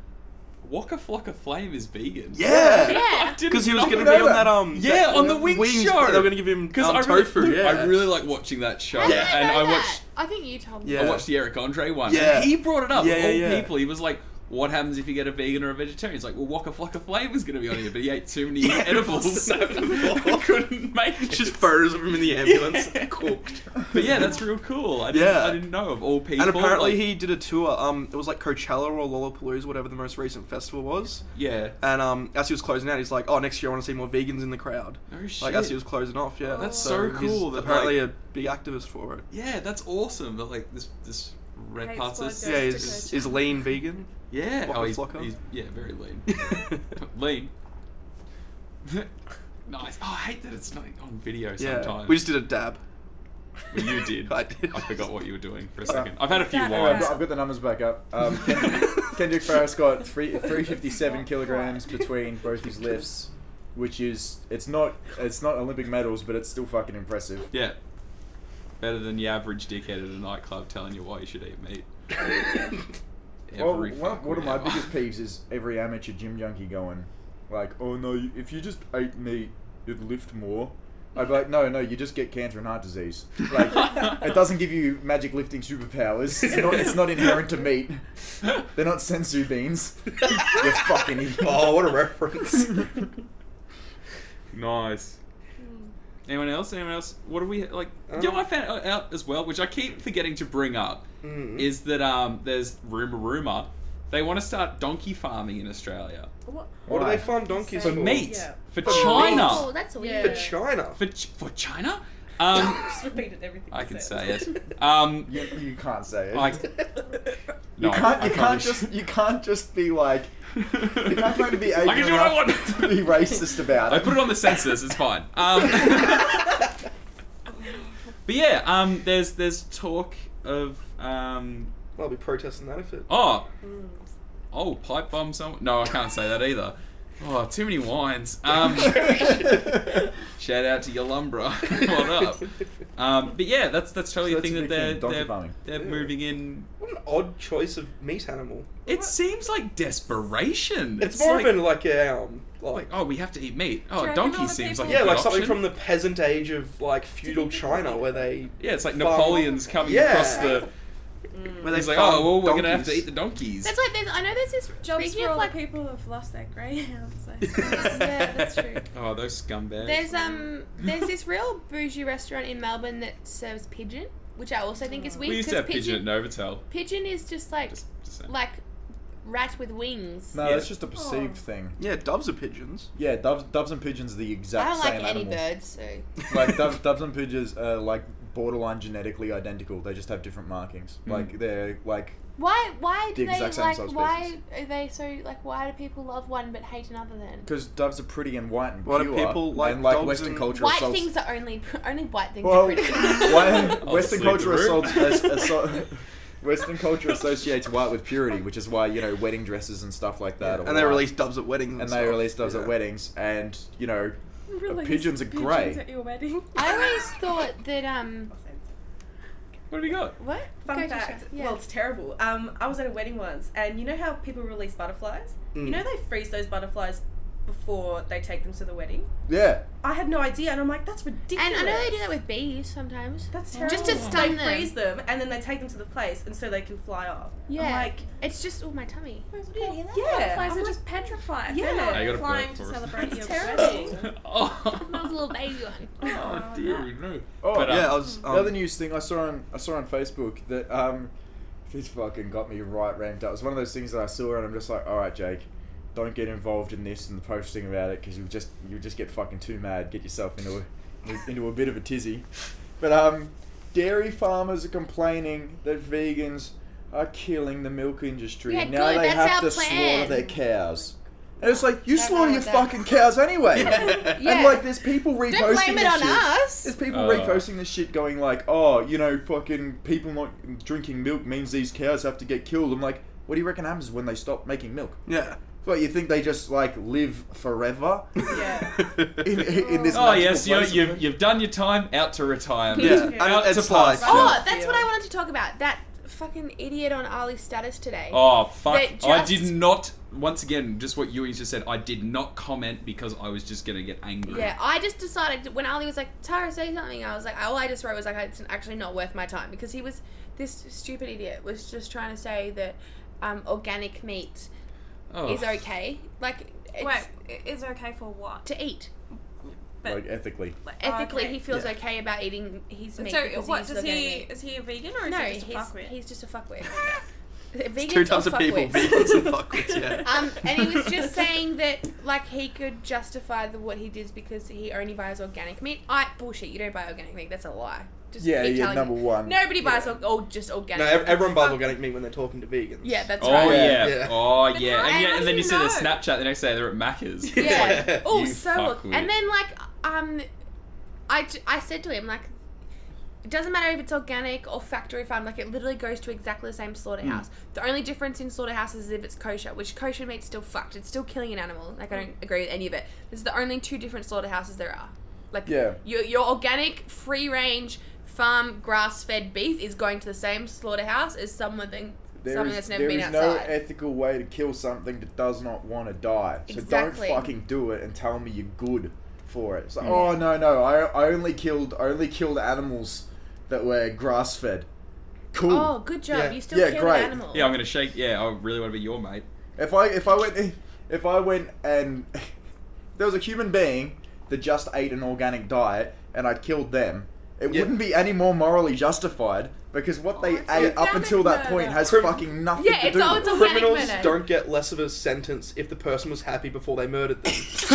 [SPEAKER 1] Waka Flocka Flame is vegan.
[SPEAKER 3] Yeah.
[SPEAKER 4] Yeah.
[SPEAKER 3] Because he was
[SPEAKER 1] going
[SPEAKER 3] going to
[SPEAKER 1] to
[SPEAKER 3] be
[SPEAKER 2] know
[SPEAKER 3] on
[SPEAKER 2] that.
[SPEAKER 3] that um
[SPEAKER 1] Yeah,
[SPEAKER 3] that-
[SPEAKER 1] on the Wings show.
[SPEAKER 3] They were going to give him
[SPEAKER 1] Because
[SPEAKER 3] um,
[SPEAKER 1] I really,
[SPEAKER 3] tofu. yeah.
[SPEAKER 1] I really like watching that show.
[SPEAKER 4] How did I
[SPEAKER 1] and
[SPEAKER 4] know
[SPEAKER 1] I
[SPEAKER 4] that?
[SPEAKER 1] watched
[SPEAKER 4] I think you told me.
[SPEAKER 3] Yeah.
[SPEAKER 1] I watched the Eric Andre one.
[SPEAKER 3] Yeah.
[SPEAKER 1] And he brought it up.
[SPEAKER 3] Yeah,
[SPEAKER 1] of
[SPEAKER 3] yeah,
[SPEAKER 1] all
[SPEAKER 3] yeah.
[SPEAKER 1] people, he was like, "What happens if you get a vegan or a vegetarian?" He's like, "Well, Waka Flocka Flame was going to be on here, but he ate too many
[SPEAKER 3] Yeah,
[SPEAKER 1] edibles, so
[SPEAKER 3] that's what I
[SPEAKER 1] he couldn't make it."
[SPEAKER 3] Just photos of him in the ambulance,
[SPEAKER 1] Yeah.
[SPEAKER 3] cooked.
[SPEAKER 1] But yeah, that's real cool. I didn't,
[SPEAKER 3] Yeah.
[SPEAKER 1] I didn't know of all people.
[SPEAKER 3] And apparently
[SPEAKER 1] like-
[SPEAKER 3] he did a tour. Um, it was like Coachella or Lollapalooza, whatever the most recent festival was.
[SPEAKER 1] yeah.
[SPEAKER 3] And um, as he was closing out, he's like, "Oh, next year I want to see more vegans in the crowd."
[SPEAKER 1] No shit.
[SPEAKER 3] Like as he was closing off, yeah.
[SPEAKER 1] That's so
[SPEAKER 3] he's
[SPEAKER 1] cool that,
[SPEAKER 3] apparently
[SPEAKER 1] like-
[SPEAKER 3] a big activist for it.
[SPEAKER 1] yeah, that's awesome. But like this, this red
[SPEAKER 5] Hate
[SPEAKER 1] passes.
[SPEAKER 5] squad
[SPEAKER 3] Yeah,
[SPEAKER 5] to
[SPEAKER 3] he's,
[SPEAKER 5] Coachella.
[SPEAKER 3] he's lean vegan.
[SPEAKER 1] Yeah.
[SPEAKER 3] Waka
[SPEAKER 1] oh, he's,
[SPEAKER 3] Flocka.
[SPEAKER 1] he's yeah, very lean.
[SPEAKER 3] yeah,
[SPEAKER 1] lean. nice. Oh, I hate that it's not on video sometimes.
[SPEAKER 3] we just did a dab.
[SPEAKER 1] Well, you did.
[SPEAKER 3] I did.
[SPEAKER 1] I forgot what you were doing for a
[SPEAKER 2] Yeah.
[SPEAKER 1] second. I've had a few
[SPEAKER 5] That-
[SPEAKER 2] Anyway, I've
[SPEAKER 1] wines.
[SPEAKER 2] got, I've got the numbers back up. Um, Kendrick, Kendrick Farris got three, 357 kilograms between both his lifts, which is it's not it's not Olympic medals, but it's still fucking impressive.
[SPEAKER 1] Yeah. Better than the average dickhead at a nightclub telling you why you should eat meat.
[SPEAKER 2] Well,
[SPEAKER 1] Every
[SPEAKER 2] one,
[SPEAKER 1] fucking
[SPEAKER 2] one of my
[SPEAKER 1] hour.
[SPEAKER 2] biggest peeves is every amateur gym junkie going, like, oh no, you- if you just ate meat, you'd lift more. I'd be like, no, no, you just get cancer and heart disease. Like, it doesn't give you magic lifting superpowers. It's not, it's not inherent to meat. They're not sensu beans. You're fucking idiot.
[SPEAKER 6] Oh, what a reference.
[SPEAKER 1] Nice.
[SPEAKER 4] Hmm.
[SPEAKER 1] Anyone else? Anyone else? What do we like? you know, what I found out as well, which I keep forgetting to bring up,
[SPEAKER 6] Mm.
[SPEAKER 1] is that um, there's rumor, rumor, they want to start donkey farming in Australia
[SPEAKER 5] What?
[SPEAKER 6] What do
[SPEAKER 2] Why?
[SPEAKER 6] they farm donkeys
[SPEAKER 1] for
[SPEAKER 5] For
[SPEAKER 6] for?
[SPEAKER 1] meat,
[SPEAKER 5] Yeah.
[SPEAKER 1] for
[SPEAKER 6] For
[SPEAKER 1] China,
[SPEAKER 4] Oh, that's weird.
[SPEAKER 6] For China.
[SPEAKER 1] for Ch- for China. Um,
[SPEAKER 5] Just repeated everything.
[SPEAKER 1] I
[SPEAKER 5] you
[SPEAKER 1] can say
[SPEAKER 5] said.
[SPEAKER 1] it. Um,
[SPEAKER 2] You, you can't say it.
[SPEAKER 1] I-
[SPEAKER 2] you
[SPEAKER 1] no,
[SPEAKER 2] can't.
[SPEAKER 1] I
[SPEAKER 2] You can't
[SPEAKER 1] probably
[SPEAKER 2] just.
[SPEAKER 1] should-
[SPEAKER 2] You can't just be like.
[SPEAKER 1] you
[SPEAKER 2] You're not going to be
[SPEAKER 1] I can
[SPEAKER 2] angry
[SPEAKER 1] do what I want.
[SPEAKER 2] enough to be racist about
[SPEAKER 1] I
[SPEAKER 2] it.
[SPEAKER 1] put it on the census. It's fine. Um, but yeah, um, there's there's talk of um,
[SPEAKER 6] I'll be protesting that if it.
[SPEAKER 1] oh oh pipe bomb someone. No, I can't say that either. Oh, too many wines. Um, shout out to Yalumbra. what up? Um, but yeah, that's that's totally
[SPEAKER 2] So
[SPEAKER 1] a
[SPEAKER 2] that's
[SPEAKER 1] thing that
[SPEAKER 2] a big thing,
[SPEAKER 1] they're
[SPEAKER 2] donkey
[SPEAKER 1] they're,
[SPEAKER 2] farming.
[SPEAKER 1] they're
[SPEAKER 6] Yeah.
[SPEAKER 1] moving in.
[SPEAKER 6] What an odd choice of meat animal.
[SPEAKER 1] It seems like desperation.
[SPEAKER 6] It's, more
[SPEAKER 1] like,
[SPEAKER 6] of an like a um like
[SPEAKER 1] like oh we have to eat meat.
[SPEAKER 5] Do
[SPEAKER 1] Oh
[SPEAKER 5] you reckon all
[SPEAKER 1] donkey
[SPEAKER 5] the
[SPEAKER 1] seems
[SPEAKER 5] people-
[SPEAKER 1] like a
[SPEAKER 6] yeah
[SPEAKER 1] good
[SPEAKER 6] like something
[SPEAKER 1] option.
[SPEAKER 6] from the peasant age of like feudal China where they
[SPEAKER 1] yeah it's like
[SPEAKER 6] farm-
[SPEAKER 1] Napoleon's coming
[SPEAKER 6] Yeah.
[SPEAKER 1] across the.
[SPEAKER 3] Where
[SPEAKER 1] He's
[SPEAKER 3] they
[SPEAKER 1] like, oh,
[SPEAKER 3] farm
[SPEAKER 1] well, we're going to have to
[SPEAKER 3] donkeys.
[SPEAKER 1] eat the donkeys.
[SPEAKER 4] That's like there's, I know there's this
[SPEAKER 5] Jobs
[SPEAKER 4] speaking
[SPEAKER 5] for
[SPEAKER 4] of
[SPEAKER 5] all
[SPEAKER 4] like
[SPEAKER 5] the people who've lost their greyhounds. I suppose. yeah, that's true.
[SPEAKER 1] oh, those scumbags.
[SPEAKER 4] There's um there's this real bougie restaurant in Melbourne that serves pigeon, which I also think is weird.
[SPEAKER 1] we used to
[SPEAKER 4] 'cause
[SPEAKER 1] have pigeon at Novotel.
[SPEAKER 4] pigeon is just like
[SPEAKER 1] Just, just saying.
[SPEAKER 4] like rat with wings.
[SPEAKER 2] No,
[SPEAKER 1] Yeah.
[SPEAKER 2] that's just a perceived
[SPEAKER 4] Oh.
[SPEAKER 2] thing.
[SPEAKER 3] Yeah, doves are pigeons.
[SPEAKER 2] Yeah, doves, doves and pigeons are the
[SPEAKER 4] I
[SPEAKER 2] exact
[SPEAKER 4] don't
[SPEAKER 2] same
[SPEAKER 4] like any
[SPEAKER 2] animal.
[SPEAKER 4] birds, so
[SPEAKER 2] Like doves, doves and pigeons are like borderline genetically identical. They just have different markings.
[SPEAKER 1] Mm.
[SPEAKER 2] Like they're like
[SPEAKER 4] why why
[SPEAKER 2] The
[SPEAKER 4] do they
[SPEAKER 2] exact same
[SPEAKER 4] like
[SPEAKER 2] subspecies.
[SPEAKER 4] why are they so like why do people love one but hate another then?
[SPEAKER 2] because doves are pretty and white and
[SPEAKER 3] Why do
[SPEAKER 2] pure.
[SPEAKER 3] people like
[SPEAKER 2] and like
[SPEAKER 3] dogs
[SPEAKER 2] Western
[SPEAKER 3] and-
[SPEAKER 2] culture
[SPEAKER 4] White
[SPEAKER 2] assaults.
[SPEAKER 4] things are only only white things
[SPEAKER 2] well,
[SPEAKER 4] are pretty.
[SPEAKER 2] why,
[SPEAKER 7] Oh.
[SPEAKER 2] Western
[SPEAKER 1] Oh, sleep
[SPEAKER 2] culture
[SPEAKER 1] in the room.
[SPEAKER 2] assaults. as- assault- Western culture associates white with purity, which is why you know wedding dresses and stuff like that. are
[SPEAKER 3] and they
[SPEAKER 2] white.
[SPEAKER 3] release doves at weddings. And,
[SPEAKER 2] and they
[SPEAKER 3] stuff.
[SPEAKER 2] release doves
[SPEAKER 3] Yeah.
[SPEAKER 2] at weddings, and you know
[SPEAKER 5] Release
[SPEAKER 2] pigeons are
[SPEAKER 5] pigeons
[SPEAKER 2] grey.
[SPEAKER 5] At your wedding.
[SPEAKER 4] I always thought that um
[SPEAKER 1] what have you got?
[SPEAKER 4] what
[SPEAKER 7] Fun
[SPEAKER 4] Go,
[SPEAKER 7] fact.
[SPEAKER 4] Trisha. Yeah.
[SPEAKER 7] Well, it's terrible. Um, I was at a wedding once, and you know how people release butterflies? You know they freeze those butterflies before they take them to the wedding.
[SPEAKER 2] yeah.
[SPEAKER 7] I had no idea, and I'm like, that's ridiculous.
[SPEAKER 4] and I know they do that with bees sometimes.
[SPEAKER 7] That's terrible.
[SPEAKER 4] Just to stun
[SPEAKER 7] they
[SPEAKER 4] them.
[SPEAKER 7] freeze them, and then they take them to the place, and so they can fly off. I'm
[SPEAKER 4] Yeah.
[SPEAKER 7] like,
[SPEAKER 4] It's just all my tummy.
[SPEAKER 5] Yeah,
[SPEAKER 7] Yeah,
[SPEAKER 5] butterflies
[SPEAKER 7] I'm
[SPEAKER 5] are
[SPEAKER 7] like-
[SPEAKER 5] just petrified.
[SPEAKER 7] Yeah.
[SPEAKER 1] I got
[SPEAKER 5] They're
[SPEAKER 1] a
[SPEAKER 5] not
[SPEAKER 1] bird
[SPEAKER 5] flying
[SPEAKER 1] for
[SPEAKER 5] to
[SPEAKER 1] us.
[SPEAKER 5] celebrate your
[SPEAKER 7] That's terrible.
[SPEAKER 5] wedding.
[SPEAKER 1] Oh,
[SPEAKER 4] That was a little baby one.
[SPEAKER 1] oh dear no.
[SPEAKER 2] Oh,
[SPEAKER 1] But, um,
[SPEAKER 3] Yeah, I was. Um,
[SPEAKER 2] the other news thing I saw on I saw on Facebook that um, this fucking got me right ramped up. It's one of those things that I saw and I'm just like, all right, Jake, don't get involved in this and the posting about it because you'll just you'll just get fucking too mad, get yourself into a, into a bit of a tizzy. But um, dairy farmers are complaining that vegans are killing the milk industry.
[SPEAKER 4] Yeah,
[SPEAKER 2] now
[SPEAKER 4] good,
[SPEAKER 2] they
[SPEAKER 4] that's
[SPEAKER 2] have
[SPEAKER 4] our
[SPEAKER 2] to
[SPEAKER 4] plan.
[SPEAKER 2] slaughter their cows. And it's like you
[SPEAKER 4] Don't
[SPEAKER 2] slaughter
[SPEAKER 4] know
[SPEAKER 2] your
[SPEAKER 4] that.
[SPEAKER 2] fucking cows anyway.
[SPEAKER 4] Yeah.
[SPEAKER 2] And like there's people reposting
[SPEAKER 4] Don't blame it
[SPEAKER 2] this
[SPEAKER 4] on
[SPEAKER 2] shit. There's
[SPEAKER 4] us.
[SPEAKER 2] people
[SPEAKER 1] Uh.
[SPEAKER 2] reposting this shit going like, oh, you know, fucking people not drinking milk means these cows have to get killed. I'm like, what do you reckon happens when they stop making milk?
[SPEAKER 3] yeah.
[SPEAKER 2] What, you think they just like live forever
[SPEAKER 7] yeah.
[SPEAKER 2] in, in this
[SPEAKER 1] Oh
[SPEAKER 2] magical
[SPEAKER 1] yes, you,
[SPEAKER 2] place?
[SPEAKER 1] you've you've done your time. Out to retirement.
[SPEAKER 3] Yeah,
[SPEAKER 7] Yeah.
[SPEAKER 3] and
[SPEAKER 1] Out
[SPEAKER 3] it
[SPEAKER 1] to
[SPEAKER 3] slides.
[SPEAKER 1] pasture.
[SPEAKER 4] Oh,
[SPEAKER 7] Yeah.
[SPEAKER 4] that's what I wanted to talk about. That fucking idiot on Ali's status today.
[SPEAKER 1] Oh fuck!
[SPEAKER 4] They
[SPEAKER 1] I
[SPEAKER 4] just-
[SPEAKER 1] did not. Once again, just what Yui just said. I did not comment because I was just gonna get angry.
[SPEAKER 4] Yeah, I just decided when Ali was like, Tara, say something. I was like, all I just wrote was like, it's actually not worth my time because he was this stupid idiot was just trying to say that um, organic meat
[SPEAKER 1] Oh.
[SPEAKER 4] is okay, like it's,
[SPEAKER 5] Wait, i- is it okay for what?
[SPEAKER 4] to eat.
[SPEAKER 5] But-
[SPEAKER 2] like ethically.
[SPEAKER 5] Like, oh,
[SPEAKER 4] Ethically,
[SPEAKER 5] okay.
[SPEAKER 4] he feels
[SPEAKER 2] Yeah.
[SPEAKER 4] okay about eating his meat.
[SPEAKER 5] So
[SPEAKER 4] because
[SPEAKER 5] what
[SPEAKER 4] he's
[SPEAKER 5] does he?
[SPEAKER 4] organic.
[SPEAKER 5] Is he a vegan or is
[SPEAKER 4] No,
[SPEAKER 5] he just a
[SPEAKER 4] he's,
[SPEAKER 5] fuckwit?
[SPEAKER 4] he's just a fuckwit.
[SPEAKER 3] It's
[SPEAKER 4] Vegans
[SPEAKER 3] two
[SPEAKER 4] or
[SPEAKER 3] types of people,
[SPEAKER 4] fuckwits?
[SPEAKER 3] vegans and fuckwits, yeah.
[SPEAKER 4] Um, and he was just saying that like he could justify the, what he did because he only buys organic meat. I bullshit. You don't buy organic meat. That's a lie. Just
[SPEAKER 2] Yeah,
[SPEAKER 4] keep
[SPEAKER 2] yeah,
[SPEAKER 4] telling
[SPEAKER 2] number
[SPEAKER 4] me.
[SPEAKER 2] one.
[SPEAKER 4] Nobody buys or, or just organic.
[SPEAKER 6] No, ev- everyone buys
[SPEAKER 4] Fuck.
[SPEAKER 6] organic meat when they're talking to vegans.
[SPEAKER 4] Yeah, that's
[SPEAKER 1] Oh
[SPEAKER 4] right.
[SPEAKER 1] yeah.
[SPEAKER 6] Yeah.
[SPEAKER 1] oh
[SPEAKER 5] But
[SPEAKER 1] yeah,
[SPEAKER 5] how-
[SPEAKER 1] and, yeah,
[SPEAKER 5] how
[SPEAKER 1] and then
[SPEAKER 5] do
[SPEAKER 1] you
[SPEAKER 5] you
[SPEAKER 1] see the
[SPEAKER 5] know?
[SPEAKER 1] Snapchat the next day they're at Macca's.
[SPEAKER 4] Yeah.
[SPEAKER 6] Yeah.
[SPEAKER 4] oh,
[SPEAKER 1] You
[SPEAKER 4] so
[SPEAKER 1] fuckwit.
[SPEAKER 4] and then like um, I j- I said to him like. It doesn't matter if it's organic or factory farm, like it literally goes to exactly the same slaughterhouse. The only difference in slaughterhouses is if it's kosher, which kosher meat's still fucked. It's still killing an animal. Like I don't agree with any of it. This is the only two different slaughterhouses there are. Like
[SPEAKER 2] Yeah.
[SPEAKER 4] your your organic, free range, farm grass fed beef is going to the same slaughterhouse as something
[SPEAKER 2] There
[SPEAKER 4] something
[SPEAKER 2] is-
[SPEAKER 4] that's never
[SPEAKER 2] there
[SPEAKER 4] been
[SPEAKER 2] is
[SPEAKER 4] outside.
[SPEAKER 2] no ethical way to kill something that does not want to die. So
[SPEAKER 4] Exactly.
[SPEAKER 2] don't fucking do it and tell me you're good for it. It's like, oh no, no, I, I only killed I only killed animals that were grass fed. Cool.
[SPEAKER 4] oh, good job!
[SPEAKER 6] Yeah.
[SPEAKER 4] You still
[SPEAKER 2] Yeah,
[SPEAKER 4] kill
[SPEAKER 2] great.
[SPEAKER 4] an animal.
[SPEAKER 1] Yeah, I'm gonna shake. Yeah, I really want to be your mate.
[SPEAKER 2] If I if I went if I went and there was a human being that just ate an organic diet and I'd killed them, it
[SPEAKER 6] Yeah.
[SPEAKER 2] wouldn't be any more morally justified because what
[SPEAKER 4] Oh,
[SPEAKER 2] they
[SPEAKER 5] it's
[SPEAKER 2] ate up
[SPEAKER 5] organic
[SPEAKER 2] until that point
[SPEAKER 5] murder.
[SPEAKER 2] has
[SPEAKER 6] Crim-
[SPEAKER 2] fucking nothing
[SPEAKER 4] Yeah,
[SPEAKER 2] to
[SPEAKER 4] it's
[SPEAKER 2] do
[SPEAKER 4] all-
[SPEAKER 2] with
[SPEAKER 4] it's
[SPEAKER 2] it.
[SPEAKER 4] all- Organic
[SPEAKER 6] Criminals
[SPEAKER 4] murder.
[SPEAKER 6] don't get less of a sentence if the person was happy before they murdered them.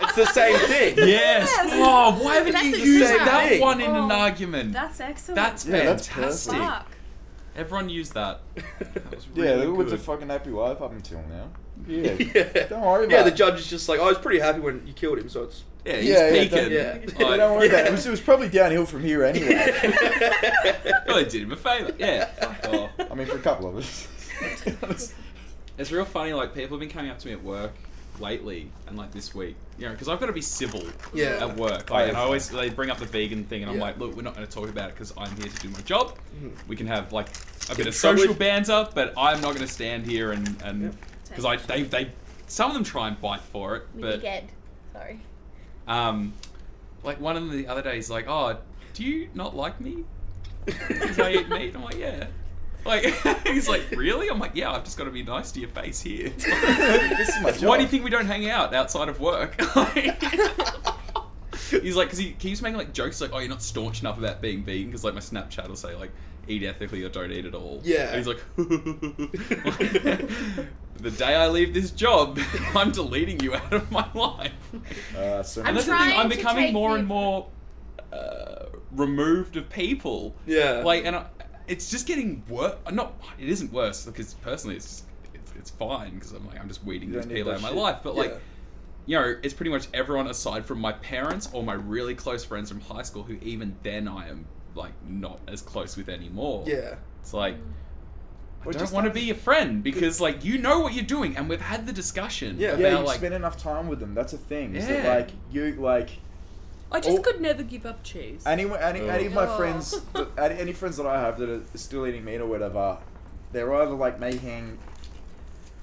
[SPEAKER 6] it's the same thing.
[SPEAKER 1] Yes. Oh, why haven't
[SPEAKER 4] That's
[SPEAKER 1] you
[SPEAKER 4] the
[SPEAKER 1] used
[SPEAKER 6] same
[SPEAKER 1] that
[SPEAKER 6] thing.
[SPEAKER 1] one in an
[SPEAKER 5] Oh,
[SPEAKER 1] argument?
[SPEAKER 5] That's excellent.
[SPEAKER 1] That's
[SPEAKER 2] Yeah, that's
[SPEAKER 1] fantastic.
[SPEAKER 5] fuck.
[SPEAKER 1] Everyone used that. That was
[SPEAKER 2] Yeah,
[SPEAKER 1] really
[SPEAKER 2] Edward's a
[SPEAKER 1] good.
[SPEAKER 2] fucking happy life up until now.
[SPEAKER 6] Yeah.
[SPEAKER 2] Yeah.
[SPEAKER 6] yeah.
[SPEAKER 2] Don't worry about
[SPEAKER 6] the
[SPEAKER 2] it.
[SPEAKER 6] judge is just like, oh, I was pretty happy when you killed him, so it's.
[SPEAKER 1] Yeah, he's
[SPEAKER 2] Yeah, yeah,
[SPEAKER 1] peaking.
[SPEAKER 6] don't-
[SPEAKER 2] Yeah, don't worry
[SPEAKER 6] Yeah.
[SPEAKER 2] about it. It was, it was probably downhill from here anyway.
[SPEAKER 1] Well, I did him a favour. Yeah, fuck off.
[SPEAKER 2] I mean, for a couple of us.
[SPEAKER 1] It's real funny, like, people have been coming up to me at work lately and, like, this week, you know, because I've got to be civil
[SPEAKER 6] Yeah.
[SPEAKER 1] at work. Like, and I always, they bring up the vegan thing, and I'm
[SPEAKER 6] Yeah.
[SPEAKER 1] like, look, we're not going to talk about it because I'm here to do my job.
[SPEAKER 6] Mhm.
[SPEAKER 1] We can have, like, a bit of
[SPEAKER 6] trouble
[SPEAKER 1] social
[SPEAKER 6] if-
[SPEAKER 1] banter, but I'm not going to stand here and, and, because I, they, they, some of them try and bite for it,
[SPEAKER 4] We
[SPEAKER 1] but.
[SPEAKER 4] did get. Sorry.
[SPEAKER 1] Um, like one of them the other day is like, "Oh, do you not like me? Because I eat meat." I'm like, "Yeah." Like he's like, "Really?" I'm like, "Yeah, I've just got to be nice to your face here."
[SPEAKER 2] This is my job.
[SPEAKER 1] Why do you think we don't hang out outside of work? he's like, because he keeps making like jokes like, "Oh, you're not staunch enough about being vegan," because like my Snapchat will say like, "Eat ethically or don't eat at all."
[SPEAKER 6] Yeah.
[SPEAKER 1] And he's like, "The day I leave this job, I'm deleting you out of my life."
[SPEAKER 2] Uh, so
[SPEAKER 4] I'm
[SPEAKER 1] And that's
[SPEAKER 2] much-
[SPEAKER 1] the thing,
[SPEAKER 4] trying
[SPEAKER 1] I'm
[SPEAKER 4] to
[SPEAKER 1] becoming
[SPEAKER 4] take
[SPEAKER 1] more and
[SPEAKER 4] the-
[SPEAKER 1] more uh, removed of people.
[SPEAKER 6] Yeah.
[SPEAKER 1] Like, and I, Uh, it's just getting worse. Not, it isn't worse because personally, it's just, it's, it's fine because I'm like I'm just weeding
[SPEAKER 2] You
[SPEAKER 1] these
[SPEAKER 2] don't need
[SPEAKER 1] people out of
[SPEAKER 2] that
[SPEAKER 1] my
[SPEAKER 2] shit.
[SPEAKER 1] life. But like,
[SPEAKER 6] Yeah.
[SPEAKER 1] you know, it's pretty much everyone aside from my parents or my really close friends from high school, who even then I am like not as close with anymore.
[SPEAKER 6] Yeah.
[SPEAKER 1] It's like. I
[SPEAKER 2] Or
[SPEAKER 1] don't
[SPEAKER 2] just
[SPEAKER 1] want to
[SPEAKER 2] don't-
[SPEAKER 1] be your friend because, like, you know what you're doing, and we've had the discussion
[SPEAKER 6] Yeah.
[SPEAKER 1] about
[SPEAKER 2] yeah, you
[SPEAKER 1] like
[SPEAKER 2] spend enough time with them. That's a thing. Is that
[SPEAKER 1] Yeah.
[SPEAKER 2] like you like
[SPEAKER 4] I just
[SPEAKER 2] Oh.
[SPEAKER 4] could never give up cheese.
[SPEAKER 2] anyone any,
[SPEAKER 1] Ugh.
[SPEAKER 2] any of my
[SPEAKER 4] Ugh.
[SPEAKER 2] friends that- any, any friends that I have that are still eating meat or whatever, they're either like making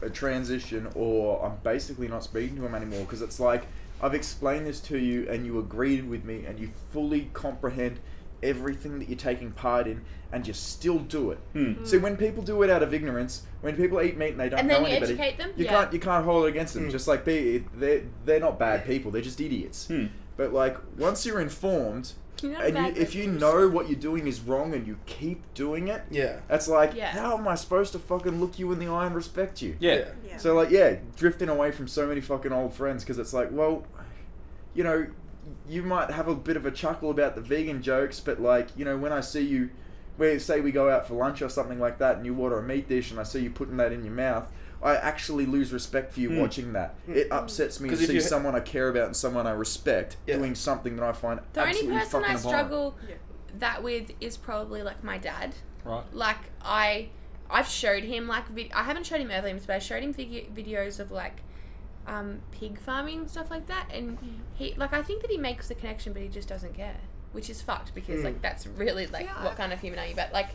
[SPEAKER 2] a transition or I'm basically not speaking to them anymore because it's like I've explained this to you and you agreed with me and you fully comprehend everything that you're taking part in and you still do it.
[SPEAKER 1] Hmm.
[SPEAKER 2] So when people do it out of ignorance, when people eat meat and they don't
[SPEAKER 4] Mm. And
[SPEAKER 2] know
[SPEAKER 4] then you
[SPEAKER 2] anybody,
[SPEAKER 4] educate them?
[SPEAKER 2] you
[SPEAKER 4] Yeah.
[SPEAKER 2] can't you can't hold it against them.
[SPEAKER 6] Mm.
[SPEAKER 2] Just like be they're they're not bad people. They're just idiots.
[SPEAKER 1] Hmm.
[SPEAKER 2] But like once you're informed,
[SPEAKER 4] You're not
[SPEAKER 2] and
[SPEAKER 4] bad
[SPEAKER 2] you, if you
[SPEAKER 4] person.
[SPEAKER 2] know what you're doing is wrong and you keep doing it,
[SPEAKER 6] Yeah.
[SPEAKER 2] that's like
[SPEAKER 4] Yeah.
[SPEAKER 2] how am I supposed to fucking look you in the eye and respect you?
[SPEAKER 1] yeah,
[SPEAKER 5] Yeah.
[SPEAKER 2] So like yeah, drifting away from so many fucking old friends because it's like well, you know, you might have a bit of a chuckle about the vegan jokes, but like you know when I see you, where say we go out for lunch or something like that, and you order a meat dish, and I see you putting that in your mouth. I actually lose respect for you
[SPEAKER 1] Hmm.
[SPEAKER 2] watching that. It upsets me to
[SPEAKER 6] 'Cause if
[SPEAKER 2] see
[SPEAKER 6] you-
[SPEAKER 2] someone I care about and someone I respect
[SPEAKER 6] Yeah.
[SPEAKER 2] doing something that I find
[SPEAKER 4] The only
[SPEAKER 2] absolutely
[SPEAKER 4] person
[SPEAKER 2] fucking
[SPEAKER 4] I
[SPEAKER 2] abhorrent.
[SPEAKER 4] struggle
[SPEAKER 5] Yeah.
[SPEAKER 4] that with is probably like my dad.
[SPEAKER 1] right.
[SPEAKER 4] Like I, I've showed him like vid- I haven't showed him Earthlings, but I showed him video- videos of like, um, pig farming and stuff like that, and
[SPEAKER 5] Mm.
[SPEAKER 4] he like I think that he makes the connection, but he just doesn't care, which is fucked because
[SPEAKER 6] Mm.
[SPEAKER 4] like that's really like
[SPEAKER 5] Yeah.
[SPEAKER 4] what kind of human are you? But like,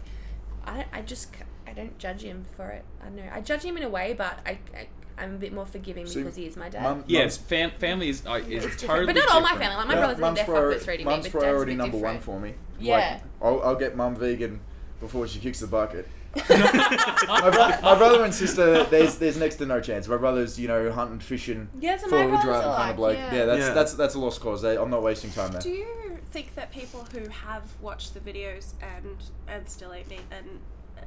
[SPEAKER 4] I don't, I just c- I don't judge him for it. I don't know. I judge him in a way, but I, I I'm a bit more forgiving
[SPEAKER 2] See,
[SPEAKER 4] because he is my dad.
[SPEAKER 2] Mum-
[SPEAKER 1] Yes, fam- family is, uh, is
[SPEAKER 4] It's different.
[SPEAKER 1] totally
[SPEAKER 4] but not all my
[SPEAKER 1] different.
[SPEAKER 4] family. Like my
[SPEAKER 2] Yeah,
[SPEAKER 4] brothers and
[SPEAKER 2] mum's
[SPEAKER 4] their
[SPEAKER 2] priori-
[SPEAKER 4] fuckers ready to me,
[SPEAKER 2] mum's
[SPEAKER 4] but dad's a
[SPEAKER 2] priority
[SPEAKER 4] bit
[SPEAKER 2] number one
[SPEAKER 4] different.
[SPEAKER 2] for me.
[SPEAKER 4] Yeah.
[SPEAKER 2] Like, I'll, I'll get mum vegan before she kicks the bucket. my, bro- my brother and sister, there's there's next to no chance. My brother's, you know, hunting, fishing,
[SPEAKER 4] Yeah, that's what my
[SPEAKER 2] four wheel
[SPEAKER 4] brothers
[SPEAKER 2] driving
[SPEAKER 4] are
[SPEAKER 2] kind of
[SPEAKER 4] like.
[SPEAKER 2] bloke.
[SPEAKER 4] yeah.
[SPEAKER 2] that's
[SPEAKER 3] Yeah.
[SPEAKER 2] that's that's a lost cause. They- I'm not wasting time there.
[SPEAKER 5] Do you think that people who have watched the videos and and still eat meat and uh,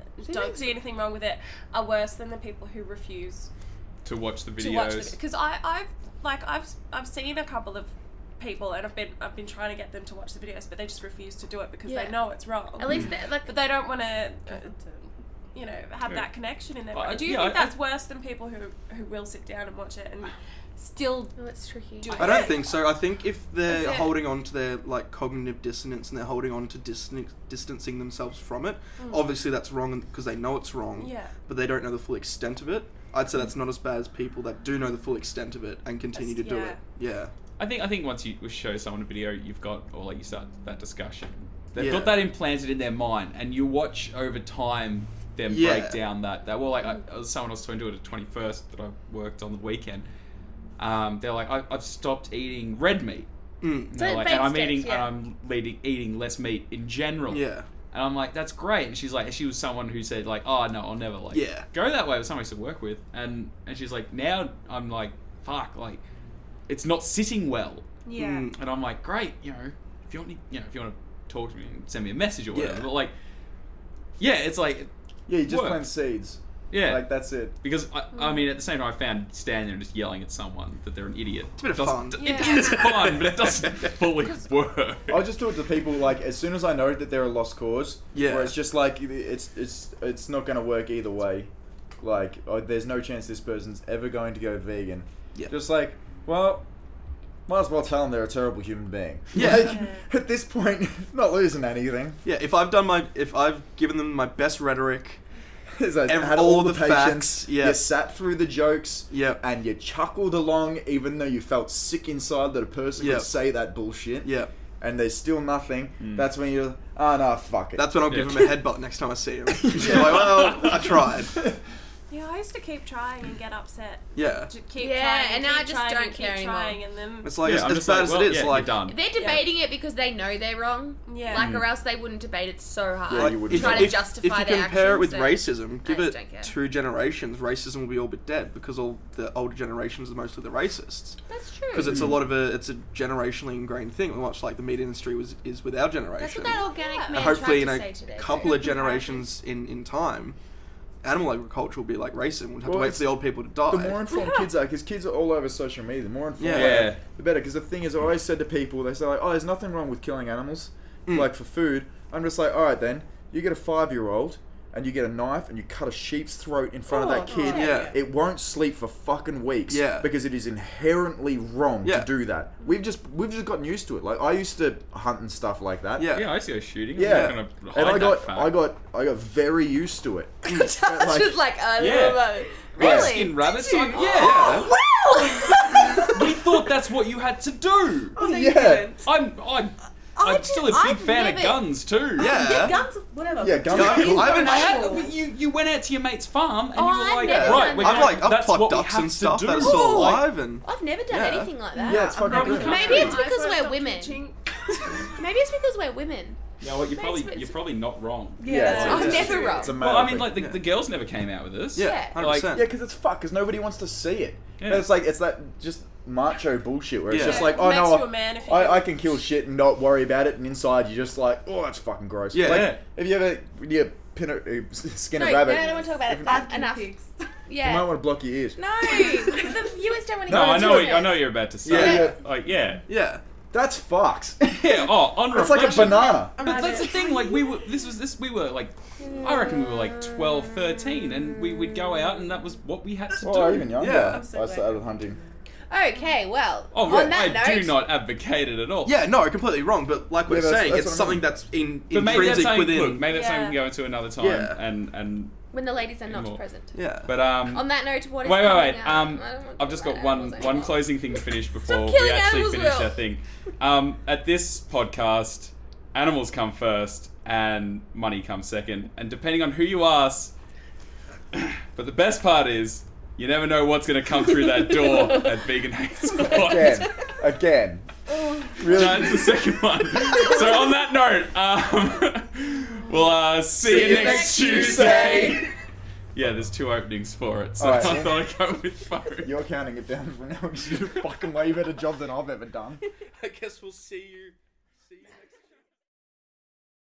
[SPEAKER 5] uh,
[SPEAKER 4] See,
[SPEAKER 5] don't
[SPEAKER 4] that's-
[SPEAKER 5] see anything wrong with it are worse than the people who refuse
[SPEAKER 1] To watch the videos.
[SPEAKER 5] to watch the because I I've like I've I've seen a couple of people and I've been I've been trying to get them to watch the videos but they just refuse to do it because
[SPEAKER 4] Yeah.
[SPEAKER 5] they know it's wrong.
[SPEAKER 4] At least they're like
[SPEAKER 5] but they don't want to uh,
[SPEAKER 7] But
[SPEAKER 5] you know have
[SPEAKER 1] Yeah.
[SPEAKER 5] that connection in their
[SPEAKER 1] I-
[SPEAKER 5] mind. Do you
[SPEAKER 1] yeah,
[SPEAKER 5] think
[SPEAKER 1] I-
[SPEAKER 5] that's worse than people who who will sit down and watch it and still
[SPEAKER 4] Oh, it's tricky.
[SPEAKER 5] do it?
[SPEAKER 3] I I
[SPEAKER 5] Yeah.
[SPEAKER 6] I don't think so. I think if they're
[SPEAKER 4] That's it.
[SPEAKER 6] holding on to their like cognitive dissonance and they're holding on to distan- distancing themselves from it, obviously that's wrong because they know it's wrong,
[SPEAKER 5] Mm. Yeah.
[SPEAKER 6] but they don't know the full extent of it. I'd say that's not as bad as people that do know the full extent of it and continue to
[SPEAKER 5] That's-
[SPEAKER 6] do
[SPEAKER 5] yeah.
[SPEAKER 6] it. Yeah.
[SPEAKER 1] I think I think once you show someone a video, you've got or like you start that discussion. They've
[SPEAKER 6] Yeah.
[SPEAKER 1] got that implanted in their mind, and you watch over time them
[SPEAKER 6] Yeah.
[SPEAKER 1] break down that that. Well, like I, I was- someone else talking to it at twenty first that I worked on the weekend. Um, they're like, I, I've stopped eating red meat.
[SPEAKER 6] Mm.
[SPEAKER 1] And
[SPEAKER 4] So
[SPEAKER 1] they're
[SPEAKER 4] it
[SPEAKER 1] like, and
[SPEAKER 4] makes
[SPEAKER 1] I'm
[SPEAKER 4] sense,
[SPEAKER 1] eating,
[SPEAKER 4] yeah.
[SPEAKER 1] and I'm leading, eating less meat in general.
[SPEAKER 6] Yeah.
[SPEAKER 1] And I'm like, that's great. And she's like, she was someone who said like, oh no, I'll never like
[SPEAKER 6] Yeah.
[SPEAKER 1] go that way. It was someone I used to work with, and and she's like, now I'm like, fuck, like, it's not sitting well.
[SPEAKER 5] Yeah.
[SPEAKER 6] Mm.
[SPEAKER 1] And I'm like, great, you know, if you want, me- you know, if you want to talk to me and send me a message or whatever,
[SPEAKER 6] Yeah.
[SPEAKER 1] but like, yeah, it's like,
[SPEAKER 2] Yeah, you just
[SPEAKER 1] Work.
[SPEAKER 2] plant seeds.
[SPEAKER 1] yeah,
[SPEAKER 2] Like that's it.
[SPEAKER 1] because I, I mean, at the same time, I found standing there and just yelling at someone that they're an idiot. It's
[SPEAKER 6] a bit of fun.
[SPEAKER 5] Yeah.
[SPEAKER 1] It is fun, but it doesn't fully work.
[SPEAKER 2] I'll just do it to people like as soon as I know that they're a lost cause.
[SPEAKER 6] Yeah.
[SPEAKER 2] Where it's just like it's it's it's not going to work either way. Like oh, there's no chance this person's ever going to go vegan.
[SPEAKER 6] Yeah.
[SPEAKER 2] Just like well, might as well tell them they're a terrible human being.
[SPEAKER 6] Yeah.
[SPEAKER 2] Like, at this point, not losing anything.
[SPEAKER 6] Yeah, if I've done my if I've given them my best rhetoric,
[SPEAKER 2] It's like,
[SPEAKER 6] Ev-
[SPEAKER 2] had
[SPEAKER 6] all
[SPEAKER 2] all the,
[SPEAKER 6] the
[SPEAKER 2] patience.
[SPEAKER 6] facts, yeah.
[SPEAKER 2] You sat through the jokes.
[SPEAKER 6] Yep.
[SPEAKER 2] And you chuckled along, even though you felt sick inside that a person
[SPEAKER 6] Yep.
[SPEAKER 2] could say that bullshit.
[SPEAKER 6] yeah,
[SPEAKER 2] And there's still nothing.
[SPEAKER 1] Mm.
[SPEAKER 2] That's when you're, ah, no, fuck it.
[SPEAKER 6] that's when I'll give
[SPEAKER 1] Yeah.
[SPEAKER 6] them a headbutt next time I see them. like, well, I tried.
[SPEAKER 5] Yeah, I used to keep trying and get upset.
[SPEAKER 6] Yeah.
[SPEAKER 5] To keep
[SPEAKER 4] Yeah,
[SPEAKER 5] trying
[SPEAKER 4] and
[SPEAKER 5] and
[SPEAKER 4] now I
[SPEAKER 5] keep
[SPEAKER 4] just
[SPEAKER 5] trying
[SPEAKER 4] don't
[SPEAKER 5] and
[SPEAKER 4] care
[SPEAKER 5] keep
[SPEAKER 4] anymore.
[SPEAKER 5] trying and then
[SPEAKER 6] It's like
[SPEAKER 1] Yeah,
[SPEAKER 6] as,
[SPEAKER 1] I'm
[SPEAKER 6] as
[SPEAKER 1] just
[SPEAKER 6] bad
[SPEAKER 1] like,
[SPEAKER 6] as
[SPEAKER 1] well,
[SPEAKER 6] it is.
[SPEAKER 1] yeah, you're
[SPEAKER 6] like
[SPEAKER 1] done.
[SPEAKER 4] They're debating it because they know they're wrong.
[SPEAKER 5] yeah.
[SPEAKER 4] Like, or else they wouldn't debate it so hard.
[SPEAKER 2] Yeah,
[SPEAKER 6] Like,
[SPEAKER 2] you wouldn't
[SPEAKER 6] if,
[SPEAKER 2] Try
[SPEAKER 4] to
[SPEAKER 6] if-
[SPEAKER 4] justify
[SPEAKER 6] if you
[SPEAKER 4] their
[SPEAKER 6] compare it with
[SPEAKER 4] actions,
[SPEAKER 6] racism,
[SPEAKER 4] I
[SPEAKER 6] give
[SPEAKER 4] just
[SPEAKER 6] it
[SPEAKER 4] don't care.
[SPEAKER 6] two generations, racism will be all but dead because all the older generations are mostly the racists.
[SPEAKER 4] That's true.
[SPEAKER 6] Because
[SPEAKER 1] Hmm.
[SPEAKER 6] it's a lot of a it's a generationally ingrained thing, much like the meat industry was is with our generation.
[SPEAKER 4] That's what that organic
[SPEAKER 5] Yeah.
[SPEAKER 4] man
[SPEAKER 6] and hopefully, in
[SPEAKER 4] tried to
[SPEAKER 6] a
[SPEAKER 4] say today.
[SPEAKER 6] couple of generations in, in time, animal agriculture will be like racism. We'll have
[SPEAKER 2] Well,
[SPEAKER 6] to wait
[SPEAKER 2] it's-
[SPEAKER 6] for the old people to die.
[SPEAKER 2] the more informed kids are, because kids are all over social media. The more informed,
[SPEAKER 6] Yeah.
[SPEAKER 2] they are,
[SPEAKER 1] Yeah.
[SPEAKER 2] the better. Because the thing is, I always said to people, they say like, "Oh, there's nothing wrong with killing animals,
[SPEAKER 6] Mm.
[SPEAKER 2] like for food." I'm just like, "All right, then you get a five year old and you get a knife and you cut a sheep's throat in front
[SPEAKER 4] Oh,
[SPEAKER 2] of that kid.
[SPEAKER 6] Yeah.
[SPEAKER 2] It won't sleep for fucking weeks.
[SPEAKER 6] Yeah.
[SPEAKER 2] because it is inherently wrong
[SPEAKER 6] Yeah.
[SPEAKER 2] to do that. We've just we've just gotten used to it. Like I used to hunt and stuff like that.
[SPEAKER 6] yeah,
[SPEAKER 1] Yeah, I see a shooting. I'm
[SPEAKER 2] Yeah,
[SPEAKER 1] not gonna hide
[SPEAKER 2] and I
[SPEAKER 1] that
[SPEAKER 2] got,
[SPEAKER 1] fact.
[SPEAKER 2] I got, I got very used to it.
[SPEAKER 4] It's just like, I
[SPEAKER 1] Yeah.
[SPEAKER 4] don't know. Really?
[SPEAKER 1] Skin rabbits.
[SPEAKER 4] Did
[SPEAKER 1] I'm-
[SPEAKER 4] you?
[SPEAKER 1] yeah,
[SPEAKER 4] Wow!
[SPEAKER 1] we thought that's what you had to do.
[SPEAKER 2] yeah,
[SPEAKER 1] I'm I'm
[SPEAKER 4] I
[SPEAKER 1] I'm
[SPEAKER 4] did-
[SPEAKER 1] still a big
[SPEAKER 4] I've
[SPEAKER 1] fan
[SPEAKER 4] never-
[SPEAKER 1] of guns too.
[SPEAKER 6] yeah.
[SPEAKER 7] guns, whatever.
[SPEAKER 2] yeah, gun-
[SPEAKER 6] Yeah,
[SPEAKER 2] cool.
[SPEAKER 6] I haven't-
[SPEAKER 1] I had,
[SPEAKER 7] Cool.
[SPEAKER 1] but you, you went out to your mate's farm and
[SPEAKER 4] Oh,
[SPEAKER 1] you
[SPEAKER 4] I've
[SPEAKER 1] were like,
[SPEAKER 4] never
[SPEAKER 1] right,
[SPEAKER 4] done
[SPEAKER 1] we're
[SPEAKER 4] that.
[SPEAKER 6] I've
[SPEAKER 1] gonna,
[SPEAKER 6] like I've
[SPEAKER 1] that's
[SPEAKER 6] plucked
[SPEAKER 1] what we
[SPEAKER 6] ducks
[SPEAKER 1] have
[SPEAKER 6] and stuff
[SPEAKER 1] to do.
[SPEAKER 6] that are still
[SPEAKER 4] Ooh.
[SPEAKER 6] alive and
[SPEAKER 4] I've never done
[SPEAKER 6] Yeah.
[SPEAKER 4] anything like that.
[SPEAKER 2] Yeah, it's fucking
[SPEAKER 1] probably
[SPEAKER 2] good.
[SPEAKER 1] not.
[SPEAKER 4] Maybe it's
[SPEAKER 5] Eyes
[SPEAKER 4] because
[SPEAKER 5] won't
[SPEAKER 4] we're
[SPEAKER 5] stop
[SPEAKER 4] women.
[SPEAKER 5] twitching.
[SPEAKER 4] Maybe it's because we're women.
[SPEAKER 1] Yeah, well, you're probably
[SPEAKER 4] Basement.
[SPEAKER 1] you're probably not wrong.
[SPEAKER 7] Yeah.
[SPEAKER 2] Yeah,
[SPEAKER 4] I'm
[SPEAKER 2] it's-
[SPEAKER 4] never wrong.
[SPEAKER 2] It's a
[SPEAKER 1] Well,
[SPEAKER 2] matter
[SPEAKER 1] I
[SPEAKER 2] of
[SPEAKER 1] mean,
[SPEAKER 2] thing.
[SPEAKER 1] like the,
[SPEAKER 6] Yeah.
[SPEAKER 1] the girls never came out with this.
[SPEAKER 4] Yeah.
[SPEAKER 6] yeah, hundred
[SPEAKER 1] Like-
[SPEAKER 2] Yeah,
[SPEAKER 6] percent.
[SPEAKER 2] because it's fuck. Because nobody wants to see it.
[SPEAKER 1] Yeah.
[SPEAKER 2] And it's like it's that just macho bullshit where it's
[SPEAKER 6] Yeah.
[SPEAKER 2] just
[SPEAKER 5] Yeah,
[SPEAKER 2] like,
[SPEAKER 5] it
[SPEAKER 2] oh
[SPEAKER 5] makes you a
[SPEAKER 2] no,
[SPEAKER 5] man if you
[SPEAKER 2] I,
[SPEAKER 5] can-
[SPEAKER 2] I can kill shit and not worry about it, and inside you're just like, oh, that's fucking gross.
[SPEAKER 6] Yeah.
[SPEAKER 2] Like,
[SPEAKER 1] Yeah.
[SPEAKER 2] Have you ever when you pin a, uh, s- skin
[SPEAKER 4] No,
[SPEAKER 2] a
[SPEAKER 4] no, I
[SPEAKER 2] rabbit?
[SPEAKER 4] don't want to talk about it. That's enough.
[SPEAKER 2] You might
[SPEAKER 4] Yeah.
[SPEAKER 2] want to block your ears.
[SPEAKER 4] No, the viewers don't want to
[SPEAKER 1] No,
[SPEAKER 4] hear
[SPEAKER 1] I know
[SPEAKER 4] it.
[SPEAKER 1] what, I know what you're about to say.
[SPEAKER 2] Yeah, yeah.
[SPEAKER 1] Like, yeah,
[SPEAKER 6] Yeah,
[SPEAKER 2] That's fucked.
[SPEAKER 1] yeah. Oh, on
[SPEAKER 2] It's like a
[SPEAKER 1] reflection-
[SPEAKER 2] banana.
[SPEAKER 1] But that's the thing. Like, we were. This was this. We were like. I reckon we were like 12, 13, and we would go out, and that was what we had to do.
[SPEAKER 2] Oh, even younger.
[SPEAKER 6] Yeah.
[SPEAKER 2] I
[SPEAKER 6] I'm
[SPEAKER 7] so glad.
[SPEAKER 2] started hunting.
[SPEAKER 4] Okay, well,
[SPEAKER 1] Oh,
[SPEAKER 4] on
[SPEAKER 1] right,
[SPEAKER 4] that
[SPEAKER 1] I
[SPEAKER 4] note,
[SPEAKER 1] do not advocate it at all.
[SPEAKER 6] yeah. No, completely wrong. But like we're
[SPEAKER 2] Yeah, that's-
[SPEAKER 6] saying, it's
[SPEAKER 2] that's what I
[SPEAKER 6] something
[SPEAKER 2] mean.
[SPEAKER 6] that's in,
[SPEAKER 1] But maybe that's
[SPEAKER 6] intrinsic
[SPEAKER 1] something.
[SPEAKER 6] within.
[SPEAKER 1] Look, maybe that's something we can
[SPEAKER 5] Yeah.
[SPEAKER 1] go into another time.
[SPEAKER 6] Yeah.
[SPEAKER 1] And and
[SPEAKER 4] when the ladies are not
[SPEAKER 1] Anymore.
[SPEAKER 4] present.
[SPEAKER 6] yeah.
[SPEAKER 1] but um.
[SPEAKER 4] On that note, what is
[SPEAKER 1] Wait, wait,
[SPEAKER 4] coming
[SPEAKER 1] wait.
[SPEAKER 4] out?
[SPEAKER 1] Um,
[SPEAKER 4] I don't want to
[SPEAKER 1] I've just
[SPEAKER 4] talk
[SPEAKER 1] got
[SPEAKER 4] about
[SPEAKER 1] one
[SPEAKER 4] animals
[SPEAKER 1] one
[SPEAKER 4] anymore.
[SPEAKER 1] closing thing to finish before we
[SPEAKER 4] killing
[SPEAKER 1] actually
[SPEAKER 4] animals,
[SPEAKER 1] finish
[SPEAKER 4] Will.
[SPEAKER 1] our thing. Um, at this podcast, animals come first and money comes second. And depending on who you ask, but the best part is you never know what's going to come through that door at Vegan Hate Squad.
[SPEAKER 2] Again. Again. Really?
[SPEAKER 1] No, it's the second one. so on that note, um, we'll uh, see, you next Tuesday. Yeah, there's two openings for it, so
[SPEAKER 2] Alright.
[SPEAKER 1] I thought I'd go with both.
[SPEAKER 2] You're counting it down from now because you did a fucking way better job than I've ever done.
[SPEAKER 3] I guess we'll see you. See you.